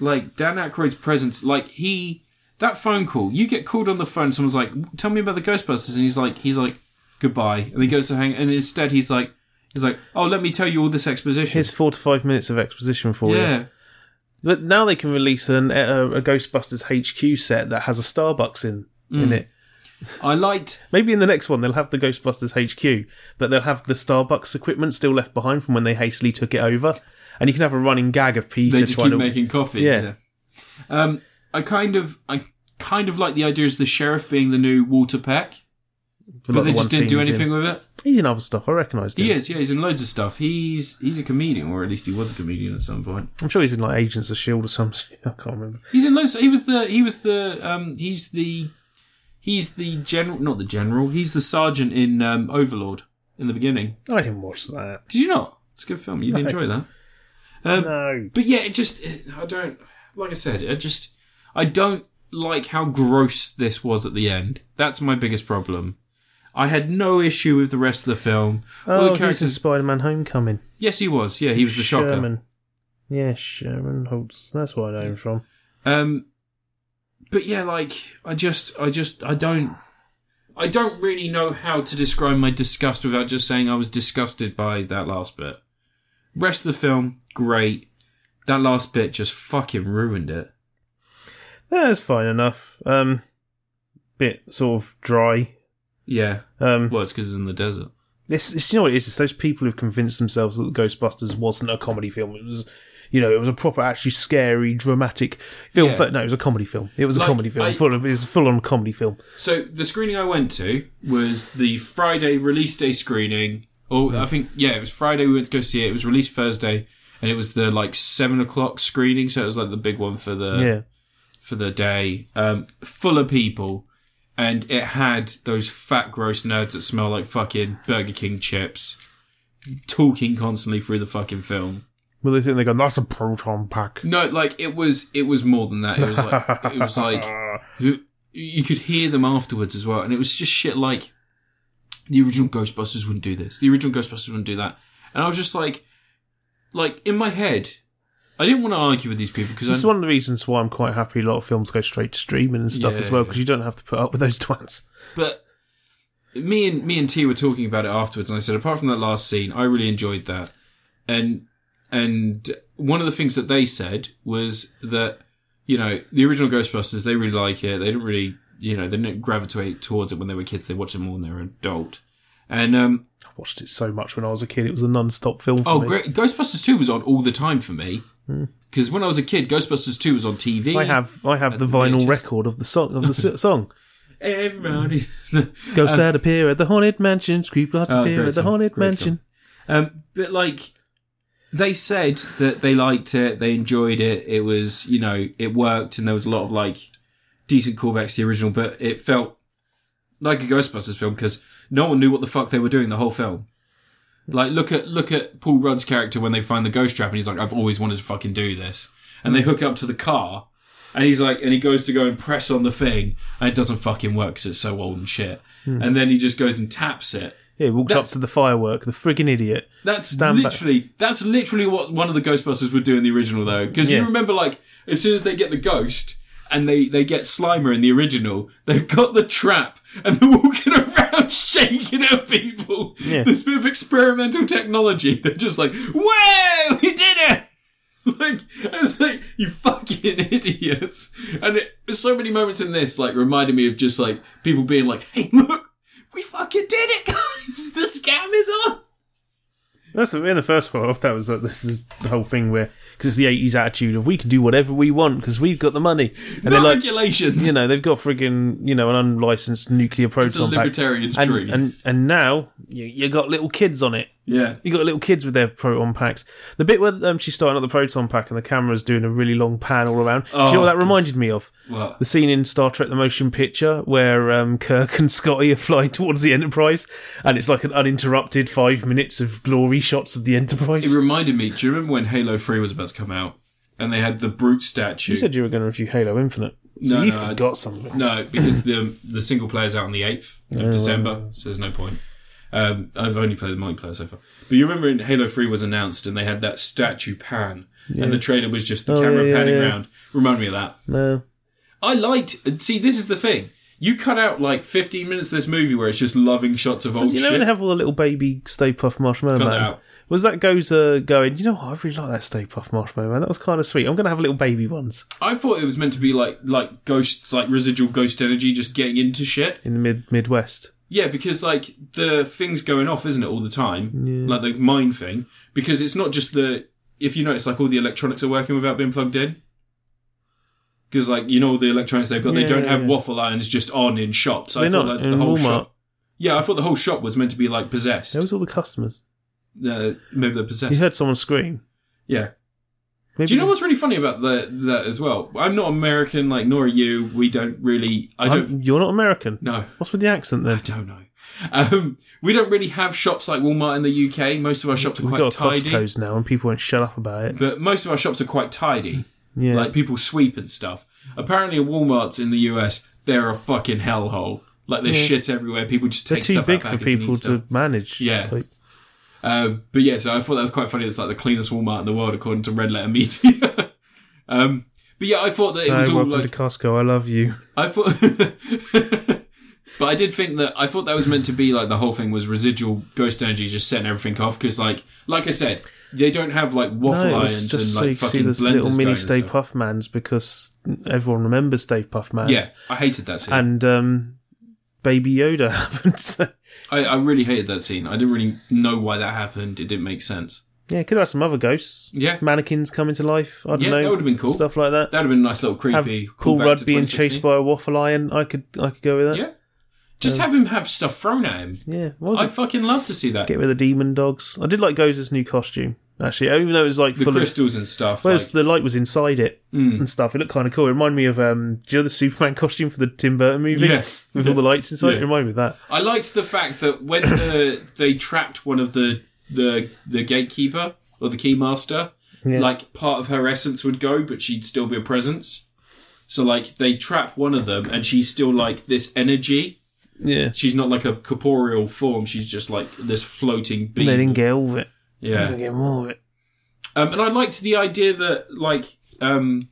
like Dan Aykroyd's presence, like he that phone call. You get called on the phone. Someone's like, "Tell me about the Ghostbusters," and he's like, he's like, "Goodbye," and he goes to hang. And instead, he's like, he's like, "Oh, let me tell you all this exposition."
Here's four to five minutes of exposition for you.
yeah,
But now they can release an, a, a Ghostbusters HQ set that has a Starbucks in
Mm.
in it.
I liked.
Maybe in the next one they'll have the Ghostbusters HQ, but they'll have the Starbucks equipment still left behind from when they hastily took it over, and you can have a running gag of Peter
they just
trying
keep
to.
making coffee.
Yeah.
Yeah. Um, I kind of, I kind of like the idea of the sheriff being the new Walter Peck,
for,
but
like,
they
the
just
one
didn't do
scene he's
anything
In.
with it.
He's in other stuff. I recognised him.
He is, yeah, he's in loads of stuff. He's he's a comedian, or at least he was a comedian at some point.
I'm sure he's in like Agents of Shield or something. I can't remember.
He's in loads. He was the he was the um he's the he's the general, not the general. He's the sergeant in um, Overlord in the beginning.
I didn't watch that.
Did you not? It's a good film. You'd enjoy that. Um,
No.
But yeah, it just it- I don't like I said, I just I don't like how gross this was at the end. That's my biggest problem. I had no issue with the rest of the film. All
Oh,
the
he was in
characters
Spider-Man: Homecoming.
Yes, he was. Yeah, he was the shocker.
Sherman. Yeah, Sherman Holtz. That's where I know him from.
Um but yeah, like I just I just I don't I don't really know how to describe my disgust without just saying I was disgusted by that last bit. Rest of the film, great. That last bit just fucking ruined it.
That's fine enough. Um, bit sort of dry.
Yeah.
Um,
Well, it's because it's in the desert.
it's, it's you know what it is. It's those people who've convinced themselves that the Ghostbusters wasn't a comedy film. It was, you know, it was a proper, actually scary, dramatic film.
Yeah.
But no, it was a comedy film. It was
Like,
a comedy film.
I-
full of, it was a full-on comedy film.
So the screening I went to was the Friday release day screening. Or I think yeah, it was Friday we went to go see it. It was released Thursday, and it was the like seven o'clock screening. So it was like the big one for the
yeah,
for the day. Um, full of people, and it had those fat gross nerds that smell like fucking Burger King chips, talking constantly through the fucking film.
well, they think they go, "That's a proton pack."
No, like it was it was more than that. It was like it was like you, you could hear them afterwards as well, and it was just shit like the original Ghostbusters wouldn't do this, the original Ghostbusters wouldn't do that, and I was just like, like in my head, I didn't want to argue with these people
This
because
is one of the reasons why I'm quite happy a lot of films go straight to streaming and stuff
Yeah,
as well
yeah.
because you don't have to put up with those *laughs* twats.
but me and me and T were talking about it afterwards, and I said, apart from that last scene, I really enjoyed that, and and one of the things that they said was that you know the original Ghostbusters they really like it, they didn't really you know, they didn't gravitate towards it when they were kids. They watched it more when they were adult. And um,
I watched it so much when I was a kid. It was a non-stop film. For
oh,
me.
great! Ghostbusters Two was on all the time for me because when I was a kid, Ghostbusters Two was on TV.
I have I have the vinyl
VHS.
record of the song of the s- *laughs* song.
everybody.
Ghosts that appear at the haunted mansion, creep lots
Oh,
of fear
great
at the
song,
haunted
great
mansion.
Um, but like, they said that they liked it, they enjoyed it. It was, you know, it worked, and there was a lot of like decent callbacks to the original. But it felt like a Ghostbusters film because no one knew what the fuck they were doing the whole film. Like, look at look at Paul Rudd's character when they find the ghost trap, and he's like, "I've always wanted to fucking do this." And they hook up to the car, and he's like, and he goes to go and press on the thing, and it doesn't fucking work because it's so old and shit. And then he just goes and taps it,
Yeah, he walks
That's-
up to the firework. The friggin' idiot.
that's
Stand back.
literally that's literally what one of the Ghostbusters would do in the original though, because
Yeah.
you remember like as soon as they get the ghost and they they get Slimer in the original, they've got the trap and they're walking *laughs* around shaking at people.
Yeah.
This bit of experimental technology, they're just like, "Whoa, we did it!" *laughs* Like it's like you fucking *laughs* idiots, and it, so many moments in this like reminded me of just like people being like, "Hey, look, we fucking did it, *laughs* guys! The scam is on."
That's the, in the first one. That was like, this is the whole thing where because it's the eighties attitude of we can do whatever we want because we've got the money, and
no
they're like,
regulations.
you know, they've got friggin' you know an unlicensed nuclear
it's a
proton pack.
libertarian's
And,
dream.
and and now you, you got little kids on it.
yeah.
You got little kids with their proton packs. The bit where um, she's starting up the proton pack and the camera's doing a really long pan all around. Do you know what that reminded me of?
Oh, What?
The scene in Star Trek: The Motion Picture where um, Kirk *laughs* and Scotty are flying towards the Enterprise, and it's like an uninterrupted five minutes of glory shots of the Enterprise.
It reminded me. Do you remember when Halo Three was about to come out, and they had the brute statue?
you said you were going to review Halo Infinite. So
No,
you
no, I-
forgot something.
no, because the the single player's out on the eighth of
Oh,
December, so there's no point. Um, I've only played the multiplayer so far. But you remember when Halo Three was announced, and they had that statue pan, and the trailer was just the
Oh,
camera
yeah, yeah,
panning
yeah.
around. Remind me of that.
No.
I liked. and See, this is the thing. You cut out like 15 minutes of this movie where it's just loving shots of old
You know
shit.
when they have all the little baby Stay Puff Marshmallow
Cut that
Man?
out.
Was that goes uh, going? You know what? I really like that Stay Puff Marshmallow Man. That was kind of sweet. I'm going to have little baby ones
I thought it was meant to be like like ghosts, like residual ghost energy, just getting into shit.
in the mid Midwest.
Yeah, because like the thing's going off, isn't it, all the time? Like the mine thing, because it's not just the. If you notice, like all the electronics are working without being plugged in. Because like you know, all the electronics they've got, they
Yeah,
don't
yeah,
have
yeah.
waffle irons just on in shops. I
They're
thought
not
like, the
in
whole
Walmart.
shop. Yeah, I thought the whole shop was meant to be like possessed.
There was all the customers.
Uh, maybe they're
You
possessed.
heard someone scream.
yeah.
Maybe
Do you know what's really funny about the, that as well? I'm not American, like nor are you. We don't really. I don't.
I'm- You're not American.
no.
What's with the accent then?
I don't know. Um, we don't really have shops like Walmart in the UK. Most of our shops are
We've
quite
got
tidy,
Costco's now, and people won't shut up about it.
but most of our shops are quite tidy.
Yeah,
Like people sweep and stuff. Apparently, at Walmart's in the US, they're a fucking hellhole. Like there's shit everywhere. People just
they're
take
too
stuff
big
out
for
of packets and eat
people
stuff.
to manage.
Yeah.
Like,
Uh, but yeah, so I thought that was quite funny. It's like the cleanest Walmart in the world, according to Red Letter Media. *laughs* um, but yeah, I thought that it
"Hey,
was all
welcome
like
to Costco. I love you.
I thought, *laughs* but I did think that I thought that was meant to be like the whole thing was residual ghost energy just setting everything off because like like I said they don't have like waffle
No, it was
irons
just so
and
you
like
could see
fucking
those
blenders
little
going
mini
and
Stay
stuff.
Puff Mans because everyone remembers Stay Puff Mans.
Yeah, I hated that scene.
and um, Baby Yoda *laughs* happened. So.
I, I really hated that scene. I didn't really know why that happened. It didn't make sense.
Yeah, could have had some other ghosts.
Yeah,
Mannequins coming to life. I don't
Yeah,
know.
that would've been cool.
Stuff like that.
that'd have been a nice little
Have
creepy.
Paul
callback
Rudd
to
being chased
2016.
by a waffle iron. I could, I could go with that.
Yeah, just have him have stuff thrown at him.
Yeah, what was
I'd
it?
fucking love to see that.
Get rid of the demon dogs. I did like Goza's new costume actually, even though it was like
the Mm.
full of
crystals and stuff.
Well,
Like,
it's- the light was inside it and stuff. It looked kind of cool. It reminded me of um, do you know the Superman *laughs* costume for the Tim Burton movie
Yeah.
with all the lights inside.
Yeah.
It reminded me of that.
I liked the fact that when the, they trapped one of the the the gatekeeper or the keymaster, like part of her essence would go, but she'd still be a presence. So like they trap one of them, and she's still like this energy.
Yeah,
She's not like a corporeal form. She's just like this floating being.
they didn't get all of it. They
yeah,
didn't get more of it.
um, and I liked the idea that like um,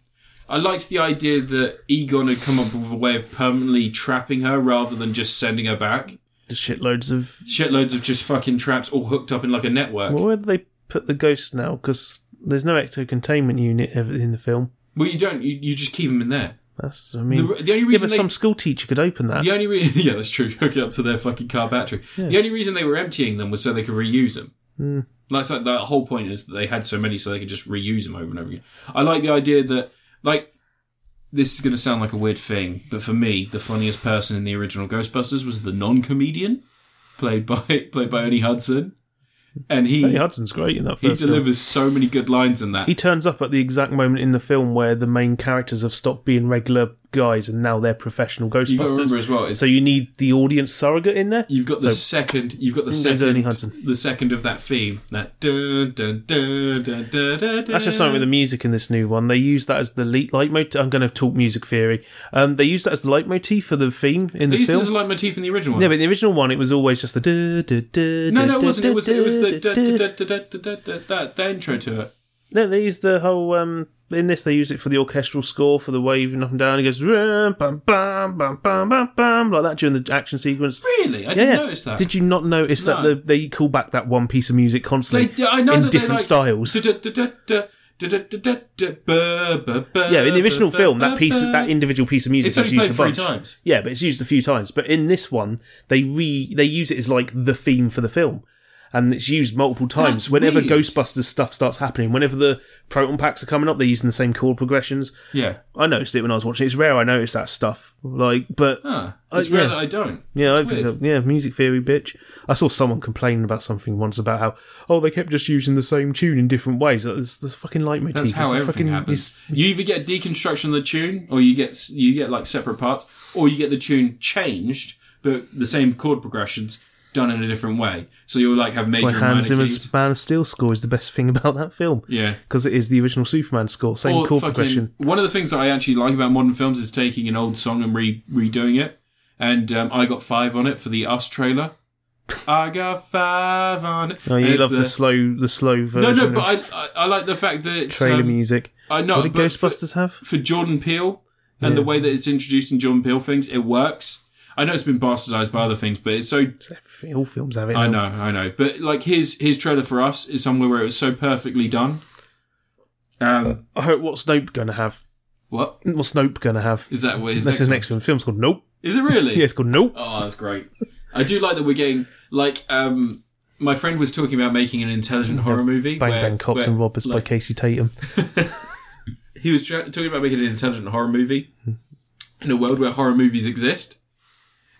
I liked the idea that Egon had come up with a way of permanently trapping her rather than just sending her back.
Just shitloads of.
shitloads of just fucking traps all hooked up in like a network.
Well, where do they put the ghosts now? Because there's no ecto containment unit ever in the film.
Well, you don't. You, you just keep them in there.
That's I mean,
The- the only
yeah,
reason
but
they-
some school teacher could open that.
The only re- *laughs* yeah, that's true. Hook it up to their fucking car battery. The only reason they were emptying them was so they could reuse them.
Hmm.
That's like the whole point is that they had so many, so they could just reuse them over and over again. I like the idea that like this is going to sound like a weird thing, but for me, the funniest person in the original Ghostbusters was the non-comedian played by *laughs* played by Ernie Hudson, and he
Ernie Hudson's great in that
he
first film.
delivers so many good lines in that.
He turns up at the exact moment in the film where the main characters have stopped being regular guys and now they're professional
You've got to
Ghostbusters.
remember as well. It's
so you need the audience surrogate in there.
You've got the
So-
second. You've got the
there's
second.
Ernie Hudson.
The second of that theme. That dun dun dun dun dun dun.
That's just something with the music in this new one. They use that as the lead leitmotif. I'm going to talk music theory. Um, they use that as the leitmotif for the theme in the
These
film.
things are like motif in the original one.
yeah, but in the original one, it was always just the. duh, duh, duh,
no,
duh,
no, it
duh,
wasn't. It was.
duh,
It was
*laughs*
the
duh,
da,
duh,
da,
duh.
da, da, da, da, da, that the intro to it.
No, they use the whole. Um, in this, they use it for the orchestral score for the waving up and down. It goes "Rum, bum bum bum bum bum bum like that during the action sequence.
Really, I
Yeah,
didn't
yeah.
notice that.
Did you not notice that
No.
the, they call back that one piece of music constantly
They- I know
in
that they,
different
like,
styles?
da, da, da, da, da, da, da, da, da, ba, ba, ba,
yeah, in the original
ba,
film,
ba,
that piece,
ba.
that individual piece of music,
It's
was
only
used
played
a
three
bunch.
times.
Yeah, but it's used a few times. But in this one, they re they use it as like the theme for the film, and it's used multiple times.
That's
whenever
weird.
Ghostbusters stuff starts happening, whenever the proton packs are coming up, they're using the same chord progressions.
Yeah.
I noticed it when I was watching. it. It's rare I notice that stuff. Like, but
Huh.
Uh,
It's rare
yeah.
that I don't.
yeah, I
It's weird.
yeah, music theory, bitch. I saw someone complaining about something once about how oh they kept just using the same tune in different ways. Like, It's the fucking leitmotif.
That's
It's
how
the
everything
fucking,
happens. You either get deconstruction of the tune, or you get you get like separate parts, or you get the tune changed, but the same chord progressions done in a different way. So you'll like have major
Why
and minor
Hans
keys.
Zimmer's Man of Steel score is the best thing *laughs* about that film.
Yeah.
Because it is the original Superman score, same
Or
chord
fucking-
progression.
One of the things that I actually like about modern films is taking an old song and re- redoing it. And um, I got five on it for the Us trailer. I got five on it.
Oh,
And
you
it's
love the, slow, the slow
no,
version
no, but
of
I, I, I like the fact that it's,
trailer
um,
music.
I know,
what did
but for-
Ghostbusters have?
for Jordan Peele and the way that it's introduced in Jordan Peele things, it works. I know it's been bastardized by other things, but it's so
Every- All films have it.
I
now.
know, I know. But like his his trailer for us is somewhere where it was so perfectly done. Um,
I hope what's Nope going to have?
what
What's Nope going to have?
is that? What his
That's his
next
next film. The film's called Nope.
one- Is it really?
Yeah, it's called Nope.
Oh, that's great. I do like that we're getting like um. My friend was talking about making an intelligent horror movie.
Bang
where-
Bang Cops
where,
and Robbers by Casey Tatum.
He was tra- talking about making an intelligent horror movie in a world where horror movies exist.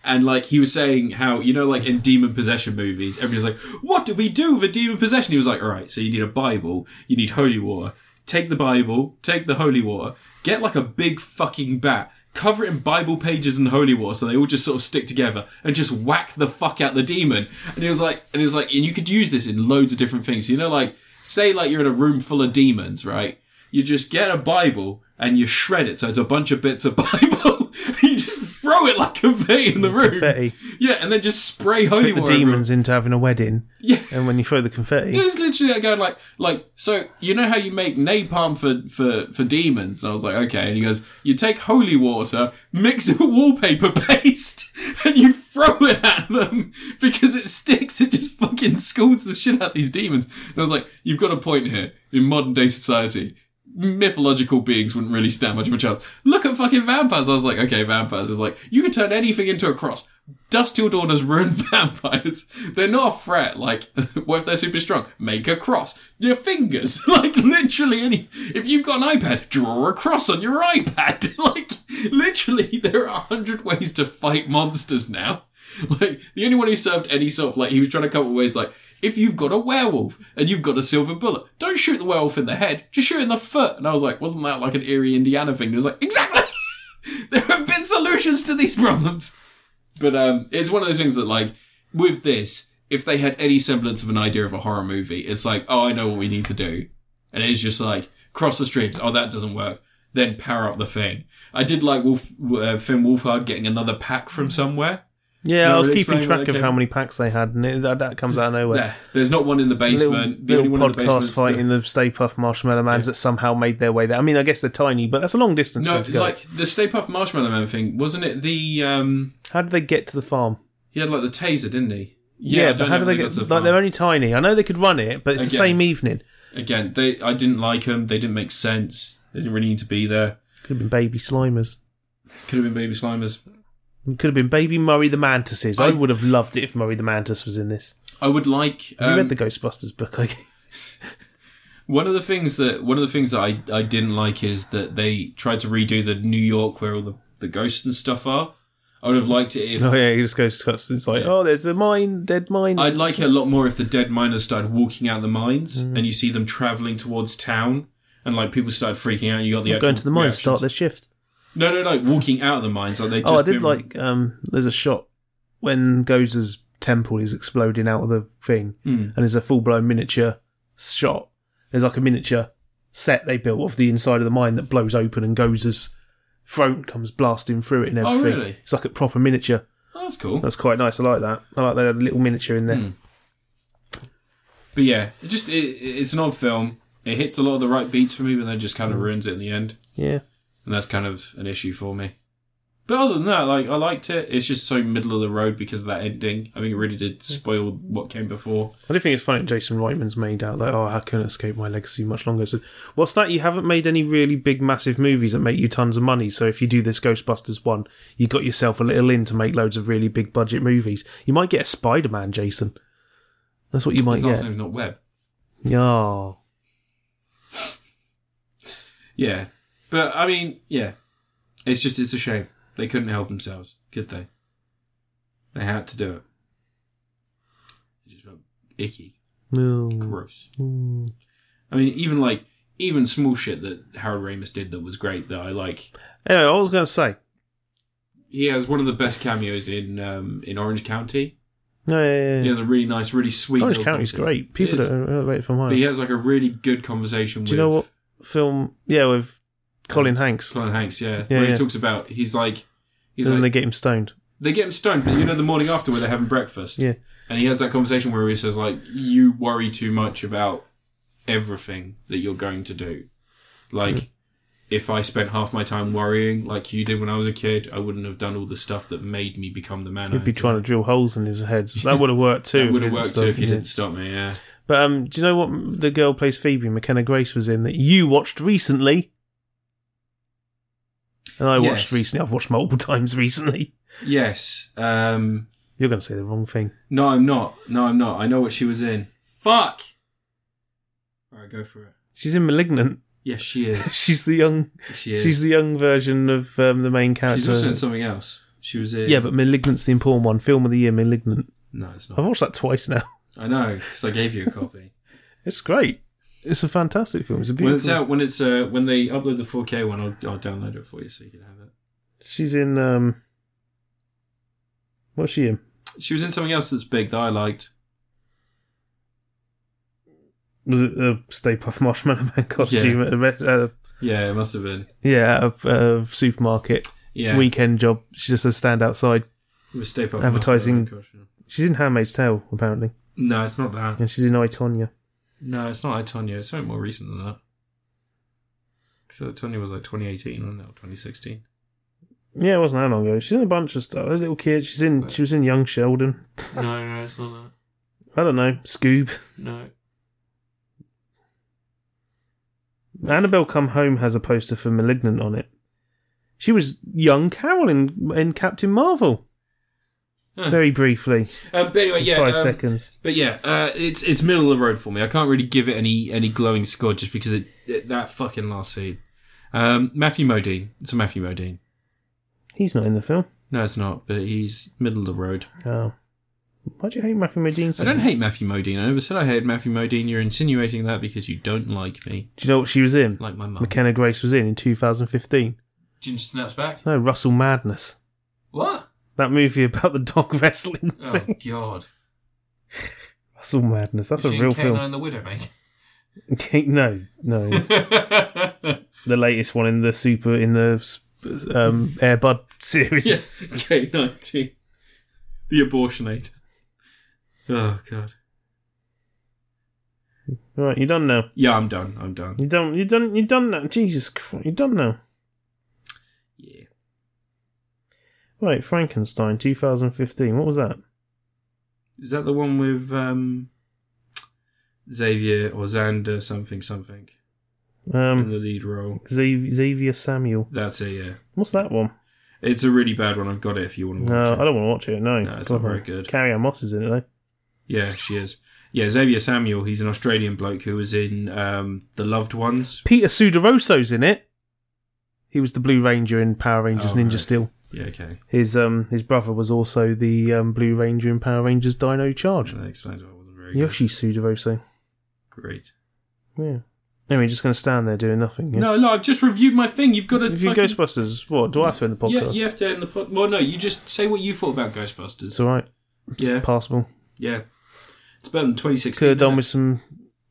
And like he was saying how you know like in demon possession movies everybody's like what do we do with a demon possession? He was like all right so you need a bible, you need holy water. Take the bible, take the holy water, get like a big fucking bat, cover it in bible pages and holy water so they all just sort of stick together and just whack the fuck out the demon. And he was like and he was like and you could use this in loads of different things. You know like say like you're in a room full of demons, right? You just get a bible and you shred it so it's a bunch of bits of *laughs* bible. *laughs* you just throw it like confetti in the room.
Confetti.
Yeah, and then just spray holy
Put the
water. over
demons into having a wedding.
*laughs* Yeah.
And when you throw the confetti.
it. It was literally like going like like so you know how you make napalm for for for demons and I was like okay and he goes you take holy water mix it with wallpaper *laughs* paste and you throw it at them *laughs* because it sticks it just fucking schools the shit out of these demons and I was like you've got a point here in modern day society mythological beings wouldn't really stand much of a chance. Look at fucking vampires. I was like, okay, vampires is like, you can turn anything into a cross. Dust Till Dawn has ruined *laughs* vampires. They're not a threat. Like, *laughs* what if they're super strong? Make a cross. Your fingers. *laughs* like, literally any, if you've got an iPad, draw a cross on your *laughs* iPad. like, literally, there are a hundred ways to fight monsters now. *laughs* Like the only one who served any sort of like he was trying to come up with ways like if you've got a werewolf and you've got a silver bullet, don't shoot the werewolf in the head, just shoot it in the foot. And I was like, wasn't that like an eerie Indiana thing? And he was like, exactly. *laughs* there have been solutions to these problems, but um, it's one of those things that like with this, if they had any semblance of an idea of a horror movie, it's like, oh, I know what we need to do, and it's just like cross the streams. Oh, that doesn't work. Then power up the thing. I did like Wolf, uh, Finn Wolfhard getting another pack from somewhere.
Yeah,
not
I was
really
keeping
explaining where
track
they
of
came
how many packs they had, and it, that, that comes out of nowhere.
Yeah, there's not one in the
Little,
basement. The only
little
one in the basement's
podcast
the-
fighting the, Stay Puff Marshmallow Mans that somehow made their way there. I mean, I guess they're tiny, but that's a long distance. for
No,
them to go.
like the Stay Puft Marshmallow Man thing, wasn't it? The um,
how did they get to the farm?
he had like the taser, didn't he? I
Yeah,
don't
but how
know
do
when
they get?
got to the
like,
farm.
they're only tiny. I know they could run it, but it's the
Again.
same evening.
Again, they I didn't like them. They didn't make sense. They didn't really need to be there.
Could have been baby Slimers.
Could have been baby slimers.
It could have been Baby Murray the Mantises. I,
I-
would have loved it if Murray the Mantis was in this.
I would like.
Have you
Um,
read the Ghostbusters book? I guess? *laughs*
one of the things that one of the things that I, I didn't like is that they tried to redo the New York where all the, the ghosts and stuff are. I would have liked it if
Oh yeah, he just goes. to us, It's like, oh, there's a mine, dead mine.
I'd like it a lot more if the dead miners started walking out of the mines
Mm-hmm.
and you see them traveling towards town and like people started freaking out. And you got the actual
Going to the mine,
reactions.
start their shift.
No, no, no, walking out of the mines like they. Just
Oh, I did
been-
like. Um, there's a shot when Goza's temple is exploding out of the thing,
Hmm.
and there's a full blown miniature shot. There's like a miniature set they built of the inside of the mine that blows open, and Goza's throat comes blasting through it and
Oh,
everything.
really?
It's like a proper miniature.
Oh, that's cool.
That's quite nice. I like that. I like they had a little miniature in there.
Hmm. But yeah, it just it, it's an odd film. It hits a lot of the right beats for me, but then just kind
Mm.
of ruins it in the end,
Yeah.
and that's kind of an issue for me. But other than that, like I liked it. It's just so middle of the road because of that ending. I think it really
Mm.
did spoil what came before.
I do think it's funny that Jason Reitman's made out that, oh, I couldn't escape my legacy much longer. So, what's that? You haven't made any really big, massive movies that make you tons of money. So, if you do this Ghostbusters one, you got yourself a little in to make loads of really big budget movies. You might get a Spider Man, Jason. That's what you might
His last
get.
name's not Webb.
Yeah.
Yeah, but I mean, yeah, it's just it's a shame they couldn't help themselves, could they? They had to do it. It just felt icky,
No.
gross. I mean, even like even small shit that Harold Ramis did that was great that I like.
Anyway, I was going to say.
He has one of the best cameos in um, in Orange County.
No, yeah, yeah, yeah.
He has a really nice, really sweet.
Orange
little
County's
conversation.
great.
It
People
is.
don't uh, elevate from
But he
home.
has like a really good conversation.
Do
with
you know what film? Yeah, with Colin Hanks.
Colin Hanks? Yeah,
Yeah,
where he
yeah.
talks about he's like he's
and then
like
they get him stoned.
They get him stoned, but you know the morning after where they're having breakfast.
Yeah.
And he has that conversation where he says, like, you worry too much about everything that you're going to do. Like,
Hmm.
if I spent half my time worrying like you did when I was a kid, I wouldn't have done all the stuff that made me become the man I
He'd be trying to drill holes in his head. So that would have worked too.
would
if he
have
didn't
worked
stop,
too if you
yeah.
didn't stop me, yeah.
But um, do you know what m- the girl plays Phoebe McKenna Grace was in that you watched recently? And I
Yes.
watched recently. I've watched multiple *laughs* times recently.
Yes. Um,
You're going to say the wrong thing.
no, I'm not. No, I'm not. I know what she was in. Fuck! Alright, go for it.
She's in *Malignant*. *laughs*
Yes, she is.
She's the young.
She is.
*laughs* She's the young version of um, the main character.
She's also in something else. She was in.
yeah, but *Malignant's the important one. Film of the year, *Malignant*.
No, it's not.
I've watched that twice now. *laughs*
I know, because I gave you a copy.
It's great. It's a fantastic film. It's a
when it's
beautiful.
out, when it's uh, when they upload the 4K one, I'll, I'll download it for you so you can have it.
She's in. Um, what's she in?
She was in something else that's big that I liked.
Was it the Stay Puft Marshmallow Man *laughs* costume at a, re- at a
Yeah, it must have been.
Yeah, out of uh, supermarket
Yeah,
weekend job. She just says stand outside.
it was Stay Puft
Advertising.
Marshmallow Man.
She's in Handmaid's Tale apparently,
No, it's not that.
and she's in I Tonya.
No, it's not I Tonya. It's something more recent than that. I feel like Tonya was like 2018, wasn't it? Or 2016.
Yeah, it wasn't that long ago. She's in a bunch of stuff. A little kid. She's in. She was in Young Sheldon.
No, no, it's not that.
I don't know. Scoob. *laughs*
No.
Annabelle Come Home has a poster for Malignant on it. She was young Carol in in Captain Marvel.
Huh.
Very briefly,
Um, but anyway, yeah.
five
um,
seconds.
But yeah, uh, it's it's middle of the road for me. I can't really give it any any glowing score just because it, it that fucking last scene. Um, Matthew Modine. It's a Matthew Modine.
He's not in the film.
No, it's not. But he's middle of the road.
Oh, why do you hate Matthew Modine?
I
so
don't
much?
hate Matthew Modine. I never said I hated Matthew Modine. You're insinuating that because you don't like me,
Do you know what she was in?
like my mum.
McKenna Grace was in in 2015.
Ginger snaps back.
No, Russell Madness.
What?
*laughs* That movie about the dog *laughs* wrestling
Oh
thing.
God!
That's all madness. That's a real film.
the *laughs* Widowmaker.
King- *laughs* No, no. the latest one in the super in the sp- um, Air Bud *laughs* series.
yes, K *laughs* nineteen, the abortionate. Oh God!
Right, you're done now.
Yeah, I'm done. I'm done.
You're done. You're done. You're done now. Jesus Christ, you're done now.
Yeah.
Right, Frankenstein, 2015. What was that?
Is that the one with um, Xavier or Xander something something in
Um,
the lead role?
Xav- Xavier Samuel.
That's it, yeah.
What's that one?
It's a really bad one. I've got it if you want to
No,
watch
I
it.
don't want to watch it. No,
No, it's not
God,
very good.
Carrie Ann Moss is in it though.
Yeah, she is. Yeah, Xavier Samuel. He's an Australian bloke who was in um, The Loved Ones.
Peter Sudorosso's in it. He was the Blue Ranger in Power Rangers
Oh,
Ninja
right.
Steel.
Yeah, okay.
His um his brother was also the um, Blue Ranger in Power Rangers Dino Charge.
That explains why it wasn't very
Oh, Yoshi Sudoroso.
good. Great.
Yeah. Anyway, just going to stand there doing nothing. Yeah?
No, no, I've just reviewed my thing. You've got to.
If you
fucking...
Ghostbusters, what do I have to end the
yeah,
podcast?
you have to end the pod. Well, no, you just say what you thought about Ghostbusters.
It's all right. It's
Yeah.
passable.
Yeah. It's better than 2016.
Could have
isn't
done with some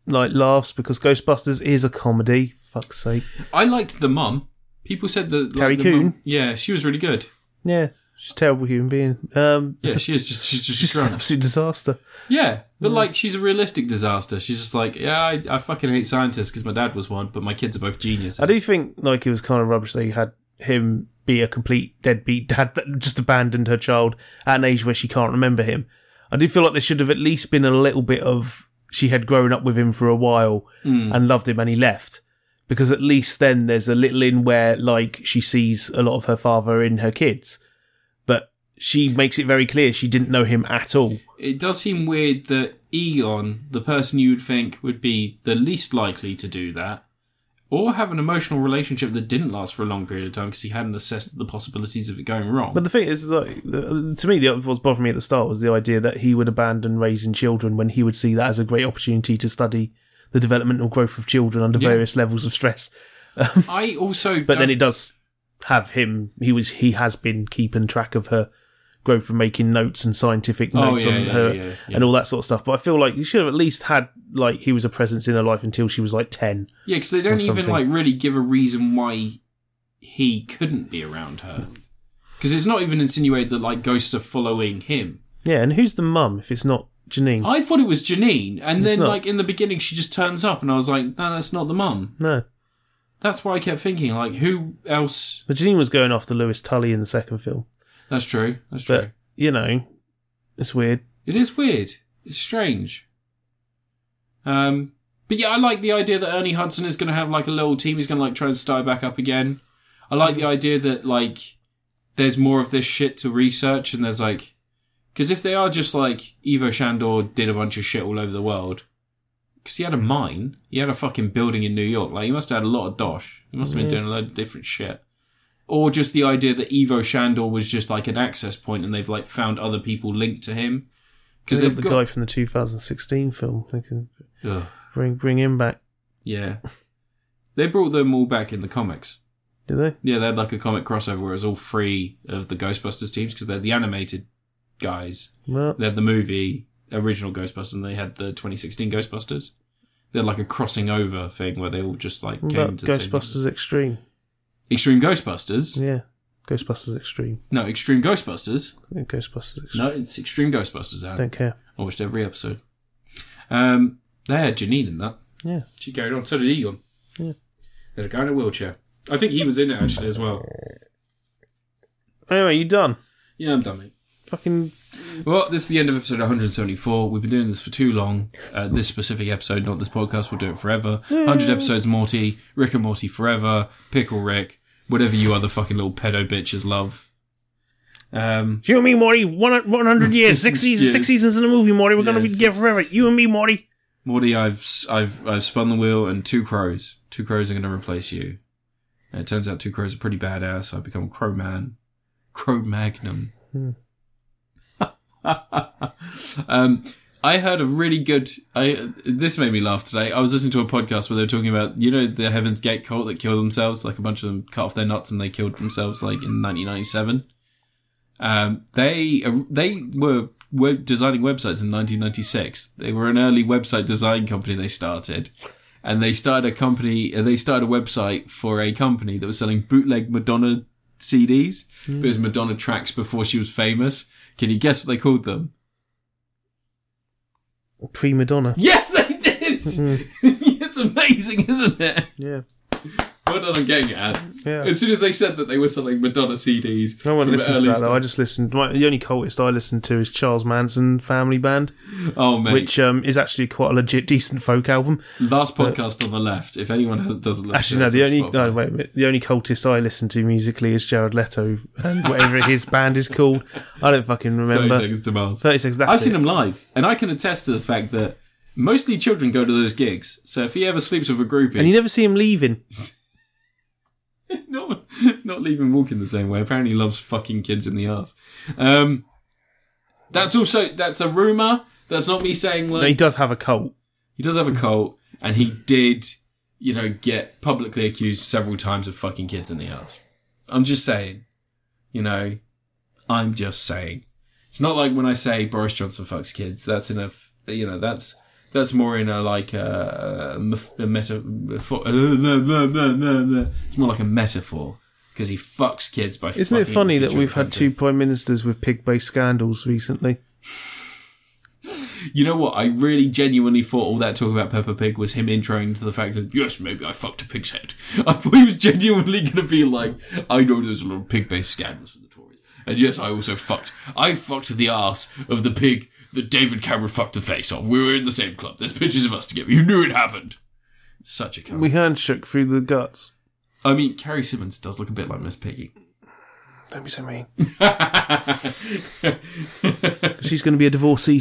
like laughs because Ghostbusters is a comedy. Fuck's sake.
it? I liked the mum. People said that. Like,
Carrie
the
Coon?
mum- Yeah, she was really good.
Yeah, she's a terrible human being. Um,
Yeah, she is just she's just
she's an
drunk.
*laughs* absolute disaster.
Yeah, but like she's a realistic disaster. She's just like, yeah, I, I fucking hate scientists because my dad was one, but my kids are both geniuses.
I do think like it was kind of rubbish they had him be a complete deadbeat dad that just abandoned her child at an age where she can't remember him. I do feel like there should have at least been a little bit of she had grown up with him for a while and loved him and he left. Because at least then there's a little in where like she sees a lot of her father in her kids. But she makes it very clear she didn't know him at all.
it does seem weird that Egon, the person you would think would be the least likely to do that, or have an emotional relationship that didn't last for a long period of time because he hadn't assessed the possibilities of it going wrong.
But the thing is, like, the- to me, the what's bothered me at the start was the idea that he would abandon raising children when he would see that as a great opportunity to study the developmental growth of children under
Yeah.
various levels of stress.
I also,
But then
don't-
it does have him. He was he has been keeping track of her growth and making notes and scientific
Oh,
notes
yeah,
on
yeah,
her
yeah, yeah.
and all that sort of stuff. But I feel like you should have at least had like he was a presence in her life until she was like ten.
yeah, because they don't even
something.
like really give a reason why he couldn't be around her, because it's not even insinuated that like ghosts are following him.
Yeah, and who's the mum if it's not Janine?
I thought it was Janine, and
It's
then
not.
like in the beginning she just turns up, and I was like, no, that's not the mum.
no,
That's why I kept thinking like, who else?
but Janine was going after Lewis Tully in the second film.
That's true. That's true.
But you know, it's weird.
It is weird. It's strange. Um, but yeah, I like the idea that Ernie Hudson is going to have like a little team. He's going to like try and start back up again. I like the idea that like there's more of this shit to research, and there's like because if they are just like Evo Shandor did a bunch of shit all over the world. Because he had a mine, he had a fucking building in New York. Like he must have had a lot of dosh. He must have been doing a load of different shit. Or just the idea that Evo Shandor was just like an access point, and they've like found other people linked to him. Because
Because
they've
the
got
guy from the 2016 film, they can
Ugh,
bring bring him back,
yeah. They brought them all back in the comics.
do they?
Yeah, they had like a comic crossover where it was all three of the Ghostbusters teams because they're the animated guys.
Well,
They had the movie original Ghostbusters and they had the 2016 Ghostbusters. They had like a crossing over thing where they all just like
what
came
about
into the same-
Ghostbusters Extreme.
Extreme Ghostbusters?
Yeah, Ghostbusters Extreme.
No, Extreme Ghostbusters.
I think Ghostbusters Extreme.
No, it's Extreme Ghostbusters. Adam.
Don't care.
I watched every episode. Um, they had Janine in that.
Yeah,
She carried on. So did Egon.
Yeah.
They had a guy in a wheelchair. I think he was in it actually as well.
Anyway, you done?
Yeah, I'm done, mate.
Fucking
Well, this is the end of episode 174. We've been doing this for too long. Uh, this specific episode, not this podcast, we'll do it forever. 100 episodes, Morty, Rick and Morty forever, Pickle Rick, whatever you other fucking little pedo bitches love. Um,
you and me, Morty. One
*laughs*
one hundred years, six seasons,
Yeah.
six seasons in the movie, Morty. We're gonna
Yeah,
be together
six-
forever. You and me, Morty.
Morty, I've s- I've I've spun the wheel, and two crows, two crows are going to replace you. And it turns out two crows are pretty badass. I become Crow Man, Crow Magnum. *laughs* um, I heard a really good. I this made me laugh today. I was listening to a podcast where they were talking about you know the Heaven's Gate cult that killed themselves, like a bunch of them cut off their nuts and they killed themselves, like in 1997. Um, they they were web designing websites in 1996. They were an early website design company. They started, and they started a company. uh, They started a website for a company that was selling bootleg Madonna CDs.
Hmm.
But it was Madonna tracks before she was famous. Can you guess what they called
*laughs*
them?
Pre Madonna.
*laughs* Yes, they did. it's amazing, isn't it?
Yeah.
Well done on getting it, Ad.
Yeah.
As soon as they said that they were selling Madonna CDs,
No one
from
listens to
early
that though. I
stuff-
just listened. My, the only cultist I listened to is Charles Manson Family Band,
Oh, mate.
which um, is actually quite a legit decent folk album.
Last podcast on the left. If anyone has, doesn't listen,
Uh, Actually, no.
to
The
us on
only no,
Spotify.
wait a minute. The only cultist I listen to musically is Jared Leto and whatever his *laughs* band is called. I don't fucking
thirty
remember.
seconds to Mars.
Thirty seconds. That's
I've seen
it.
him live, and I can attest to the fact that mostly children go to those gigs. So if he ever sleeps with a groupie,
and you never see him leaving.
*laughs* not not leaving walking the same way. Apparently, he loves fucking kids in the ass. Um, that's also that's a rumor. That's not me saying like
No, he does have a cult.
he does have a cult, and he did, you know, get publicly accused several times of fucking kids in the ass. I'm just saying, you know, I'm just saying. It's not like when I say Boris Johnson fucks kids. That's in a, f- you know, that's that's more in a like uh, a, a mef- a meta. uh, Metaphor. It's more like a metaphor because he fucks kids by.
Isn't it
fucking
funny
with
that
future
we've had
content.
two prime ministers with pig-based scandals recently?
You know what? I really genuinely thought all that talk about Peppa Pig was him introing to the fact that, yes, maybe I fucked a pig's head. *laughs* I thought he was genuinely going to be like, I know there's a lot of pig based scandals for the Tories. And yes, I also fucked. I fucked the ass of the pig that David Cameron fucked the face of. We were in the same club. There's pictures of us together. You knew it happened. Such a cunt.
We handshook through the guts.
I mean, Carrie Simmons does look a bit like Miss Piggy. *laughs*
Don't be so mean. She's going to be a divorcee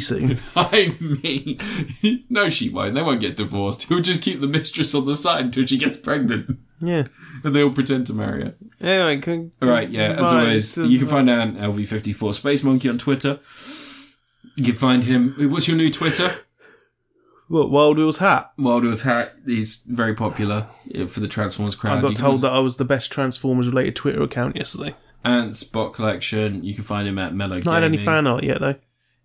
*laughs*
soon.
I mean, *laughs* no, she won't. They won't get divorced. He'll just keep the mistress on the side until she gets pregnant. *laughs*
Yeah.
And they'll pretend to marry her.
Anyway, can,
All right, yeah. As
Goodbye,
always,
goodbye.
you can find out LV54 Space Monkey on Twitter. You can find him. What's your new Twitter?
what Wild Will's hat?
Wild Will Tarrant. He's very popular uh, for the Transformers crowd.
I
You
got
can
told that I was the best Transformers related Twitter account yesterday.
Ants Bot Collection. You can find him at Mellow
Not had any
Gaming.
fan art yet though.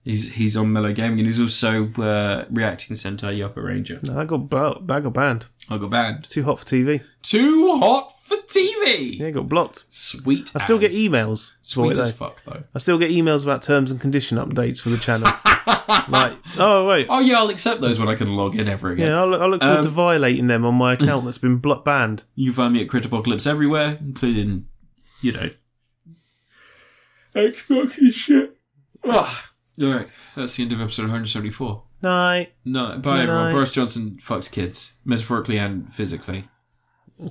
He's he's on Mellow Gaming, and he's also uh, reacting Sentai Yopper Ranger.
No, I got blo- I got banned.
I got banned.
Too hot for TV.
Too hot for TV.
Yeah, got blocked.
Sweet.
I still get e-
as-
emails. for it,
Sweet as
though.
fuck though.
I still get emails about terms and condition updates for
*laughs*
the channel. like, oh wait,
Oh yeah, I'll accept those when I can log in ever again.
yeah, I look, I look forward
Um,
to violating them on my
*laughs*
account that's been blo- banned.
You can find me at Critapocalypse everywhere, including, you know, Xbox and shit. Ah, all right, that's the end of episode 174.
Night.
No, bye
night.
everyone. Boris Johnson fucks kids, metaphorically and physically.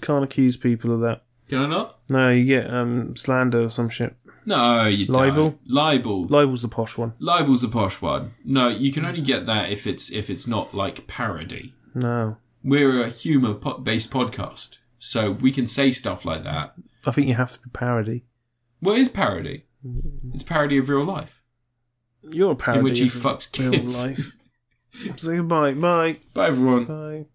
Can't accuse people of that.
Can I not?
No, you get um, slander or some shit.
No, you
Libel?
Don't. Libel.
Libel's the posh one.
Libel's the posh one. No, you can only get that if it's if it's not like parody.
No.
We're a humor po- based podcast, so we can say stuff like that.
I think you have to be parody.
What is parody? It's parody of real life.
You're a parody.
in which he
of
fucks
real
kids.
life. Say goodbye. Bye.
*laughs* Bye, everyone.
Bye.